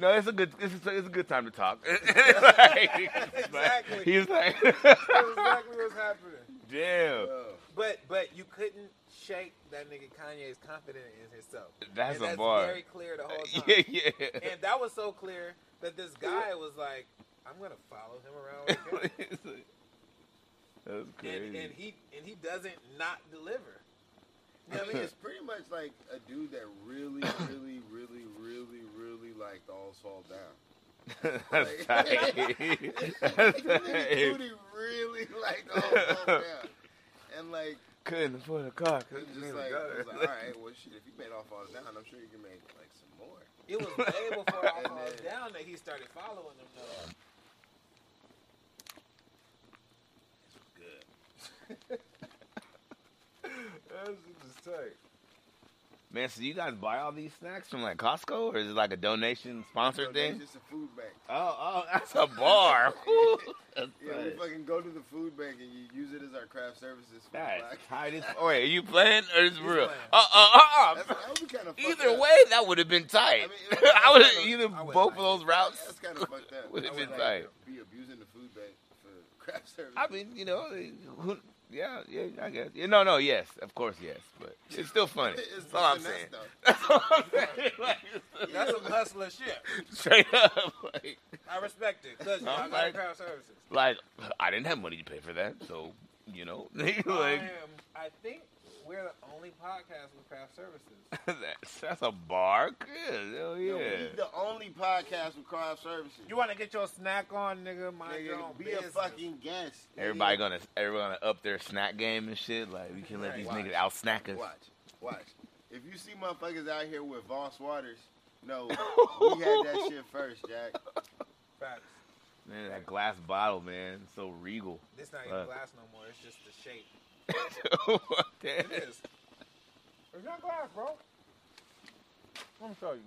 Speaker 3: <laughs> no, it's a good. It's a, it's a good time to talk. <laughs> It's like- it's like-
Speaker 1: Exactly. <laughs>
Speaker 3: He's like,
Speaker 1: that's exactly what's happening.
Speaker 3: damn.
Speaker 2: Bro.
Speaker 1: But but you couldn't shake that nigga Kanye's confidence in himself.
Speaker 3: That's
Speaker 1: and
Speaker 3: a
Speaker 1: that's
Speaker 3: bar. <laughs>
Speaker 1: very clear the whole time.
Speaker 3: yeah, yeah. <laughs>
Speaker 1: And that was so clear that this guy was like, "I'm gonna follow him around." With
Speaker 3: <laughs>
Speaker 1: him.
Speaker 3: that's crazy.
Speaker 1: and, and
Speaker 3: <laughs>
Speaker 1: he and he doesn't not deliver.
Speaker 2: I mean, it's pretty much like a dude that really, really, really, really, really liked All Fall Down.
Speaker 3: that's tight.
Speaker 1: <laughs>
Speaker 3: That's tight. <laughs>
Speaker 2: dude, he really liked All Fall Down. And like,
Speaker 3: Couldn't afford a car.
Speaker 2: it's
Speaker 3: Couldn't
Speaker 2: just
Speaker 3: afford
Speaker 2: like,
Speaker 3: a
Speaker 2: it's
Speaker 3: car.
Speaker 2: like, all right, well, shit, if you made All Fall Down, I'm sure you can make like some more.
Speaker 1: It
Speaker 3: <laughs>
Speaker 1: was way before I
Speaker 2: And
Speaker 1: was
Speaker 2: then-
Speaker 1: down that he started following them though.
Speaker 2: Good.
Speaker 1: That was just tight.
Speaker 3: Man, so you guys buy all these snacks from like Costco, or is it like a donation sponsored
Speaker 2: It's
Speaker 3: thing?
Speaker 2: just a food bank.
Speaker 3: Oh, oh, that's a
Speaker 2: <laughs>
Speaker 3: bar. Woo. that's
Speaker 2: Yeah, we
Speaker 3: tight.
Speaker 2: fucking go to the food bank and you use it as our craft services. For the
Speaker 3: That's
Speaker 2: black.
Speaker 3: tight as. Oh, wait, are you playing or is it
Speaker 1: He's
Speaker 3: real?
Speaker 1: playing.
Speaker 3: Uh, uh, uh, <laughs>
Speaker 2: That's,
Speaker 3: uh.
Speaker 2: that would be kind of
Speaker 3: Either way, that would have been
Speaker 2: I
Speaker 3: tight. <laughs>
Speaker 2: mean,
Speaker 3: I,
Speaker 2: it was-
Speaker 3: would
Speaker 2: I
Speaker 3: have either
Speaker 1: I would've
Speaker 3: both of
Speaker 1: liked it.
Speaker 3: those routes.
Speaker 2: That's kind of fucked
Speaker 3: <laughs>
Speaker 2: up.
Speaker 3: Would've
Speaker 2: I
Speaker 3: been
Speaker 2: like,
Speaker 3: tight.
Speaker 2: Be abusing the food bank for <laughs> craft services.
Speaker 3: I mean, you know, who, yeah, yeah, I guess. Yeah, no, no, yes, of course, yes, but it's still
Speaker 2: <laughs>
Speaker 3: funny. <laughs>
Speaker 2: It's
Speaker 3: That's all I'm
Speaker 2: nothing else,
Speaker 3: saying.
Speaker 2: though.
Speaker 3: That's all I'm saying. Like,
Speaker 1: That's some hustler shit.
Speaker 3: straight up, like,
Speaker 1: I respect it because
Speaker 3: I'm
Speaker 1: I got
Speaker 3: like-
Speaker 1: crowd services.
Speaker 3: like, I didn't have money to pay for that, so you know, <laughs> like,
Speaker 1: I am. Um, I think we're the only podcast with craft services.
Speaker 3: that's, that's a bar. Good, hell
Speaker 2: Yo,
Speaker 3: yeah.
Speaker 2: we the only podcast with craft services.
Speaker 1: You want to get your snack on, nigga? Mind your own
Speaker 2: Nigga, be
Speaker 1: business.
Speaker 2: a fucking guest. nigga.
Speaker 3: Everybody gonna everyone gonna up their snack game and shit. Like we can let
Speaker 1: Right.
Speaker 3: these
Speaker 2: Watch.
Speaker 3: niggas out snack us.
Speaker 2: watch, watch. If you see motherfuckers out here with Voss Waters,
Speaker 3: <laughs>
Speaker 2: no, we had that shit first, Jack.
Speaker 1: Facts.
Speaker 3: Man, that glass bottle, man, it's so regal. <laughs>
Speaker 1: This not
Speaker 3: Fuck.
Speaker 1: even glass no more. It's just the shape.
Speaker 3: Damn.
Speaker 1: It is. It's not glass, bro. Let me show you.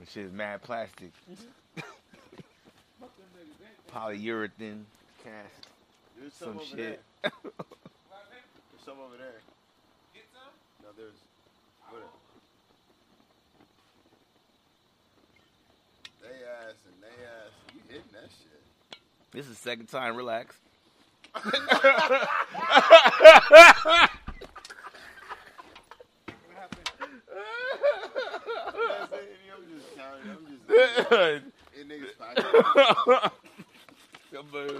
Speaker 3: This shit is mad plastic,
Speaker 2: Mm-hmm.
Speaker 4: Them niggas, they- they-
Speaker 3: polyurethane cast.
Speaker 2: There's some,
Speaker 3: Some
Speaker 2: over there.
Speaker 3: shit. <laughs>
Speaker 4: why they
Speaker 2: There's some over there.
Speaker 4: Get some?
Speaker 2: No, there's. What? They ass and they ass. You hitting that shit?
Speaker 3: This is second time. Relax.
Speaker 1: What happened?
Speaker 2: I'm just counting. I'm just
Speaker 3: <laughs>
Speaker 2: in niggas' pocket.
Speaker 3: Somebody-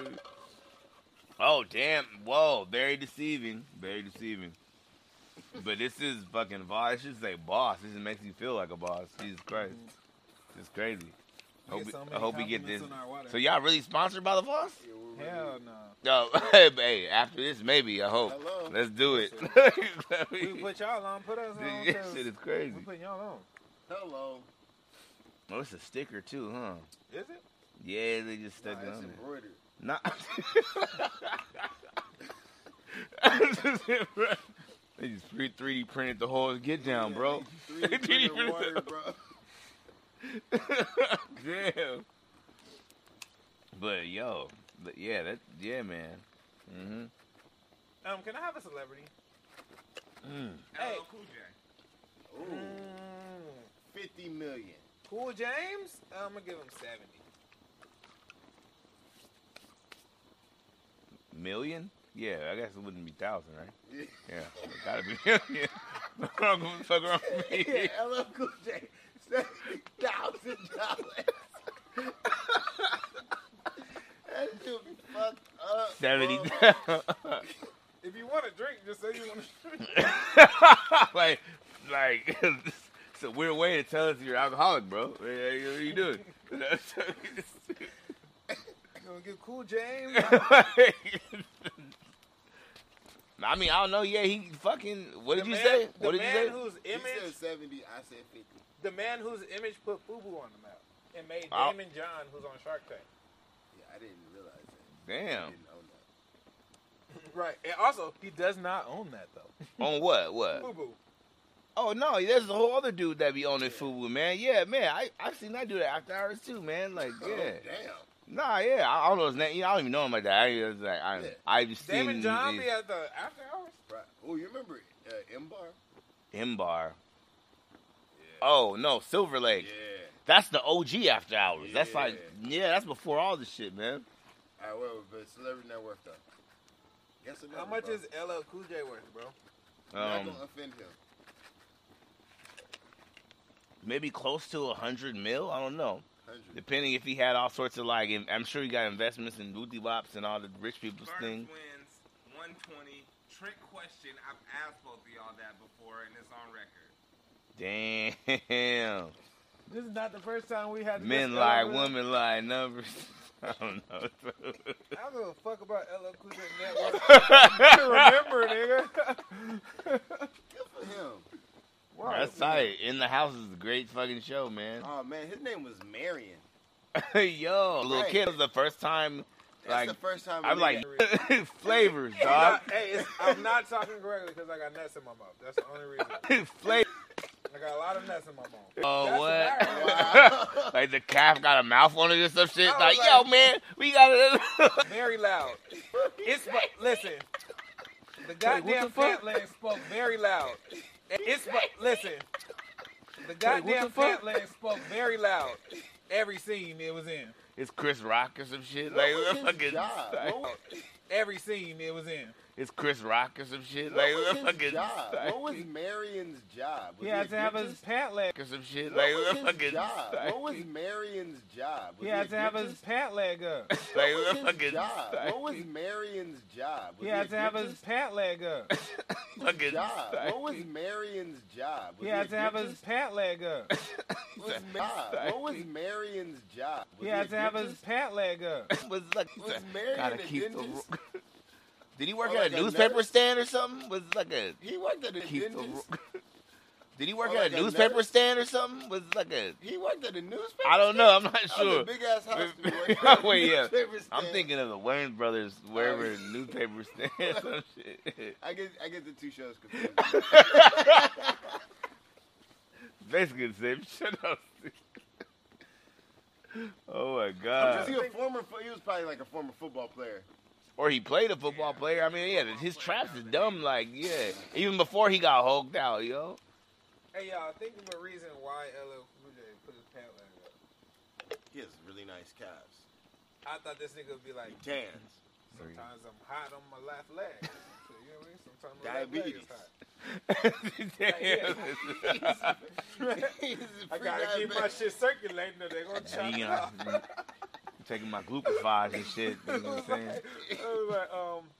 Speaker 3: <laughs> oh damn! Whoa, very deceiving. Very deceiving. But this is fucking boss. I should say boss. This makes you feel like a boss. Jesus Christ, it's crazy.
Speaker 1: We
Speaker 3: Hope,
Speaker 1: get so
Speaker 3: I
Speaker 1: many
Speaker 3: hope we get this.
Speaker 1: compliments on our water.
Speaker 3: So y'all really sponsored by the boss?
Speaker 2: Yeah, we're really-
Speaker 1: Hell no.
Speaker 3: No, <laughs> hey. After this, maybe I hope.
Speaker 2: Hello.
Speaker 3: Let's do it. <laughs>
Speaker 1: We put y'all on. Put us on.
Speaker 3: this
Speaker 1: 'cause
Speaker 3: shit is crazy.
Speaker 1: We putting y'all on.
Speaker 2: Hello.
Speaker 3: Oh, it's a sticker too, huh?
Speaker 1: Is it?
Speaker 3: Yeah, they just
Speaker 2: Nah,
Speaker 3: stuck it
Speaker 2: it's
Speaker 3: on there.
Speaker 2: embroidered.
Speaker 3: Nah. <laughs> they just three- 3D printed the whole get down,
Speaker 2: Yeah,
Speaker 3: bro. <laughs>
Speaker 2: Three
Speaker 3: Three
Speaker 2: different water,
Speaker 3: different-
Speaker 2: bro.
Speaker 3: Damn. But yo, but yeah, that yeah, man. Mm-hmm.
Speaker 1: Um, can I have a celebrity?
Speaker 3: Mm.
Speaker 1: Hey.
Speaker 4: LL Cool J.
Speaker 1: <laughs>
Speaker 2: Ooh,
Speaker 1: Mm.
Speaker 2: fifty million.
Speaker 1: Cool James? I'm gonna give him 70.
Speaker 3: Million? Yeah, I guess it wouldn't be thousand, right?
Speaker 2: <laughs> Yeah.
Speaker 3: Yeah, it gotta be <laughs> million. Fuck around- fuck around with me.
Speaker 2: <laughs> Yeah, LL Cool J, seventy thousand dollars. <laughs> That shit be fucked up.
Speaker 3: Seventy.
Speaker 2: bro.
Speaker 1: If you want to drink, just say you want to <laughs> drink.
Speaker 3: <laughs> like, like, <laughs> it's a weird way to tell us you're alcoholic, bro. What are you doing? <laughs>
Speaker 1: You gonna give Cool James?
Speaker 3: I mean, I don't know. Yeah, he fucking. What did
Speaker 1: The
Speaker 3: you
Speaker 1: man-
Speaker 3: say?
Speaker 1: The
Speaker 3: What did you
Speaker 1: man
Speaker 3: say?
Speaker 1: whose
Speaker 2: He said
Speaker 1: image,
Speaker 2: seventy. I said fifty.
Speaker 1: the man whose image put Fubu on the map and made
Speaker 3: I'll-
Speaker 1: Damon John, who's on Shark Tank.
Speaker 2: Yeah, I didn't realize that.
Speaker 3: Damn.
Speaker 2: Didn't own that.
Speaker 1: Right. And also, he does not own that though.
Speaker 3: On what? What?
Speaker 1: Boo boo.
Speaker 3: Oh no, there's a whole other dude that be on that Fubu, man. Yeah, man. I I've seen that do that after hours too, man. Like
Speaker 2: Oh,
Speaker 3: yeah.
Speaker 2: damn.
Speaker 3: Nah, yeah. I, I don't know his name. You know, I don't even know him like that. I ain't- like I
Speaker 2: Yeah.
Speaker 3: I've seen
Speaker 1: Damon John
Speaker 3: these-
Speaker 1: be at the after hours.
Speaker 2: Right. Oh, you remember uh, M Bar?
Speaker 3: him bar.
Speaker 2: Yeah.
Speaker 3: Oh no, Silver Lake.
Speaker 2: Yeah.
Speaker 3: That's the OG after hours. That's
Speaker 2: Yeah.
Speaker 3: like yeah, that's before all this shit, man.
Speaker 2: All right, whatever. But celebrity net worth though. Guess
Speaker 1: How much is LL Cool J worth, bro?
Speaker 2: I'm
Speaker 3: Um,
Speaker 2: not gonna offend him.
Speaker 3: maybe close to a hundred mil. I don't know.
Speaker 2: Hundred.
Speaker 3: Depending if he had all sorts of like, in- I'm sure he got investments in booty bops and all the rich people's
Speaker 4: Burner
Speaker 3: thing.
Speaker 4: Twins, 120. Trick question. I've asked both of y'all that before, and it's on record.
Speaker 3: Damn.
Speaker 2: <laughs>
Speaker 1: This is not the first time we had to
Speaker 3: Men
Speaker 1: discuss
Speaker 3: lie,
Speaker 1: this.
Speaker 3: women lie, numbers. <laughs> I don't know.
Speaker 2: <laughs>
Speaker 1: I don't give a fuck about LL
Speaker 3: <laughs>
Speaker 1: Cool J network. Remember, nigga.
Speaker 2: Good for
Speaker 3: <laughs>
Speaker 2: him.
Speaker 1: Right.
Speaker 3: That's tight. In the House is a great fucking show, man.
Speaker 2: Oh man, his name was Marion.
Speaker 3: <laughs> Yo, little
Speaker 2: Right.
Speaker 3: kid was the first time.
Speaker 2: Uh, That's
Speaker 3: Like
Speaker 2: the first time.
Speaker 3: I'm
Speaker 2: we
Speaker 3: <laughs> like
Speaker 2: <laughs>
Speaker 3: flavors,
Speaker 1: You know,
Speaker 3: dog.
Speaker 1: hey, it's, I'm not talking correctly because I got nuts in my mouth. That's the only reason.
Speaker 3: <laughs> Flavors.
Speaker 1: I got a lot of nuts in my mouth.
Speaker 3: Oh
Speaker 1: That's
Speaker 3: what?
Speaker 1: hilarious.
Speaker 3: <laughs>
Speaker 2: Wow.
Speaker 3: like the calf got a mouth on it or some shit.
Speaker 1: I was
Speaker 3: Like,
Speaker 1: like-
Speaker 3: yo, man, we got <laughs> it.
Speaker 1: very loud. It's but listen, the goddamn fat leg spoke very loud. It's but listen, the goddamn fat leg spoke very loud. Every scene it was in,
Speaker 3: it's Chris Rock or some shit.
Speaker 2: What
Speaker 3: Like,
Speaker 2: was his
Speaker 3: fucking.
Speaker 2: job?
Speaker 3: like,
Speaker 2: What was-
Speaker 1: every scene it was in.
Speaker 3: it's Chris Rock or some shit. Like,
Speaker 2: What was his
Speaker 3: fucking.
Speaker 2: job?
Speaker 3: psych-
Speaker 2: What was Marion's job? Was
Speaker 1: He had
Speaker 2: a
Speaker 1: to have
Speaker 2: good
Speaker 1: his
Speaker 2: just-
Speaker 1: pant leg.
Speaker 3: <laughs> or some shit.
Speaker 2: What
Speaker 3: Like,
Speaker 2: was his
Speaker 3: fucking.
Speaker 2: job?
Speaker 3: psych-
Speaker 2: What was Marion's job? Was
Speaker 1: He had
Speaker 2: a
Speaker 1: to have
Speaker 2: good
Speaker 1: his
Speaker 2: just-
Speaker 1: pant leg up.
Speaker 3: Like,
Speaker 2: What was
Speaker 3: fucking.
Speaker 2: his job?
Speaker 3: psych-
Speaker 2: What was Marion's job? Was
Speaker 1: He had
Speaker 2: a
Speaker 1: to have
Speaker 2: good
Speaker 1: his
Speaker 2: just-
Speaker 1: pant leg up.
Speaker 3: fucking
Speaker 2: job?
Speaker 3: psych-
Speaker 2: What
Speaker 3: <laughs>
Speaker 2: was Marion's job? Was
Speaker 1: He had
Speaker 2: a
Speaker 1: to have
Speaker 2: good
Speaker 1: his
Speaker 2: just-
Speaker 1: pant leg up.
Speaker 2: What was Ma-
Speaker 3: Sorry.
Speaker 2: What was Marion's job? Was
Speaker 1: He had
Speaker 2: a
Speaker 1: to have his
Speaker 2: dentist?
Speaker 1: pant leg up.
Speaker 3: was like
Speaker 2: Was Marion
Speaker 3: gotta
Speaker 2: a
Speaker 3: keep the
Speaker 2: dentist?
Speaker 3: ru- <laughs> Did he work
Speaker 2: Or
Speaker 3: at
Speaker 2: like
Speaker 3: a
Speaker 2: a
Speaker 3: newspaper
Speaker 2: nurse?
Speaker 3: stand or something? Was like a
Speaker 2: He worked at a
Speaker 3: keep the
Speaker 2: dentist.
Speaker 3: ru- Did he work
Speaker 2: Or
Speaker 3: at
Speaker 2: like
Speaker 3: a
Speaker 2: a
Speaker 3: newspaper
Speaker 2: nurse?
Speaker 3: stand or something? Was like
Speaker 2: <laughs>
Speaker 3: a
Speaker 2: He worked at a newspaper.
Speaker 3: I don't know. I'm not
Speaker 2: stand? That was
Speaker 3: sure.
Speaker 2: a big
Speaker 3: <laughs>
Speaker 2: ass house. <laughs> to
Speaker 3: Wait,
Speaker 2: work at a
Speaker 3: wait, yeah.
Speaker 2: newspaper
Speaker 3: I'm
Speaker 2: stand.
Speaker 3: thinking of the Wayne Brothers wherever
Speaker 2: yeah. <laughs>
Speaker 3: newspaper stand or some shit.
Speaker 2: I get I get the two shows
Speaker 3: <laughs>
Speaker 2: confused.
Speaker 3: Basically, the same shit. I was thinking. <laughs> Oh my
Speaker 2: Was he
Speaker 3: god!
Speaker 2: a former? fo- He was probably like a former football player.
Speaker 3: Or he played a football player. I mean, yeah, his traps is dumb. Like, yeah, even before he got hulked
Speaker 2: <laughs>
Speaker 3: out, yo.
Speaker 1: Hey y'all, think of a reason why LL Cool J put his pant leg up.
Speaker 2: He has really nice calves.
Speaker 1: I thought this nigga would be like,
Speaker 2: Tans.
Speaker 1: Sometimes I'm hot on my left <laughs> leg. So, you know what I mean? Sometimes my
Speaker 2: Diabetes.
Speaker 1: left leg is hot.
Speaker 3: Damn.
Speaker 2: He's a
Speaker 1: I
Speaker 2: free
Speaker 1: gotta
Speaker 2: guy,
Speaker 1: keep
Speaker 2: man.
Speaker 1: my shit circulating or they're gonna chop
Speaker 3: You
Speaker 1: it
Speaker 3: know,
Speaker 1: off.
Speaker 3: taking my glucophage and shit. You know what I'm
Speaker 1: <laughs>
Speaker 3: saying?
Speaker 1: It was like, um,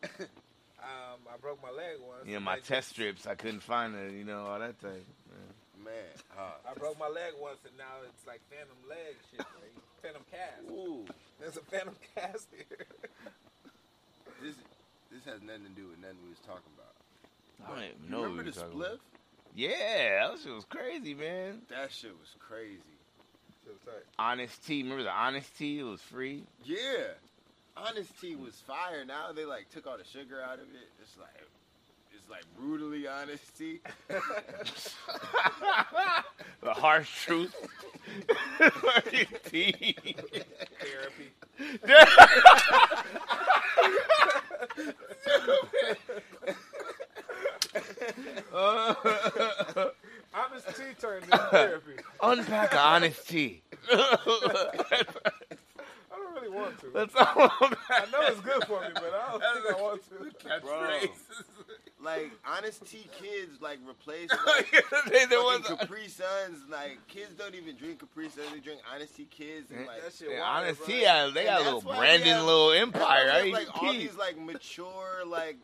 Speaker 1: um, I broke my leg once.
Speaker 3: You know, my
Speaker 1: They just-
Speaker 3: test strips, I couldn't find it. You know, all that type. Yeah.
Speaker 2: Man,
Speaker 3: <laughs>
Speaker 1: I broke my leg once and now it's like phantom leg shit. Like phantom cast.
Speaker 2: Ooh,
Speaker 1: There's a phantom <laughs> cast here.
Speaker 2: this this has nothing to do with nothing we was talking about.
Speaker 3: I don't even
Speaker 2: You
Speaker 3: know. what
Speaker 2: remember
Speaker 3: we
Speaker 2: the
Speaker 3: were talking about.
Speaker 2: spliff?
Speaker 3: Yeah, that shit was crazy, man.
Speaker 2: That shit was crazy.
Speaker 1: Shit was tight.
Speaker 3: Honest tea. Remember the honest tea? It
Speaker 1: <laughs>
Speaker 3: was free.
Speaker 2: Yeah, honest tea was fire. Now they like took all the sugar out of it. It's like it's like brutally honest tea. <laughs>
Speaker 3: the harsh truth. Fucking tea.
Speaker 1: <laughs> Therapy. Honest tea <laughs> turned into therapy.
Speaker 3: Unpack
Speaker 1: <laughs>
Speaker 3: honest tea.
Speaker 1: I don't really want to.
Speaker 3: That's all.
Speaker 1: I know it's good for me, but I don't think I want to.
Speaker 2: Bro. like honest tea kids like
Speaker 3: <laughs>
Speaker 2: replace like
Speaker 3: <laughs> they the
Speaker 2: fucking
Speaker 3: ones.
Speaker 2: Capri Suns. Like kids don't even drink Capri Suns. They drink honest tea kids and like
Speaker 1: That shit
Speaker 3: Yeah,
Speaker 1: wild,
Speaker 3: honest
Speaker 1: bro.
Speaker 3: tea, uh,
Speaker 2: And
Speaker 3: they got a
Speaker 2: that's
Speaker 3: little
Speaker 2: why we
Speaker 3: Brandon,
Speaker 2: have-
Speaker 3: little
Speaker 2: That's why <laughs>
Speaker 3: empire.
Speaker 2: we
Speaker 3: I
Speaker 2: have,
Speaker 3: ain't
Speaker 2: like all
Speaker 3: key.
Speaker 2: these like mature like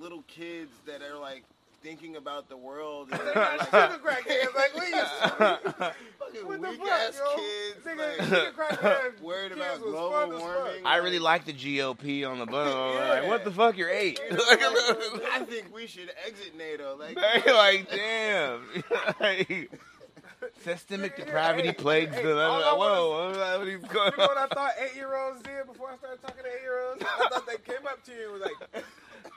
Speaker 2: little kids that are like thinking about the world.
Speaker 3: <laughs>
Speaker 2: And,
Speaker 1: They're
Speaker 2: like,
Speaker 1: not
Speaker 4: <laughs>
Speaker 1: sugar crackheads like we used to. <laughs>
Speaker 2: fucking
Speaker 1: What the
Speaker 2: weak
Speaker 1: fuck,
Speaker 2: ass
Speaker 1: yo? Nigga,
Speaker 2: <laughs> kids. Like,
Speaker 3: <laughs>
Speaker 1: sugar crackhead
Speaker 2: worried
Speaker 1: kids
Speaker 2: about
Speaker 1: was
Speaker 2: global
Speaker 1: fun as
Speaker 2: warming.
Speaker 1: fuck.
Speaker 3: I really like the GOP on the button. Like, what the fuck? You're eight.
Speaker 2: you know,
Speaker 3: like,
Speaker 2: like,
Speaker 3: <laughs>
Speaker 2: I think we should exit NATO. Like,
Speaker 3: <laughs> like, damn. Like, Systemic
Speaker 1: Yeah,
Speaker 3: depravity
Speaker 1: hey,
Speaker 3: plagues
Speaker 1: hey,
Speaker 3: the.
Speaker 1: all I
Speaker 3: Whoa,
Speaker 1: wanna-
Speaker 3: whoa, what are you going
Speaker 1: You know <laughs> what I
Speaker 3: on?
Speaker 1: thought eight year olds did before I started talking to eight year olds? I thought they came up to you and was like,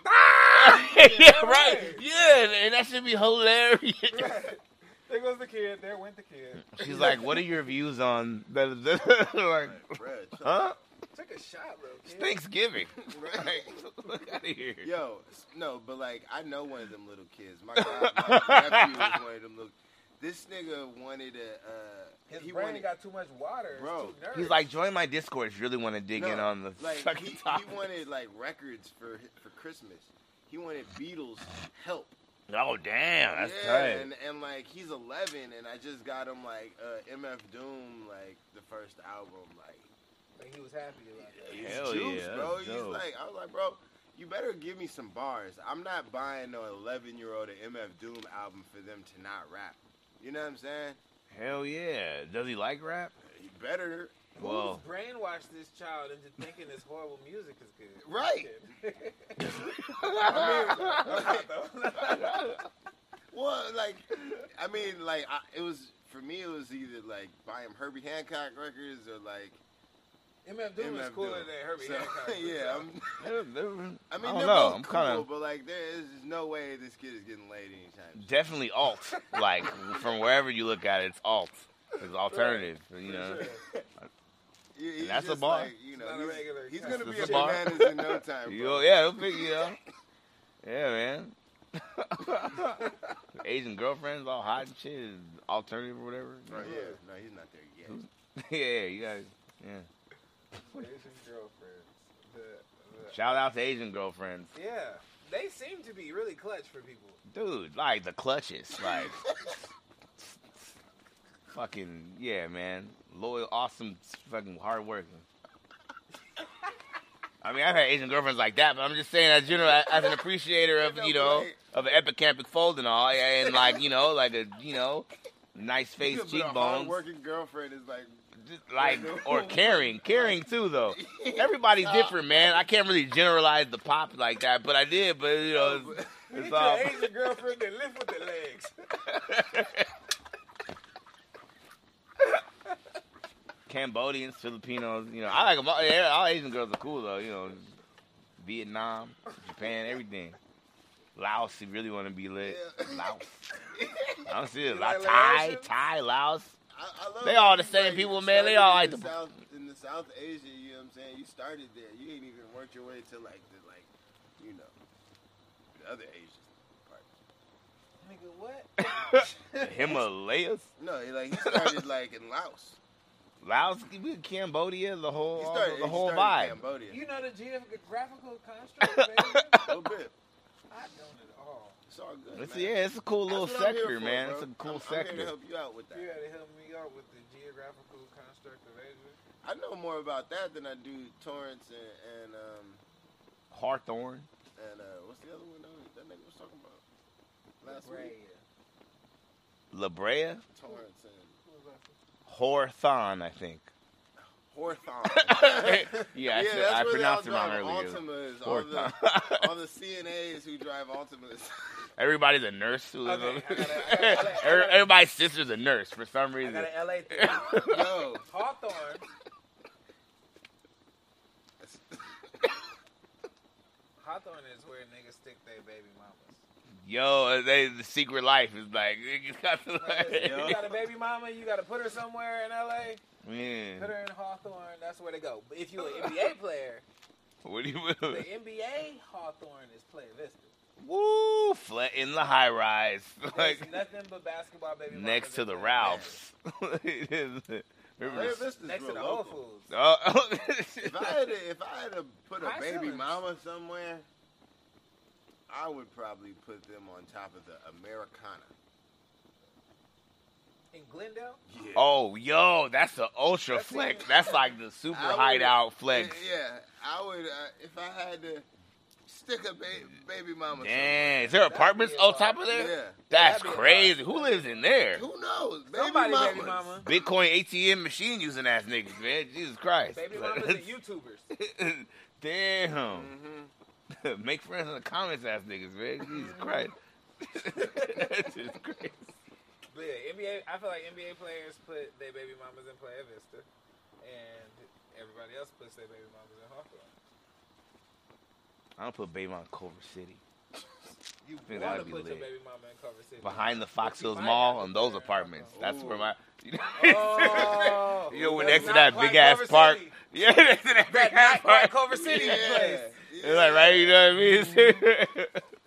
Speaker 1: "Ah!"
Speaker 3: <laughs> yeah, right. Yeah, and that should be hilarious.
Speaker 1: Right. <laughs> There goes the kid. There went the kid.
Speaker 3: She's like, "What are your views on the, <laughs> like,
Speaker 2: Bruh, <laughs> chill
Speaker 3: huh?
Speaker 1: Took a shot, little kid.
Speaker 3: It's Thanksgiving." <laughs>
Speaker 2: <laughs> out. Right.
Speaker 3: Look out of here.
Speaker 2: Yo, s- no, but like I know one of them little kids. <laughs> My, god, my nephew was one of them little. <laughs> This nigga wanted a. Uh,
Speaker 1: His
Speaker 2: he
Speaker 1: brain
Speaker 2: wanted,
Speaker 1: got too much water. It's
Speaker 2: Bro,
Speaker 1: too nervous.
Speaker 3: He's like, "Join my Discord if you really want to dig
Speaker 2: No,
Speaker 3: in on the
Speaker 2: like
Speaker 3: fucking
Speaker 2: he,
Speaker 3: topic."
Speaker 2: he wanted like records for for Christmas. He wanted Beatles help.
Speaker 3: <laughs> oh damn, that's
Speaker 2: yeah,
Speaker 3: tight.
Speaker 2: And, and like he's 11, and I just got him like uh, MF Doom, like the first album. Like
Speaker 1: Like, he was happy about that.
Speaker 2: he's
Speaker 3: Hell
Speaker 2: juiced,
Speaker 3: yeah,
Speaker 2: bro.
Speaker 3: that's
Speaker 2: He's
Speaker 3: dope.
Speaker 2: like, I was like, bro, you better give me some bars. I'm not buying no 11 year old an MF Doom album for them to not rap. You know what I'm saying?
Speaker 3: Hell yeah. Does he
Speaker 2: <laughs>
Speaker 3: like rap?
Speaker 2: You better,
Speaker 3: Well,
Speaker 1: Who's brainwashed this child into thinking this horrible music is good?
Speaker 2: <laughs> right?
Speaker 1: <laughs> I mean, <laughs>
Speaker 2: Well, like, I mean, like, I, it was for me. It was either like buying Herbie Hancock records or like
Speaker 1: MF Doom is
Speaker 2: MF
Speaker 1: cooler
Speaker 2: Doom.
Speaker 1: than Herbie
Speaker 2: So,
Speaker 1: Hancock.
Speaker 2: <laughs> yeah, I'm,
Speaker 3: <laughs> I mean,
Speaker 2: I mean,
Speaker 3: I don't
Speaker 2: they're
Speaker 3: know.
Speaker 2: both
Speaker 3: I'm
Speaker 2: cool,
Speaker 3: kind
Speaker 2: but like, there is no way this kid is getting laid anytime.
Speaker 3: of definitely alt.
Speaker 2: <laughs>
Speaker 3: Like from wherever you look at it, it's alt. It's alternative, you
Speaker 1: For
Speaker 3: know.
Speaker 1: sure.
Speaker 2: He- he's
Speaker 3: that's a
Speaker 2: just
Speaker 3: bar.
Speaker 2: Like, you know,
Speaker 1: not a
Speaker 2: he's,
Speaker 1: regular
Speaker 2: he's
Speaker 1: guy.
Speaker 2: gonna
Speaker 3: That's
Speaker 2: be
Speaker 3: a
Speaker 2: a
Speaker 3: bar.
Speaker 2: bananas in no time.
Speaker 3: <laughs> You
Speaker 2: bro.
Speaker 3: go, yeah, it'll fit,
Speaker 2: <laughs>
Speaker 3: you know. Yeah, man. <laughs> Asian girlfriends all hot and shit, is alternative or whatever. you know?
Speaker 2: Right,
Speaker 1: Yeah.
Speaker 2: No, he's not there yet.
Speaker 3: <laughs> yeah, you guys. Yeah.
Speaker 1: Asian girlfriends. The- the-
Speaker 3: Shout out to Asian girlfriends,
Speaker 1: yeah, they seem to be really clutch for people.
Speaker 3: dude. Like the clutches, like fucking yeah, man. Loyal, awesome, fucking hardworking. I mean, I've had Asian girlfriends like that, but I'm just saying, as general, as an
Speaker 1: <laughs>
Speaker 3: appreciator of you know of an epicampic fold and all, and like you know, like a you know, nice face,
Speaker 2: But A
Speaker 3: cheekbones,
Speaker 2: hardworking girlfriend is like,
Speaker 3: Just, like
Speaker 1: <laughs>
Speaker 3: or caring, caring too though. Everybody's
Speaker 2: Nah.
Speaker 3: different, man. I can't really generalize the pop like that, but I did. But you know, it's,
Speaker 1: <laughs> You
Speaker 3: it's
Speaker 1: Get
Speaker 3: all.
Speaker 1: your Asian girlfriend that lift with the legs.
Speaker 3: <laughs> Cambodians, Filipinos, you know, I like them. All, yeah, all Asian girls are cool though. You know, Vietnam, Japan, everything. Laos, you really want to be lit.
Speaker 2: Yeah. <laughs>
Speaker 3: Laos. I don't see
Speaker 1: You
Speaker 3: it. Like
Speaker 1: like Laotians?
Speaker 3: Thai, Thai, Laos.
Speaker 2: I, I love
Speaker 3: They all
Speaker 2: that
Speaker 3: the
Speaker 2: you,
Speaker 3: same
Speaker 2: like,
Speaker 3: people,
Speaker 2: you
Speaker 3: man. They
Speaker 2: started
Speaker 3: all
Speaker 2: in
Speaker 3: like
Speaker 2: the
Speaker 3: the-
Speaker 2: South, in the South Asia. You know what I'm saying? You started there. You ain't even worked your way to like the like, you know, the other Asian part.
Speaker 1: <laughs> Nigga, what?
Speaker 2: <laughs>
Speaker 3: The Himalayas,
Speaker 2: No, he, like he
Speaker 3: <laughs>
Speaker 2: started like in Laos.
Speaker 3: Laos, we Cambodia, the whole,
Speaker 2: He
Speaker 3: all
Speaker 2: started
Speaker 3: the, the
Speaker 2: he
Speaker 3: whole
Speaker 2: started
Speaker 3: vibe.
Speaker 2: in Cambodia.
Speaker 1: You know the geographical construct, baby?
Speaker 2: <laughs> A little bit.
Speaker 1: I don't at all.
Speaker 2: It's all good.
Speaker 3: It's,
Speaker 2: man.
Speaker 3: yeah, it's a cool
Speaker 2: That's
Speaker 3: little
Speaker 2: what I'm here
Speaker 3: sector,
Speaker 2: for,
Speaker 3: man.
Speaker 2: bro.
Speaker 3: It's a cool
Speaker 2: I'm, I'm here
Speaker 3: sector.
Speaker 2: to help you out with
Speaker 1: You
Speaker 2: that.
Speaker 1: gotta help me out with the geographical construct of Asia.
Speaker 2: I know more about that than I do Torrance and, and um
Speaker 3: Hawthorne.
Speaker 2: and uh what's the other one that, that nigga was talking about last
Speaker 1: Right.
Speaker 2: week?
Speaker 3: La Brea?
Speaker 2: Torrance and
Speaker 1: Who was that from?
Speaker 3: Hawthorne, I think.
Speaker 2: <laughs> Hawthorne.
Speaker 3: yeah, I, said- I
Speaker 2: where they all
Speaker 3: pronounced it wrong
Speaker 2: drive
Speaker 3: earlier.
Speaker 2: Ultima is all
Speaker 3: Hawthorne.
Speaker 2: the all the CNAs who drive Ultimas.
Speaker 3: <laughs> Everybody's a nurse. Who lives
Speaker 1: Okay,
Speaker 3: over
Speaker 1: I gotta- I
Speaker 3: <laughs>
Speaker 1: gotta- I gotta-
Speaker 3: Every- Everybody's sister's a nurse for some
Speaker 1: I
Speaker 3: reason.
Speaker 1: got an LA thing.
Speaker 2: Yo,
Speaker 1: <laughs> Hawthorne. <laughs> Hawthorne is where niggas stick their baby mamas.
Speaker 3: <laughs> Yo, uh, they, the secret life is like. <laughs> you got to
Speaker 1: <laughs> Like, listen,
Speaker 3: like-
Speaker 1: You got a baby mama, you gotta put her somewhere in LA.
Speaker 3: <laughs> Man,
Speaker 1: Put her in Hawthorne. That's where they go. But if you an <laughs> NBA player,
Speaker 3: what do you
Speaker 1: the
Speaker 3: mean?
Speaker 1: NBA Hawthorne is Play Vista.
Speaker 3: <laughs> Woo, flat in the high rise, <laughs>
Speaker 1: There's
Speaker 3: like
Speaker 1: nothing but basketball baby mamas.
Speaker 3: next to
Speaker 1: in
Speaker 3: the
Speaker 1: LA.
Speaker 3: Ralphs. <laughs> It is-
Speaker 2: Ray
Speaker 3: Remember-
Speaker 2: Vista's
Speaker 1: Next to
Speaker 2: real
Speaker 1: the Whole
Speaker 2: local.
Speaker 1: Foods.
Speaker 3: Oh,
Speaker 2: If I had to, if I had to put a
Speaker 1: High
Speaker 2: baby
Speaker 1: ceilings.
Speaker 2: mama somewhere, I would probably put them on top of the Americana.
Speaker 1: In Glendale?
Speaker 2: Yeah.
Speaker 3: <laughs> Oh, yo, that's the ultra
Speaker 1: That's
Speaker 3: flex.
Speaker 1: it.
Speaker 3: That's like the super
Speaker 2: I would-
Speaker 3: hideout flex.
Speaker 2: Yeah, yeah, I would uh, if I had to stick a ba- baby mama.
Speaker 3: Damn, is there apartments
Speaker 1: That'd be a
Speaker 3: on top of
Speaker 1: lot.
Speaker 3: there?
Speaker 2: somewhere.
Speaker 3: That's
Speaker 1: That'd be a
Speaker 3: crazy.
Speaker 1: lot.
Speaker 3: Who lives in there?
Speaker 2: Yeah. Who knows? Baby
Speaker 1: Somebody
Speaker 2: mamas.
Speaker 1: baby mama.
Speaker 3: Bitcoin ATM machine using ass niggas, man. Jesus Christ. <laughs>
Speaker 1: Baby mamas and YouTubers.
Speaker 3: Damn. <laughs>
Speaker 2: Mhm.
Speaker 3: Make friends <laughs> in the comments, ass niggas, man. Jesus Christ. That's just crazy.
Speaker 1: But yeah, NBA. I feel like NBA players put their baby mamas in Playa Vista, and everybody else puts their baby mamas in Hawthorne.
Speaker 3: I don't put baby on Culver City.
Speaker 1: You want
Speaker 3: think that'd
Speaker 1: to
Speaker 3: be
Speaker 1: put your
Speaker 3: lit.
Speaker 1: baby mama in Culver City
Speaker 3: Behind the Fox
Speaker 1: But you
Speaker 3: Hills
Speaker 1: might
Speaker 3: Mall
Speaker 1: have to
Speaker 3: and those
Speaker 1: put it in
Speaker 3: apartments.
Speaker 1: Hawthorne.
Speaker 3: That's where my. <laughs> You know,
Speaker 1: <laughs>
Speaker 3: <laughs>
Speaker 1: Oh,
Speaker 3: you know we're
Speaker 1: that's
Speaker 3: next to
Speaker 1: not
Speaker 3: that
Speaker 1: quite
Speaker 3: big ass
Speaker 1: Culver
Speaker 3: park.
Speaker 1: City.
Speaker 3: Yeah, next to that
Speaker 1: That
Speaker 3: big ass
Speaker 1: not quite
Speaker 3: park.
Speaker 1: Culver City place.
Speaker 3: <laughs> It's like right, you know what I mean? <laughs>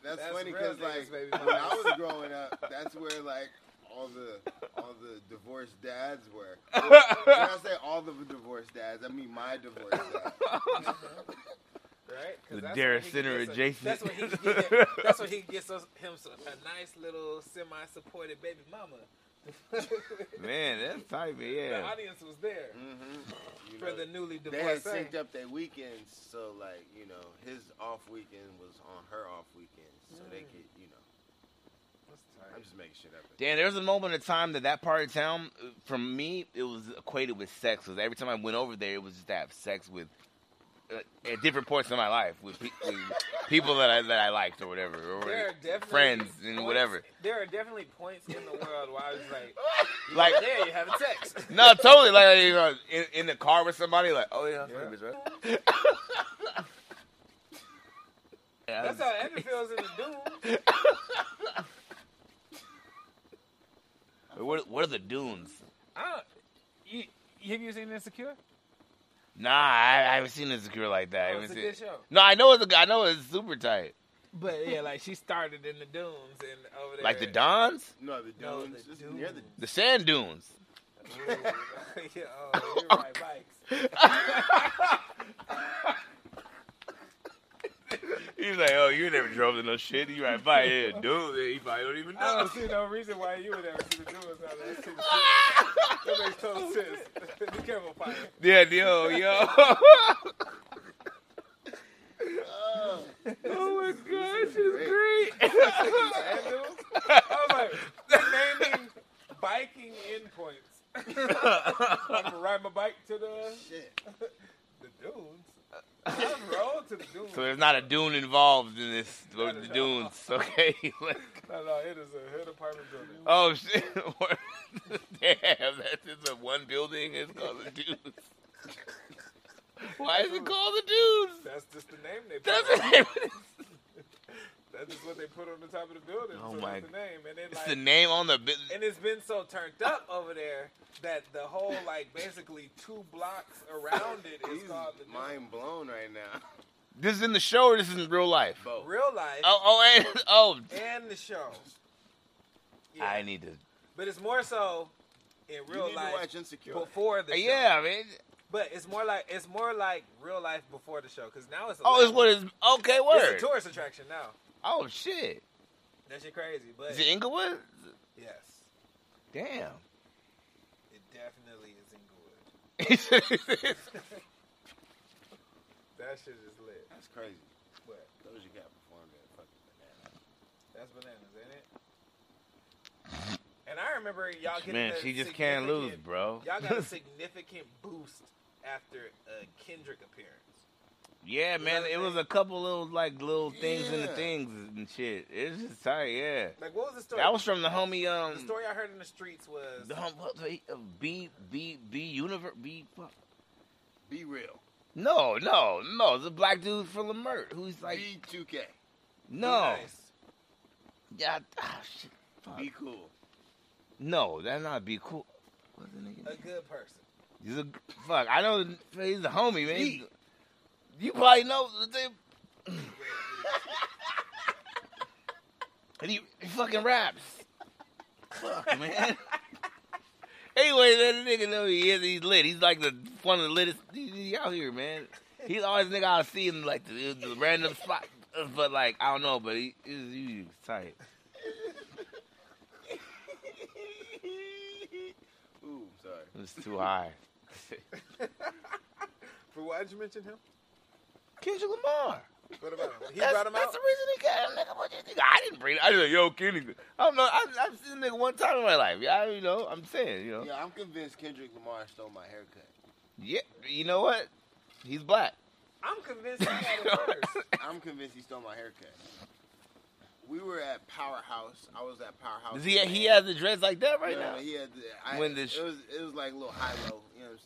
Speaker 2: That's,
Speaker 1: That's
Speaker 2: funny
Speaker 1: real
Speaker 2: because
Speaker 1: niggas,
Speaker 2: like
Speaker 1: baby
Speaker 2: when I
Speaker 1: mamas.
Speaker 2: was growing up, that's where like all the all the divorced dads
Speaker 1: <laughs>
Speaker 2: were. When I say all the divorced dads, I mean my divorced dad.
Speaker 1: Right? 'Cause
Speaker 3: The
Speaker 1: that's
Speaker 3: Dare
Speaker 1: where he
Speaker 3: Center
Speaker 1: gets a-
Speaker 3: adjacent.
Speaker 1: That's what he can
Speaker 3: <laughs>
Speaker 1: get. That's what he gets us, him s- a nice little semi-supported baby mama. <laughs>
Speaker 3: Man, that's type of
Speaker 1: The
Speaker 3: yeah. Mm.
Speaker 1: audience was there
Speaker 2: Mm-hmm. You
Speaker 1: for
Speaker 2: know,
Speaker 1: the newly
Speaker 2: they had
Speaker 1: divorced.
Speaker 2: synced up their weekends, so like you know his off weekend was on her off weekend, so
Speaker 1: Mm.
Speaker 2: they could you know. I'm just making shit up.
Speaker 3: Damn, there was a moment in time that that part of town, uh, for me, it was equated with sex. Because every time I went over there, it was just to have sex with, uh, at different points in my life, with, pe- with people that I that I liked or whatever, or
Speaker 1: There are definitely
Speaker 3: friends and
Speaker 1: points-
Speaker 3: whatever.
Speaker 1: There are definitely points in the world where I was like,
Speaker 3: <laughs> Like,
Speaker 1: "There, you have a text."
Speaker 3: <laughs> no, totally. Like you know, in, in the car with somebody, like, oh yeah,
Speaker 1: Yeah.
Speaker 3: that's right. Yeah,
Speaker 1: That's how
Speaker 3: <laughs>
Speaker 1: Evan feels in the Doom.
Speaker 3: What, what are the dunes?
Speaker 1: I don't. You, have you seen Insecure?
Speaker 3: Nah, I, I haven't seen a secure like that. I
Speaker 1: Oh,
Speaker 3: haven't
Speaker 1: it's a
Speaker 3: seen-
Speaker 1: good show.
Speaker 3: No, I know it's a, I know it's super tight.
Speaker 1: But yeah, like she started in the dunes and over there.
Speaker 3: Like the Dons,
Speaker 2: No, the
Speaker 1: No,
Speaker 2: dunes.
Speaker 1: the
Speaker 2: It's near the.
Speaker 1: dunes.
Speaker 3: the sand dunes.
Speaker 1: yeah, oh,
Speaker 3: <laughs>
Speaker 1: you're right, bikes.
Speaker 3: He's like, oh, you never drove in no shit. You right by here, dude. He probably don't even
Speaker 1: I <laughs>
Speaker 3: know.
Speaker 1: don't see no reason why you would ever see the dunes out there. That shit is- that makes total sense. <laughs> Be careful, Pike.
Speaker 3: Yeah, yo, yo. <laughs>
Speaker 2: Oh,
Speaker 1: Oh my gosh,
Speaker 2: it's
Speaker 1: great. <laughs> I was like, they're naming biking endpoints. I'm gonna ride my bike to the
Speaker 2: shit.
Speaker 1: the dunes. I roll to the dunes.
Speaker 3: so there's not a dune involved in this.
Speaker 1: Not
Speaker 3: the
Speaker 1: at
Speaker 3: dunes, okay? <laughs> Like,
Speaker 1: No, no, it is a hood apartment building.
Speaker 3: oh shit. <laughs> Damn, that's just a one building. It's called the dunes. Why is it called the dunes?
Speaker 1: That's just the name they put.
Speaker 3: That's <laughs>
Speaker 1: on
Speaker 3: the
Speaker 1: it.
Speaker 3: name. of this-
Speaker 1: That's just what they put on the top of the building.
Speaker 3: Oh
Speaker 1: so
Speaker 3: my-
Speaker 1: that's the name, and it
Speaker 3: It's
Speaker 1: like,
Speaker 3: the name on the business.
Speaker 1: and it's been so turned up over there that the whole like basically two blocks around it is
Speaker 2: He's
Speaker 1: called the
Speaker 2: mind blown right now. <laughs>
Speaker 3: This is in the show or this is in real life?
Speaker 2: Both.
Speaker 1: real life
Speaker 3: Oh, oh, and, oh.
Speaker 1: and the show. Yeah.
Speaker 3: I need to.
Speaker 1: but it's more so in
Speaker 2: you
Speaker 1: real
Speaker 2: need to
Speaker 1: life
Speaker 2: watch Insecure.
Speaker 1: before the show.
Speaker 3: yeah, I mean.
Speaker 1: but it's more like it's more like real life before the show because now it's a
Speaker 3: Oh, it's
Speaker 1: lab.
Speaker 3: what is. Okay, word.
Speaker 1: It's a tourist attraction now.
Speaker 3: Oh, shit.
Speaker 1: That shit crazy, but
Speaker 3: Is it Inglewood?
Speaker 1: yes,
Speaker 3: Damn.
Speaker 1: it definitely is Inglewood. That shit is lit.
Speaker 2: That's crazy.
Speaker 1: But
Speaker 2: Doja Cat performed at fucking banana.
Speaker 1: That's bananas, ain't it? And I remember y'all getting
Speaker 3: <laughs> Man,
Speaker 1: a
Speaker 3: she just can't lose,
Speaker 1: significant-
Speaker 3: bro.
Speaker 1: <laughs> Y'all
Speaker 3: <laughs>
Speaker 1: got a significant boost after a Kendrick appearance.
Speaker 3: yeah, man. It was a couple little like little things in the
Speaker 2: Yeah.
Speaker 3: things and shit. It's just tight. Yeah.
Speaker 1: Like, what was the story?
Speaker 3: That was from the homie. Um.
Speaker 1: the story I heard in the streets was
Speaker 3: The hom- what- what- uh, B B B universe B. fuck.
Speaker 2: Be real.
Speaker 3: No, no, no. The black dude from Lamert who's like
Speaker 2: B2K.
Speaker 3: no.
Speaker 1: Nice.
Speaker 3: Yeah. ah, shit. Fuck.
Speaker 2: Be cool.
Speaker 3: No, that's not be cool. What's the nigga?
Speaker 1: a
Speaker 3: name?
Speaker 1: good person.
Speaker 3: He's a fuck. I know he's a homie, man.
Speaker 2: Me.
Speaker 3: You probably know. They, <laughs> and he, he fucking raps. Fuck, man. anyway, that nigga know he is. He's lit. He's like the one of the littest. He, he out here, man. He's always nigga I see him like the, the random spot, but like I don't know. But he, he's, he's tight.
Speaker 2: Ooh, sorry.
Speaker 3: It's too high.
Speaker 1: For why'd you mention him?
Speaker 3: Kendrick Lamar.
Speaker 1: What about him? He
Speaker 3: that's,
Speaker 1: brought him
Speaker 3: that's
Speaker 1: out.
Speaker 3: the reason he got him. Nigga, what you think? I didn't bring it. I just like, yo, Kenny. I don't know. I, I've seen the nigga one time in my life. Yeah, I, you know, I'm saying, you know. Yeah.
Speaker 2: Yeah, I'm convinced Kendrick Lamar stole my haircut.
Speaker 3: you know what? He's black. <laughs>
Speaker 1: I'm convinced he had it first.
Speaker 2: I'm convinced he stole my haircut. we were at Powerhouse. I was at Powerhouse.
Speaker 3: Does he he has the dreads like that right
Speaker 2: You know what I
Speaker 3: now?
Speaker 2: mean? He had the, I,
Speaker 3: When the sh-
Speaker 2: it was it was like a little high low. You know what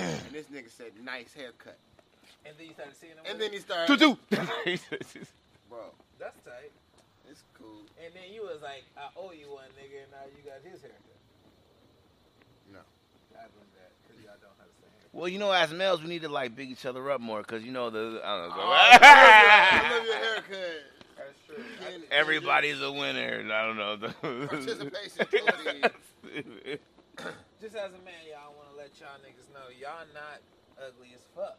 Speaker 2: I'm
Speaker 3: <clears throat>
Speaker 2: saying? and this nigga said, "Nice haircut."
Speaker 1: And then you started seeing them.
Speaker 2: And
Speaker 1: with
Speaker 2: then he started,
Speaker 3: Tutu. <laughs>
Speaker 2: bro,
Speaker 1: it? That's tight.
Speaker 2: it's cool.
Speaker 1: And then you was like, I owe you one, nigga, and now you got his haircut.
Speaker 2: No.
Speaker 1: I believe that because y'all don't know how to say haircut.
Speaker 3: well, you know, as males, we need to like big each other up more because you know the I don't know.
Speaker 2: Oh, I Oh, love
Speaker 3: <laughs>
Speaker 2: your haircut.
Speaker 1: That's true.
Speaker 2: Get it.
Speaker 3: Everybody's a winner. and I don't know. <laughs> the-
Speaker 2: Participation, totally.
Speaker 1: Just as a man, y'all want to let y'all niggas know y'all not ugly as fuck.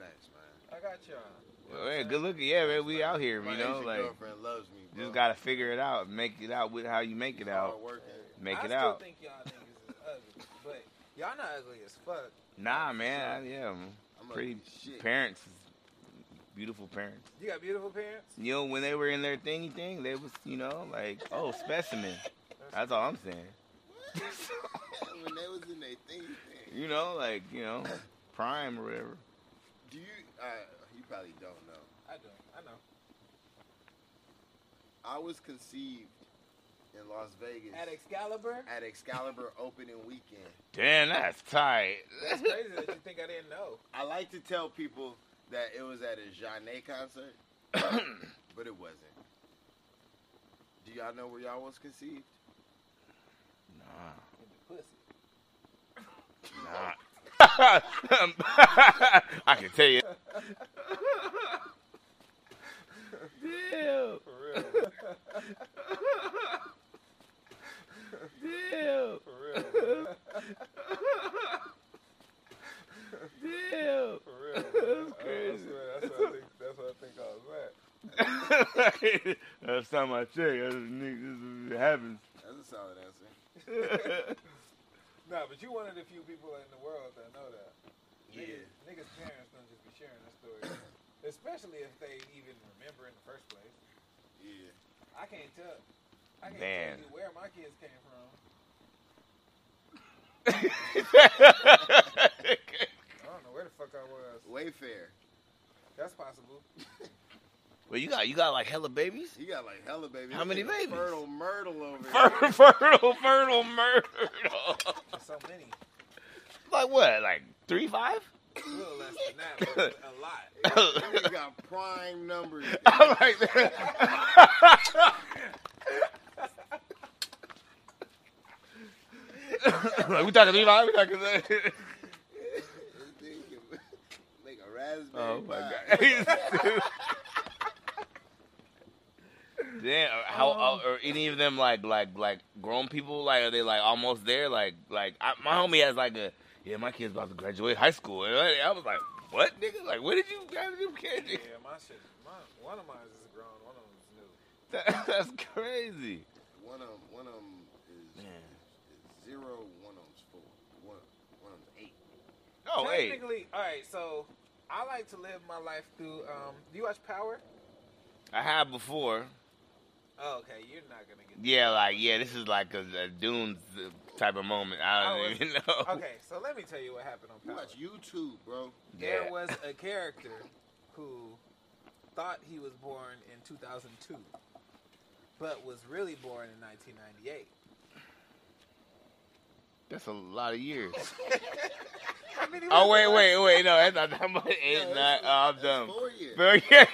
Speaker 2: Thanks, man.
Speaker 1: I got y'all.
Speaker 3: <laughs> Well, hey, good looking. Yeah, man, we out here.
Speaker 2: My
Speaker 3: You know,
Speaker 2: Asian
Speaker 3: like
Speaker 2: girlfriend loves me. Bro.
Speaker 3: just gotta figure it out, make it out with how you make it
Speaker 2: Hard
Speaker 3: out,
Speaker 2: working.
Speaker 3: make
Speaker 1: I
Speaker 3: it
Speaker 1: still
Speaker 3: out.
Speaker 1: think y'all niggas is ugly, but y'all not ugly as fuck.
Speaker 3: Nah, man. I, yeah, I'm-
Speaker 2: I'm
Speaker 3: Pretty
Speaker 2: ugly as shit.
Speaker 3: parents, beautiful parents.
Speaker 1: You got beautiful parents.
Speaker 3: You know, when they were in their thingy thing, they was, you know, like, oh, specimen. That's all I'm saying.
Speaker 2: <laughs> when they was in their thing, thing.
Speaker 3: You know, like, you know, prime or whatever.
Speaker 2: Do you? Uh, you probably don't know.
Speaker 1: I don't. I know.
Speaker 2: I was conceived in Las Vegas
Speaker 1: At Excalibur,
Speaker 2: at Excalibur <laughs> opening weekend.
Speaker 3: Damn, that's tight. <laughs>
Speaker 1: that's crazy that you think I didn't know.
Speaker 2: I like to tell people that it was at a Jeanne concert, <coughs> but it wasn't. Do y'all know where y'all was conceived?
Speaker 3: nah,
Speaker 1: In the pussy.
Speaker 3: nah. <laughs> I can tell you. Damn,
Speaker 1: For real.
Speaker 3: damn,
Speaker 1: For real.
Speaker 3: damn.
Speaker 1: For real.
Speaker 3: <laughs>
Speaker 1: I-
Speaker 3: That's
Speaker 1: I
Speaker 3: crazy.
Speaker 1: swear, that's what I think. That's what I think I was at.
Speaker 3: That's not my thing. That's, nigga, this is- it happens. <laughs>
Speaker 2: That's a solid answer.
Speaker 1: Nah, but you one of the few people in the world that know that.
Speaker 2: Yeah.
Speaker 1: Niggas, niggas' parents don't just be sharing their stories, especially if they even remember in the first place.
Speaker 2: Yeah.
Speaker 1: I can't tell. I can't
Speaker 3: Man.
Speaker 1: tell you where my kids came from. I don't know where the fuck I was.
Speaker 2: Wayfair.
Speaker 1: That's possible.
Speaker 3: well, you got you got like hella babies.
Speaker 2: He got like hella babies.
Speaker 3: How many
Speaker 2: Nigga
Speaker 3: babies?
Speaker 2: Fertile Myrtle over
Speaker 3: Fertile,
Speaker 2: here.
Speaker 3: <laughs> fertile, fertile, murder.
Speaker 1: So many.
Speaker 3: like what? Like three, <laughs> five?
Speaker 1: A little less than that, but a lot.
Speaker 2: He
Speaker 3: <laughs>
Speaker 2: got prime numbers.
Speaker 3: I'm
Speaker 2: <laughs>
Speaker 3: like <laughs> that. like we talking three, five? We talking that?
Speaker 2: This thing can Make a raspberry.
Speaker 3: Oh my
Speaker 2: pie.
Speaker 3: god. <laughs> Damn, or how uh,
Speaker 1: Um.
Speaker 3: or- or any of them like like like grown people like are they like almost there like like I, my homie has like a yeah my kid's about to graduate high school and I, I was like what nigga like where did you grab them kids
Speaker 1: Yeah, my shit. My, one of mine is grown. One of them is new.
Speaker 3: <laughs> That- that's crazy
Speaker 2: One of them, one of 'em is,
Speaker 3: Man.
Speaker 2: is zero. One of them's four. One, one of them's eight.
Speaker 3: oh wait
Speaker 1: Technically, all right. So I like to live my life through. Um, do you watch Power?
Speaker 3: I had before
Speaker 1: Oh, okay. You're not gonna get.
Speaker 3: yeah like yeah this is like a, a Dune type of moment I
Speaker 1: Oh,
Speaker 3: don't
Speaker 1: it's-
Speaker 3: even <laughs> know
Speaker 1: Okay, so let me tell you what happened on
Speaker 2: You
Speaker 1: Power.
Speaker 2: watch YouTube, bro.
Speaker 1: There
Speaker 3: Yeah.
Speaker 1: was a character who thought he was born in 2002, but was really born in 1998.
Speaker 3: that's a lot of years.
Speaker 1: I mean, he
Speaker 3: Oh
Speaker 1: was
Speaker 3: wait,
Speaker 1: alive,
Speaker 3: wait, wait! No, that's not that much. Eight,
Speaker 2: Yeah,
Speaker 3: nine.
Speaker 2: that's-
Speaker 3: Oh, I'm
Speaker 2: that's
Speaker 3: dumb.
Speaker 2: Four years.
Speaker 3: But <laughs> yeah,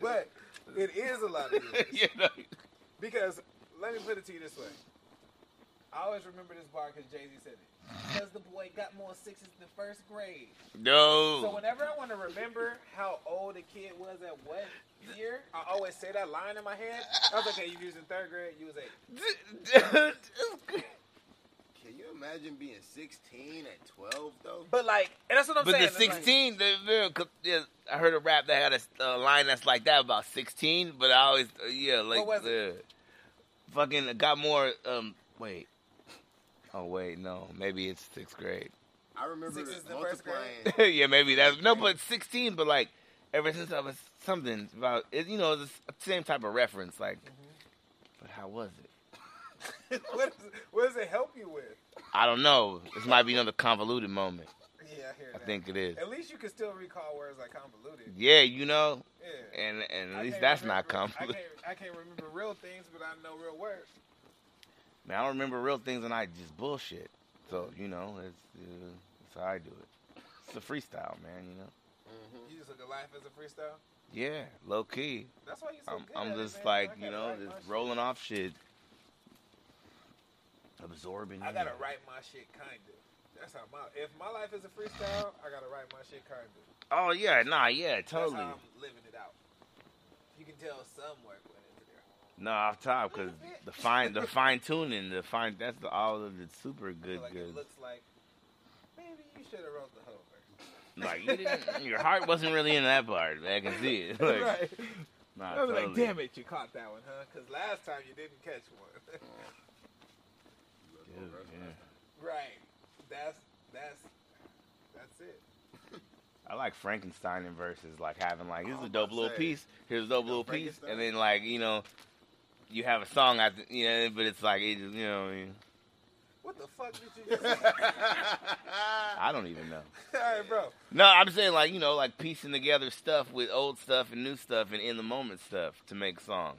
Speaker 1: But it is a lot
Speaker 3: <laughs>
Speaker 1: of years.
Speaker 3: yeah, no.
Speaker 1: Because let me put it to you this way. I always remember this bar because Jay Z said it. Because the boy got more sixes than first grade.
Speaker 3: no.
Speaker 1: So whenever I want to remember how old a kid was at what year, I always say that line in my head. I was like, okay, you was in third grade, you was eight.
Speaker 2: Can you imagine being 16 at 12 though?
Speaker 1: But like, and that's what I'm
Speaker 3: <laughs> but
Speaker 1: saying.
Speaker 3: the
Speaker 1: it's like-
Speaker 3: 16, the, the, 'cause, yeah, I heard a rap that had a uh, line that's like that about 16, but I always, uh, yeah, like,
Speaker 1: was
Speaker 3: uh, fucking got more. Um, wait. Oh wait, no, maybe it's sixth grade.
Speaker 2: I remember
Speaker 1: Six is the first grade.
Speaker 2: multiplying.
Speaker 3: <laughs> yeah, maybe that's no, but 16, but like ever since I was something about, it, you know, it's the same type of reference, like.
Speaker 1: Mm-hmm.
Speaker 3: But how was it?
Speaker 1: <laughs> what, is, what does it help you with?
Speaker 3: I don't know. This might be another convoluted moment.
Speaker 1: Yeah, I hear
Speaker 3: I
Speaker 1: that.
Speaker 3: think it is.
Speaker 1: At least you can still recall words like convoluted.
Speaker 3: Yeah, you know,
Speaker 1: Yeah, Yeah.
Speaker 3: and and
Speaker 1: I
Speaker 3: at least
Speaker 1: can't
Speaker 3: that's not
Speaker 1: remember- I
Speaker 3: complicated.
Speaker 1: can't, I can't remember real things, but I know real words.
Speaker 3: Man, I don't remember real things and I just bullshit. So you know, it's uh, that's how I do it. It's a freestyle, man. You know.
Speaker 2: <laughs> Mm-hmm.
Speaker 1: You just look at life as a freestyle.
Speaker 3: Yeah, low key.
Speaker 1: That's why you so
Speaker 3: I'm
Speaker 1: good at
Speaker 3: I'm
Speaker 1: it,
Speaker 3: just
Speaker 1: man.
Speaker 3: like
Speaker 1: I
Speaker 3: you
Speaker 1: gotta
Speaker 3: know
Speaker 1: write my
Speaker 3: just
Speaker 1: shit.
Speaker 3: rolling off shit, absorbing.
Speaker 1: I
Speaker 3: in.
Speaker 1: gotta write my shit kind of. That's how my if my life is a freestyle, I gotta write my shit kind of.
Speaker 3: Oh yeah, nah, yeah,
Speaker 1: That's
Speaker 3: totally.
Speaker 1: how I'm living it out. You can tell some work went into there.
Speaker 3: No, off top because the fine, the fine tuning, the fine. That's the all of the super
Speaker 1: I feel
Speaker 3: good
Speaker 1: like
Speaker 3: good.
Speaker 1: it looks like maybe you should have wrote the whole
Speaker 3: <laughs>
Speaker 1: verse. <laughs>
Speaker 3: Like you didn't, your heart wasn't really in that part. Man, I can see it. Like,
Speaker 1: right.
Speaker 3: nah,
Speaker 1: I was
Speaker 3: totally.
Speaker 1: like, damn it, you caught that one, huh? Because last time you didn't catch one. <laughs>
Speaker 3: Dude, yeah.
Speaker 1: right. That's that's that's it.
Speaker 3: I like Frankenstein in verses, like having like
Speaker 1: Oh,
Speaker 3: this is
Speaker 2: I
Speaker 3: a
Speaker 2: was
Speaker 3: dope
Speaker 2: about to
Speaker 3: little
Speaker 2: say,
Speaker 3: piece. Here's a dope
Speaker 2: you know,
Speaker 3: little piece,
Speaker 2: Frankenstein?
Speaker 3: and then like you know, you have a song after you know, but it's like it just, you know, what I, mean?
Speaker 1: What the fuck did you <laughs> just say?
Speaker 2: <laughs>
Speaker 3: I don't even know.
Speaker 1: All right, bro.
Speaker 3: No, I'm saying like you know, like piecing together stuff with old stuff and new stuff and in the moment stuff to make songs.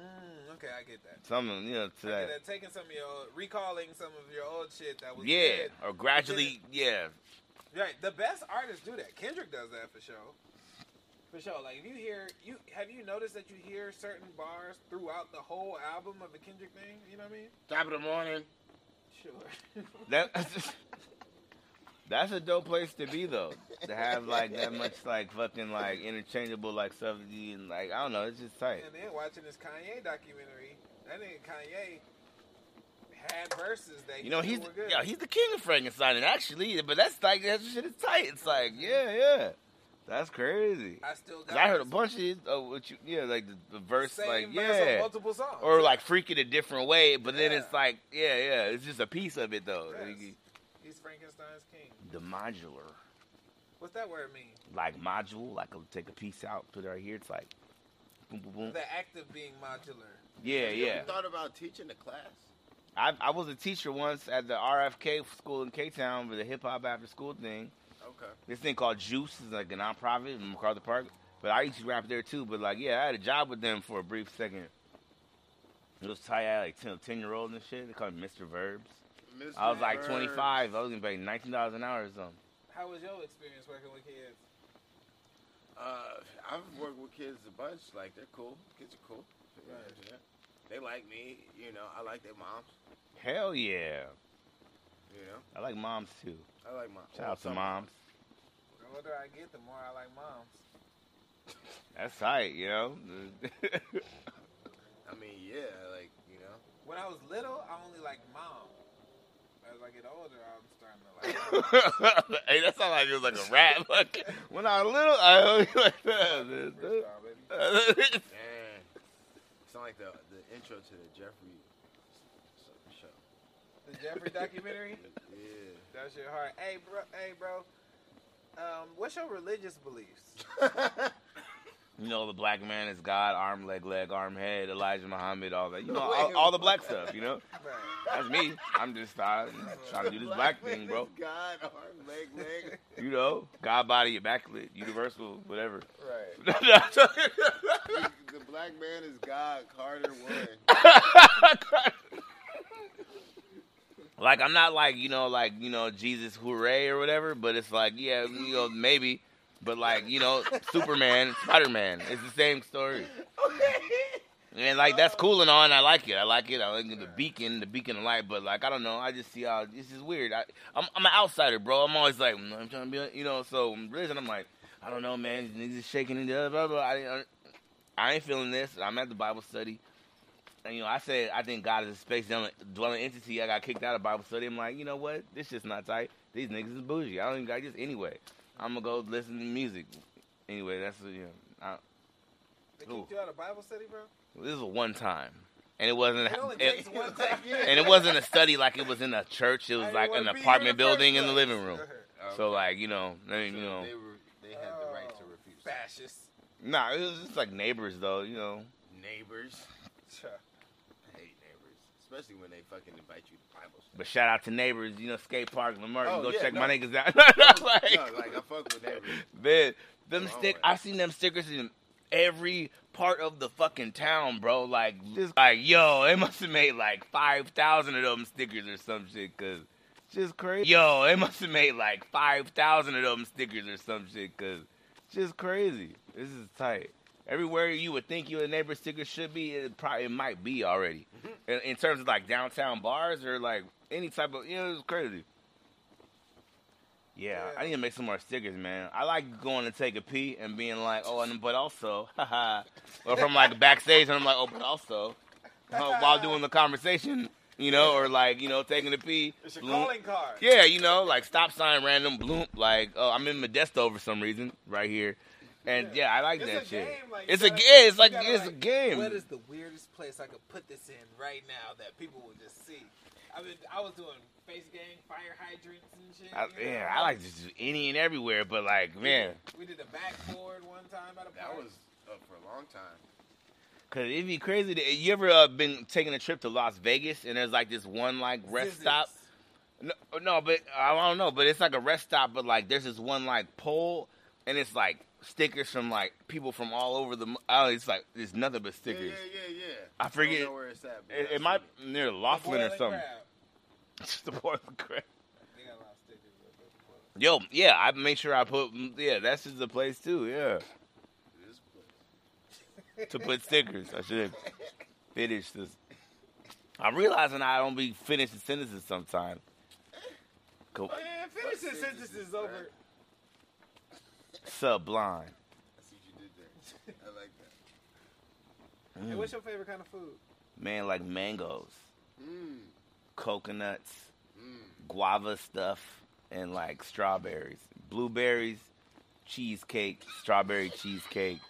Speaker 1: Mm, okay, I get that.
Speaker 3: Something you know to
Speaker 1: I
Speaker 3: that.
Speaker 1: get that. Taking some of your old, recalling some of your old shit that was
Speaker 3: Yeah,
Speaker 1: good.
Speaker 3: or gradually, yeah.
Speaker 1: Right. The best artists do that. Kendrick does that for sure. For sure. Like if you hear you have you noticed that you hear certain bars throughout the whole album of the Kendrick thing? You know what I mean?
Speaker 2: Top of the morning.
Speaker 1: Sure.
Speaker 3: That <laughs> that's a dope place to be though. To have like that much like fucking like interchangeable like stuff and like I don't know, it's just tight.
Speaker 1: <laughs> and then watching this Kanye documentary, that nigga Kanye had verses that he
Speaker 3: You know
Speaker 1: knew
Speaker 3: he's
Speaker 1: were good.
Speaker 3: yeah he's the king of Frankenstein and actually, but that's like that shit is tight. It's like yeah yeah, that's crazy.
Speaker 1: I still
Speaker 3: 'Cause
Speaker 1: got
Speaker 3: I heard a
Speaker 1: this
Speaker 3: bunch of these, uh, what you yeah like the, the verse
Speaker 1: same
Speaker 3: like
Speaker 1: verse on
Speaker 3: yeah
Speaker 1: multiple songs.
Speaker 3: or like freak it a different way, but then
Speaker 1: Yeah.
Speaker 3: it's like yeah yeah it's just a piece of it though.
Speaker 1: Yes. he's Frankenstein's king.
Speaker 3: The modular.
Speaker 1: What's that word mean?
Speaker 3: like module, like I'll take a piece out, put it right here. It's like boom, boom, boom.
Speaker 1: The act of being modular.
Speaker 3: Yeah,
Speaker 2: Have you ever
Speaker 3: yeah.
Speaker 2: Thought about teaching a class.
Speaker 3: I, I was a teacher once at the RFK school in K Town for the hip hop after school thing.
Speaker 2: Okay.
Speaker 3: This thing called Juice is like a nonprofit in MacArthur Park, but I used to rap there too. But like, yeah, I had a job with them for a brief second. It was tight. I had like 10, 10 year old and shit. They called me Mr. Verbs.
Speaker 2: Mr.
Speaker 3: I was like
Speaker 2: Burns.
Speaker 3: twenty five. I was gonna pay nineteen dollars an hour or something.
Speaker 1: How was your experience working with kids?
Speaker 2: Uh, I've worked with kids a bunch. Like they're cool. Kids are cool. You know what I'm saying? They like me. You know, I like their moms.
Speaker 3: Hell yeah.
Speaker 2: You know,
Speaker 3: I like moms too.
Speaker 2: I like moms.
Speaker 3: Shout out to
Speaker 2: Some-
Speaker 3: moms.
Speaker 1: The older I get, the more I like moms.
Speaker 3: That's tight, you know.
Speaker 2: <laughs> I mean, yeah, like you know.
Speaker 1: When I was little, I only liked mom. As I get older, I'm starting to like. mom.
Speaker 3: <laughs> hey, that sounds like it was like a rap. <laughs> Like, when I was little, I always like that.
Speaker 1: Freestyle, baby.
Speaker 2: Damn. Sound like the the intro to the Jeffrey s- show.
Speaker 1: The Jeffrey documentary.
Speaker 3: <laughs>
Speaker 2: Yeah.
Speaker 1: That's your heart. Hey, bro. Hey, bro. Um, what's your religious beliefs?
Speaker 3: <laughs> you know, the black man is God, arm, leg, leg, arm, head, Elijah Muhammad, all that. You know,
Speaker 2: Wait,
Speaker 3: all, all the black stuff, you know?
Speaker 1: Right.
Speaker 3: That's me. I'm just uh, trying to do this black
Speaker 2: man
Speaker 3: thing,
Speaker 2: is
Speaker 3: bro.
Speaker 2: God, arm, leg, leg.
Speaker 3: You know, God, body, backlit, universal, whatever. <laughs>
Speaker 1: Right.
Speaker 2: the, the black man is God. Carter one.
Speaker 3: <laughs> like, I'm not like, you know, like, you know, Jesus, hooray, or whatever, but it's like, yeah, you know, maybe. But like, you know, Superman, Spider Man, it's the same story. And like that's cool and all, and I like it. I like it. I like the beacon, the beacon of light. But like I don't know, I just see how this is weird. I, I'm I'm an outsider, bro. I'm always like mm, I'm trying to be, a- you know. So religion, I'm like I don't know, man. These Niggas is shaking and blah blah. blah. I, didn't- I ain't feeling this. I'm at the Bible study, and you know I said I think God is a space dwelling- dwelling entity. I got kicked out of Bible study. I'm like, you know what? This just not tight. These niggas is bougie. I don't even got this anyway. I'm gonna go listen to music. Anyway, that's you know, I,
Speaker 1: They
Speaker 3: Ooh.
Speaker 1: kicked you out of Bible study,
Speaker 3: <laughs>
Speaker 1: bro.
Speaker 3: this is one time, and it wasn't.
Speaker 1: It only
Speaker 3: it-
Speaker 1: takes one time.
Speaker 3: <laughs> and it wasn't a study like it was in a church. It
Speaker 1: I
Speaker 3: was
Speaker 1: didn't
Speaker 3: like
Speaker 1: wanna
Speaker 3: an
Speaker 1: be here
Speaker 3: apartment
Speaker 1: the first
Speaker 3: building in the
Speaker 1: place.
Speaker 3: living room. So like you know, they, you know,
Speaker 2: they were they had the right to
Speaker 1: Oh,
Speaker 2: refuse.
Speaker 1: Fascist.
Speaker 3: nah, it was just like neighbors though. You know,
Speaker 2: Neighbors,
Speaker 1: Sure.
Speaker 2: I hate neighbors, especially when they fucking invite you to Bible study.
Speaker 3: but shout out to neighbors. You know, skate park Lamar.
Speaker 2: Oh,
Speaker 3: go
Speaker 2: yeah,
Speaker 3: check
Speaker 2: no.
Speaker 3: my niggas out. <laughs>
Speaker 2: no,
Speaker 3: <laughs> like,
Speaker 2: like I fuck with neighbors.
Speaker 3: man, them
Speaker 2: Go
Speaker 3: stick.
Speaker 2: away.
Speaker 3: I seen them stickers in every part of the fucking town, bro. Like, just like, yo, they must have made like five thousand of them stickers or some shit, cause just crazy. Yo, they must have made like five thousand of them stickers or some shit, cause just crazy. This is tight. Everywhere you would think your neighbor sticker should be, it probably it might be already. In, in terms of like downtown bars or like any type of, you know, it's crazy. Yeah, I need to make some more stickers, man. I like going to take a pee and being like, oh, and but also, <laughs> haha. or from like backstage, and I'm like, oh, but also, uh, while doing the conversation, you know, or like, you know, taking a pee.
Speaker 1: It's your
Speaker 3: bloom-
Speaker 1: calling card.
Speaker 3: yeah, you know, like stop sign random bloom. Like, oh, I'm in Modesto for some reason right here, and yeah, I like
Speaker 1: It's
Speaker 3: that
Speaker 1: a
Speaker 3: shit.
Speaker 1: game, like,
Speaker 3: it's
Speaker 1: you
Speaker 3: a
Speaker 1: gotta-
Speaker 3: yeah, it's
Speaker 1: you
Speaker 3: like
Speaker 1: gotta,
Speaker 3: it's a
Speaker 1: like,
Speaker 3: game.
Speaker 1: What is the weirdest place I could put this in right now that people will just see? I mean, I was doing face gang, fire hydrants and shit.
Speaker 3: I,
Speaker 1: you know?
Speaker 3: yeah, I like to do any and everywhere, but like, man,
Speaker 1: We did a backboard one time by the
Speaker 2: That
Speaker 1: park.
Speaker 2: was up for a long time.
Speaker 3: cause it'd be crazy. To, you ever uh, been taking a trip to Las Vegas and there's like this one like rest
Speaker 1: Scissors.
Speaker 3: stop? No, oh, no, but I don't know. But it's like a rest stop. But like, there's this one like pole, and it's like stickers from like people from all over the. Oh, it's like there's nothing but
Speaker 2: Yeah,
Speaker 3: stickers.
Speaker 2: yeah, yeah, yeah.
Speaker 3: I forget-
Speaker 2: Don't know where it's at. but
Speaker 3: It,
Speaker 2: I've
Speaker 3: it might
Speaker 2: seen
Speaker 1: The
Speaker 3: near Laughlin or
Speaker 1: boiling
Speaker 3: something.
Speaker 1: crab. <laughs>
Speaker 3: Just the boiling crab.
Speaker 1: They got a lot of stickers up there.
Speaker 3: Yo, yeah, I make sure I put. Yeah, that's just the place too. Yeah,
Speaker 2: it. This
Speaker 1: <laughs>
Speaker 2: place.
Speaker 3: to put stickers. I should have finished this. I'm realizing I don't be finishing sentences sometimes. Cool.
Speaker 1: Oh, yeah, finish this
Speaker 2: Fuck
Speaker 1: sentence
Speaker 2: scissors,
Speaker 1: is over.
Speaker 3: Sublime.
Speaker 2: I see what you did there. I like that.
Speaker 1: Hey,
Speaker 3: Mm.
Speaker 1: what's your favorite kind of food?
Speaker 3: Man, like mangoes,
Speaker 2: Mm,
Speaker 3: coconuts.
Speaker 2: mm.
Speaker 3: guava stuff and like strawberries, blueberries, cheesecake, strawberry cheesecake,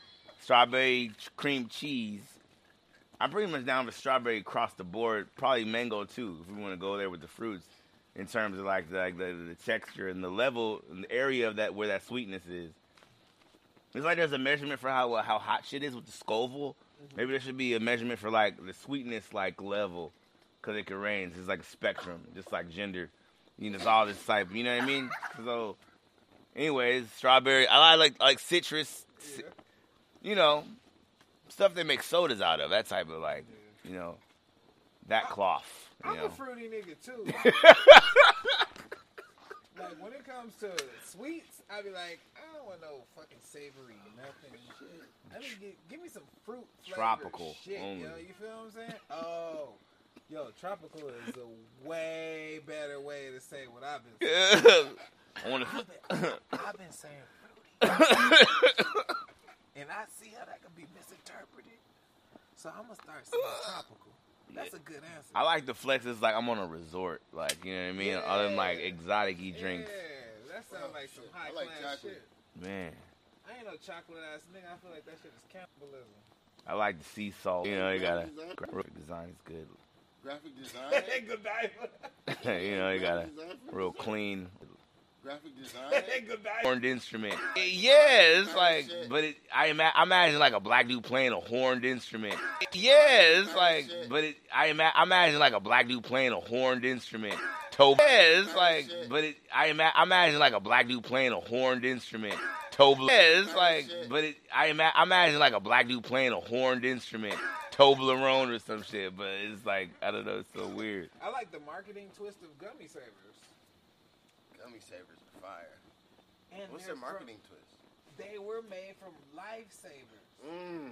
Speaker 3: strawberry ch- cream cheese. I'm pretty much down for strawberry across the board. Probably mango too, if we want to go there with the fruits, in terms of like the, like the, the texture and the level and the area of that where that sweetness is. It's like there's a measurement for how how hot shit is with the Scoville. Maybe there should be a measurement for like the sweetness like level, because it can range. It's like a spectrum, just like gender. You know, it's all this type. You know what I mean? So, anyways, strawberry. I like- like like citrus. ci-
Speaker 1: Yeah.
Speaker 3: You know, stuff they make sodas out of. That type of like, you know, that cloth. You
Speaker 1: I'm a
Speaker 3: know, <laughs>
Speaker 1: fruity nigga too. like when it comes to sweets, I be like, I don't want no fucking savory nothing. Shit. I mean, get, give me some fruit. flavored
Speaker 3: Tropical
Speaker 1: shit,
Speaker 3: only.
Speaker 1: yo. You feel what I'm saying? Oh, yo, tropical is a way better way to say what I've been. Saying.
Speaker 3: I want
Speaker 1: I've, been I've been saying fruity,
Speaker 3: to.
Speaker 1: and I see how that could be misinterpreted. So I'm gonna start saying tropical. That's a good answer.
Speaker 3: <coughs> I like the flex. It's like I'm on a resort. Like you know what I mean. Other than like
Speaker 1: Yeah.
Speaker 3: exotic y drinks,
Speaker 1: Yeah, that sounds like some
Speaker 2: I
Speaker 1: high
Speaker 2: like
Speaker 1: class
Speaker 2: chocolate.
Speaker 1: shit.
Speaker 3: man.
Speaker 1: I ain't no chocolate ass nigga. I feel like that shit is cannibalism.
Speaker 3: I like the sea salt. You know, you gotta graphic design is good. <laughs>
Speaker 2: Graphic
Speaker 1: <laughs>
Speaker 2: design.
Speaker 1: Goodbye.
Speaker 3: you know, you gotta
Speaker 2: Graphic design for
Speaker 3: real
Speaker 2: this?
Speaker 3: clean
Speaker 1: <laughs>
Speaker 2: Graphic design.
Speaker 1: Goodbye.
Speaker 3: horned instrument. <laughs> Yeah, it's like, but it, I ima- I imagine like a black dude playing a
Speaker 1: <laughs>
Speaker 3: horned instrument. Yeah, it's like, but it, I ima- I imagine like a black dude playing a horned instrument. Toe. Yeah, it's like, but it, I, ima- I imagine like a black dude playing a horned instrument. Toe. Yeah, it's like, but it, I, ima- I imagine like a black dude playing a horned instrument. Toblerone or some shit, but it's like I don't know, it's so weird.
Speaker 1: I like the marketing twist of gummy savers.
Speaker 2: Gummy savers are fire.
Speaker 1: And
Speaker 2: What's
Speaker 1: they're
Speaker 2: their marketing twist?
Speaker 1: From, they were made from lifesavers.
Speaker 2: Mm.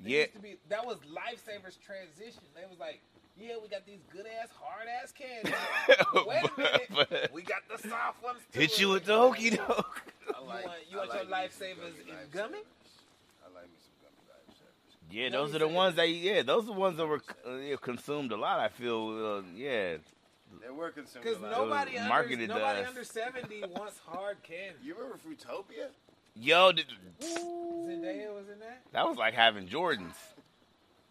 Speaker 1: They
Speaker 3: Yeah, <laughs>
Speaker 1: Used to be, that was lifesavers transition. They was like, yeah, we got these good ass hard ass candies. Wait a minute.
Speaker 3: <laughs>
Speaker 1: <laughs>
Speaker 3: But-
Speaker 1: we got the soft ones. Too.
Speaker 3: hit you with the hokey doke.
Speaker 2: I
Speaker 1: You
Speaker 2: like.
Speaker 1: want- you
Speaker 2: I
Speaker 1: want your
Speaker 2: like me some
Speaker 1: lifesavers
Speaker 2: gummy
Speaker 1: in gummy?
Speaker 2: lifesavers. I like me some gummy lifesavers.
Speaker 3: Yeah,
Speaker 1: Gummy
Speaker 3: those are the
Speaker 1: Savers.
Speaker 3: ones that yeah, those are the ones that were uh, yeah, consumed a lot. I feel uh, yeah,
Speaker 2: They were consuming
Speaker 1: Because
Speaker 2: a lot.
Speaker 1: nobody, under,
Speaker 3: marketed to
Speaker 1: nobody
Speaker 3: us.
Speaker 1: under 70 wants hard candy. <laughs>
Speaker 2: You remember Fruitopia?
Speaker 3: yo, did,
Speaker 1: Zendaya was in that?
Speaker 3: that was like having Jordans. <laughs>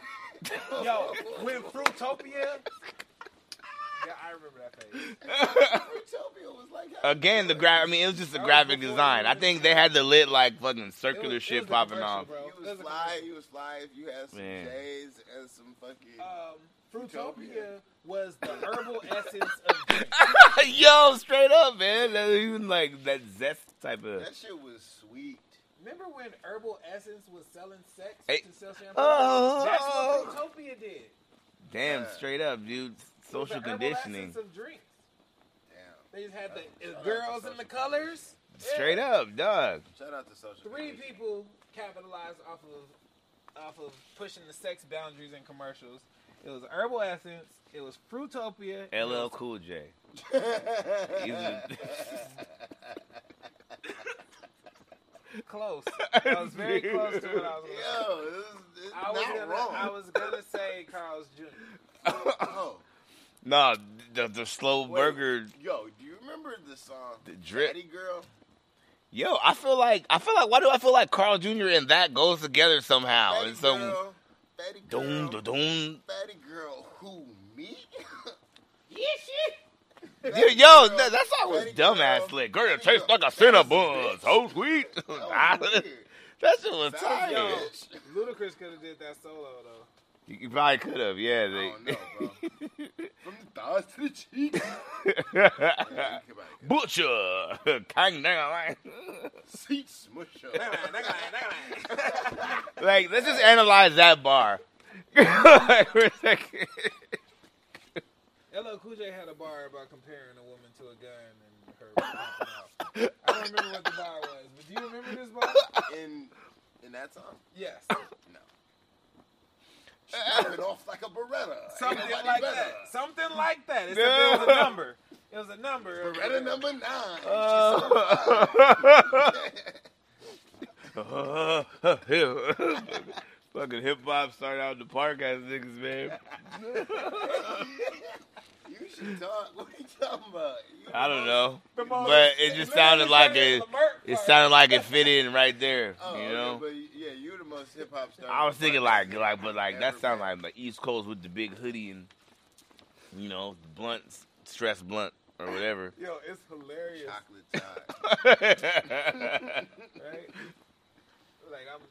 Speaker 1: <laughs> Yo, when Fruitopia. Yeah, I remember that phase.
Speaker 2: Fruitopia was like.
Speaker 3: Again, the gra- I mean, it was just a
Speaker 1: That was
Speaker 3: graphic
Speaker 1: before
Speaker 3: design.
Speaker 1: you
Speaker 3: I
Speaker 1: were-
Speaker 3: think they had the lit like fucking
Speaker 1: It was-
Speaker 3: circular
Speaker 1: it
Speaker 3: shit
Speaker 1: was a
Speaker 3: popping
Speaker 1: commercial,
Speaker 3: off. <laughs>
Speaker 1: bro. It
Speaker 2: He was
Speaker 1: a
Speaker 2: fly. He was fly. If you had some
Speaker 3: Man.
Speaker 2: J's and some fucking.
Speaker 1: um, Fruitopia
Speaker 2: Fruitopia.
Speaker 1: was
Speaker 3: <laughs>
Speaker 1: the herbal essence of drink.
Speaker 3: yo, straight up, man. That was even like that zest type of
Speaker 2: that shit was sweet.
Speaker 1: Remember when Herbal Essence was selling sex
Speaker 3: Hey.
Speaker 1: to sell shampoo?
Speaker 3: Oh.
Speaker 1: That's what Fruitopia did. It
Speaker 3: Damn,
Speaker 2: Yeah.
Speaker 3: straight up, dude.
Speaker 1: was
Speaker 3: Social
Speaker 1: the Herbal
Speaker 3: conditioning.
Speaker 1: Essence of drinks.
Speaker 2: Damn.
Speaker 1: They just had the
Speaker 2: Shout out
Speaker 1: uh,
Speaker 2: to
Speaker 1: girls
Speaker 2: Social
Speaker 1: and the colors.
Speaker 3: Straight up, dog.
Speaker 2: Shout out to social.
Speaker 1: Three
Speaker 2: <laughs> media.
Speaker 1: people capitalized off of off of pushing the sex boundaries in commercials. It was Herbal Essence. It was Fruitopia. and it
Speaker 3: LL
Speaker 1: was-
Speaker 3: Cool J. <laughs>
Speaker 1: Close. I was very close to what I was. Gonna say.
Speaker 2: Yo, this is it's
Speaker 1: I was
Speaker 2: not
Speaker 1: gonna,
Speaker 2: wrong.
Speaker 1: I was gonna say Carl's Jr.
Speaker 2: <coughs> oh,
Speaker 3: Nah, the, the slow
Speaker 2: Wait.
Speaker 3: burger.
Speaker 2: yo, do you remember the song
Speaker 3: The drip.
Speaker 2: Daddy Girl?
Speaker 3: Yo, I feel like I feel like why do I feel like Carl Jr. and that goes together somehow
Speaker 2: Fatty
Speaker 3: in Oh, some
Speaker 2: girl, fatty girl,
Speaker 3: doom da doom.
Speaker 2: fatty girl, who me? <laughs>
Speaker 3: Yo,
Speaker 2: Fatty girl,
Speaker 3: yo, that, that song was
Speaker 2: fatty
Speaker 3: dumbass
Speaker 2: girl,
Speaker 3: lick. Girl, it
Speaker 2: fatty
Speaker 3: tastes
Speaker 2: girl.
Speaker 3: like a cinnabon.
Speaker 2: That
Speaker 3: So sweet. <laughs>
Speaker 2: was
Speaker 3: that
Speaker 2: weird.
Speaker 3: shit was
Speaker 2: That was
Speaker 3: tired.
Speaker 2: dumb.
Speaker 1: Ludacris could have did that solo though.
Speaker 3: You, you probably could have, yeah. They,
Speaker 2: don't <laughs> know, From the thighs to the cheeks. <laughs> Yeah, you can buy it.
Speaker 3: <laughs> Butcher, <laughs> Kang Dang.
Speaker 2: Seat smusher.
Speaker 1: Never mind, never mind, never mind.
Speaker 3: Like, let's just analyze that bar. <laughs> Like, for a second.
Speaker 1: LL Cool J had a bar about comparing a woman to a gun and her. popping out. I don't remember what the bar was, but do you remember this bar?
Speaker 2: In in that song, <laughs>
Speaker 1: Yes,
Speaker 2: no. Snap it off like a <laughs> Beretta. Ain't
Speaker 1: something
Speaker 2: nobody
Speaker 1: like
Speaker 2: better.
Speaker 1: that. Something like that. It's it was a number. It was a number. of-
Speaker 2: Beretta number nine. She's so
Speaker 3: Uh, <laughs>
Speaker 2: fine.
Speaker 3: Fucking hip hop started out in the park as niggas, man.
Speaker 2: you should talk. What are you talking about? You
Speaker 3: I don't know,
Speaker 1: The most-
Speaker 3: but it just sounded like it. It sounded like it fit in right there,
Speaker 2: Oh,
Speaker 3: you
Speaker 2: okay, uh,
Speaker 3: know.
Speaker 2: but you- yeah, you the most hip hop star.
Speaker 3: I was thinking like, like, but like that
Speaker 2: Never
Speaker 3: sounds
Speaker 2: been.
Speaker 3: like the East Coast with the big hoodie and you know blunt, stress blunt or
Speaker 2: <laughs>
Speaker 3: whatever.
Speaker 1: Yo, it's hilarious,
Speaker 2: chocolate
Speaker 3: <laughs>
Speaker 2: time.
Speaker 1: right? Like I'm,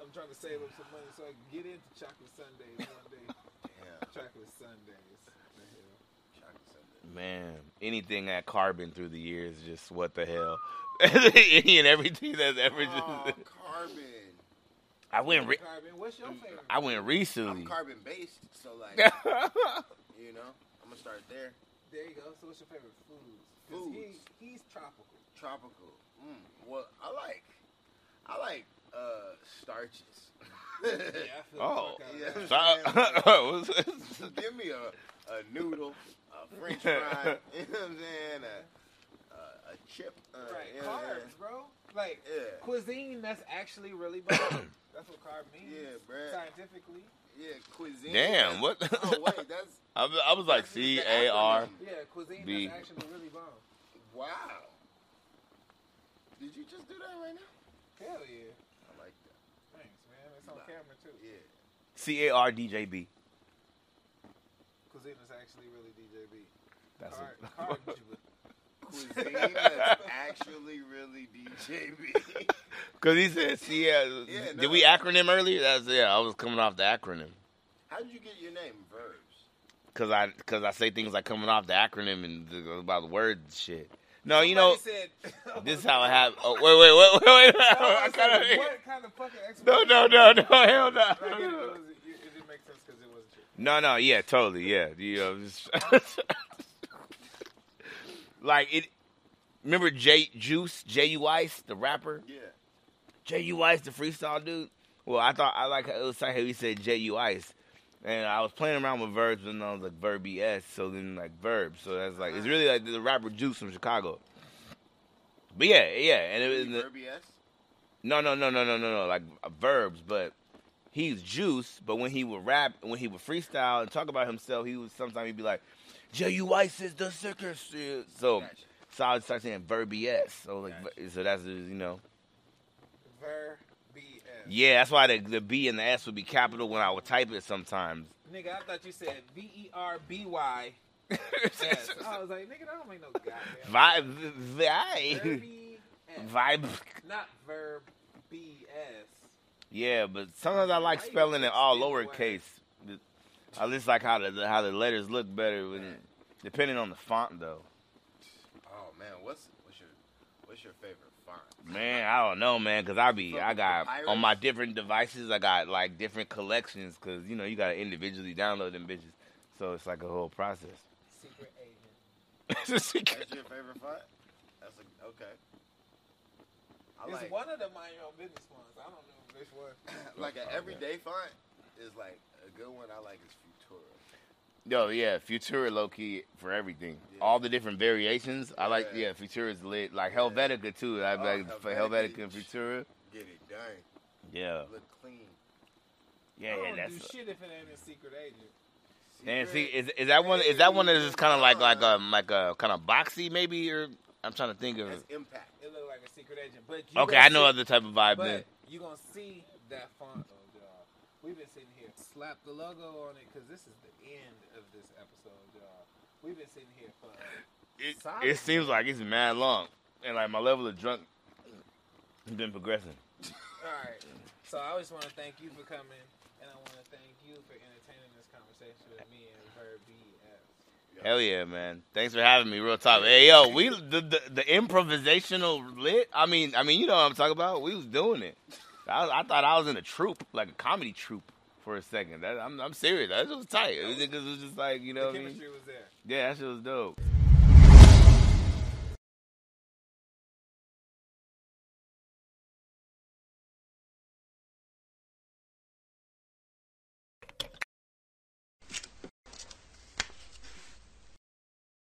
Speaker 1: I'm trying to save up some money so I can get into chocolate sundaes one day.
Speaker 2: Damn,
Speaker 1: Chocolate sundaes. The hell?
Speaker 2: chocolate Sunday.
Speaker 3: Man, anything that carbon through the years, just what the hell. <laughs> Any and everything that's ever just.
Speaker 2: Oh, carbon.
Speaker 3: I went. Re-
Speaker 1: Carbon, what's your favorite?
Speaker 3: Mm, I went
Speaker 2: I'm
Speaker 3: recently.
Speaker 2: carbon based, so like, you know, I'm gonna start there.
Speaker 1: there you go. So what's your favorite foods? 'Cause
Speaker 2: Foods.
Speaker 1: He, he's tropical.
Speaker 2: Tropical. Mm, well, I like, I like uh starches. yeah.
Speaker 1: Yeah, I feel the
Speaker 3: Oh.
Speaker 1: fuck out of
Speaker 2: Yeah.
Speaker 1: that.
Speaker 3: So-
Speaker 2: <laughs> Give me a, a noodle, a
Speaker 1: <laughs>
Speaker 2: French fry. You know what I'm saying? A, a, a chip. Uh,
Speaker 1: Right,
Speaker 2: you know what I'm saying?
Speaker 1: carbs, bro. Like
Speaker 2: Yeah.
Speaker 1: cuisine that's actually really bomb.
Speaker 3: <coughs>
Speaker 1: that's what carb means.
Speaker 2: Yeah, bruh.
Speaker 1: Scientifically.
Speaker 2: Yeah, cuisine.
Speaker 3: Damn, what?
Speaker 2: oh
Speaker 3: <laughs>
Speaker 2: wait, that's
Speaker 3: I was, I was like
Speaker 2: That's the
Speaker 3: C A R.
Speaker 2: acronym.
Speaker 1: Yeah, cuisine
Speaker 3: Be-
Speaker 1: that's actually really bomb.
Speaker 2: wow. Did you just do that right now?
Speaker 1: Hell yeah.
Speaker 2: I like that.
Speaker 1: Thanks, man. It's on
Speaker 2: Nah.
Speaker 1: camera too.
Speaker 2: Yeah.
Speaker 3: C A R D J B.
Speaker 1: Cuisine is actually really DJB.
Speaker 3: That's <laughs>
Speaker 1: Car-
Speaker 3: it.
Speaker 1: Carb- <laughs>
Speaker 2: Cuisine that's actually really <laughs> DJB.
Speaker 3: Because he said C A.
Speaker 2: Yeah,
Speaker 3: did
Speaker 2: no.
Speaker 3: we acronym earlier? That's yeah. I was coming off the acronym
Speaker 2: How did you get your name? Verbs.
Speaker 3: because I because I say things like coming off the acronym and the, about the word and shit. No, you know
Speaker 1: <laughs> Somebody said,
Speaker 3: this is how it happened. Oh wait wait wait wait wait.
Speaker 1: Somebody
Speaker 3: <laughs> I <laughs>
Speaker 1: said,
Speaker 3: kinda,
Speaker 1: what kind of fucking
Speaker 3: no
Speaker 1: explanation?
Speaker 3: no no no hell
Speaker 1: Like, it,
Speaker 3: no.
Speaker 1: was, it, it didn't make sense because it wasn't true.
Speaker 3: No, no, yeah, totally, yeah. You know, just- <laughs> like it. Remember J Juice, J U Ice, the rapper,
Speaker 2: Yeah.
Speaker 3: J U Ice, the freestyle dude. Well, I thought I like it was like how he said J U Ice, and I was playing around with verbs, and I was like verb E S, so then like verb, so that's like it's really like the rapper Juice from Chicago. But yeah, yeah, and it was in the-
Speaker 2: Verb E yes.
Speaker 3: no, no, no, no, no, no, no. Like uh, verbs, but he's juice. But when he would rap, when he would freestyle and talk about himself, he would sometimes he'd be like, "J.U. Ice is the sickest." shit." So,
Speaker 2: Gotcha.
Speaker 3: so I would start saying verb yes. So like,
Speaker 2: Gotcha.
Speaker 3: ver- so that's the, you know,
Speaker 1: Ver BS.
Speaker 3: yeah. That's why the, the B and the S would be capital when I would type it sometimes.
Speaker 1: Nigga, I thought you said V E R B Y. <laughs> Yes. I was like, nigga, that don't make no goddamn.
Speaker 3: <laughs> Vibe, vibe,
Speaker 1: Verb E S.
Speaker 3: vibe.
Speaker 1: Not verb B S.
Speaker 3: Yeah, but sometimes I like
Speaker 1: Why you
Speaker 3: spelling it all
Speaker 1: explain why?
Speaker 3: lowercase. I just like how the how the letters look better when, depending on the font though.
Speaker 2: Oh man, what's what's your What's your favorite font?
Speaker 3: Man, I don't know, man, cause I be
Speaker 2: Fuck
Speaker 3: I
Speaker 2: with the
Speaker 3: got
Speaker 2: pirates.
Speaker 3: on my different devices. I got like different collections, cause you know you gotta individually download them bitches. So it's like a whole process. <laughs>
Speaker 1: Secret agent.
Speaker 3: It's a secret.
Speaker 2: That's your favorite font? That's a, okay. I
Speaker 1: it's
Speaker 2: like, <clears throat>
Speaker 1: one of the mind your own business ones. I don't know which one.
Speaker 2: like an
Speaker 3: Oh, yeah.
Speaker 2: everyday font is like a good one. I like is Futura.
Speaker 3: Yo, yeah, Futura low key for everything.
Speaker 2: Yeah.
Speaker 3: All the different variations. I like,
Speaker 2: Yeah.
Speaker 3: yeah, Futura's lit. Like
Speaker 2: Yeah.
Speaker 3: Helvetica too. I
Speaker 2: Oh,
Speaker 3: like for
Speaker 2: Helvetica.
Speaker 3: Helvetica and Futura.
Speaker 2: Get it done.
Speaker 3: Yeah,
Speaker 2: Look clean.
Speaker 3: yeah,
Speaker 1: I
Speaker 3: yeah
Speaker 2: Oh,
Speaker 1: don't do
Speaker 3: that's.
Speaker 1: shit if it ain't a secret agent.
Speaker 3: And see,
Speaker 2: Secret.
Speaker 3: is, is that one? Is that one that is kind of like like
Speaker 2: Uh,
Speaker 3: a like a kind of boxy maybe? Or I'm trying to think of.
Speaker 2: That's impact.
Speaker 1: It look like a secret agent, but you
Speaker 3: Okay,
Speaker 1: gonna
Speaker 3: I know
Speaker 1: see-
Speaker 3: other type of vibe. Then.
Speaker 1: But you gonna see that font on y'all. We've been sitting here. Slap the logo on it because this is the end of this episode, y'all. We've been sitting here for.
Speaker 3: it,
Speaker 1: Solid.
Speaker 3: it seems like it's mad long, and like my level of drunk has been progressing.
Speaker 1: All right. So I just want to thank you for coming, and I want to thank you for entertaining this conversation with me and Verb BS.
Speaker 3: Hell yeah, man! Thanks for having me. Real talk. Hey yo, we the, the the improvisational lit. I mean, I mean, you know what I'm talking about. We was doing it. I, was- I thought I was in a troupe, like a comedy troupe, for a second. That, I'm I'm serious. That shit was tight. It was, it was just like you know.
Speaker 1: The
Speaker 3: What I mean?
Speaker 1: chemistry was there.
Speaker 3: Yeah, that shit was dope.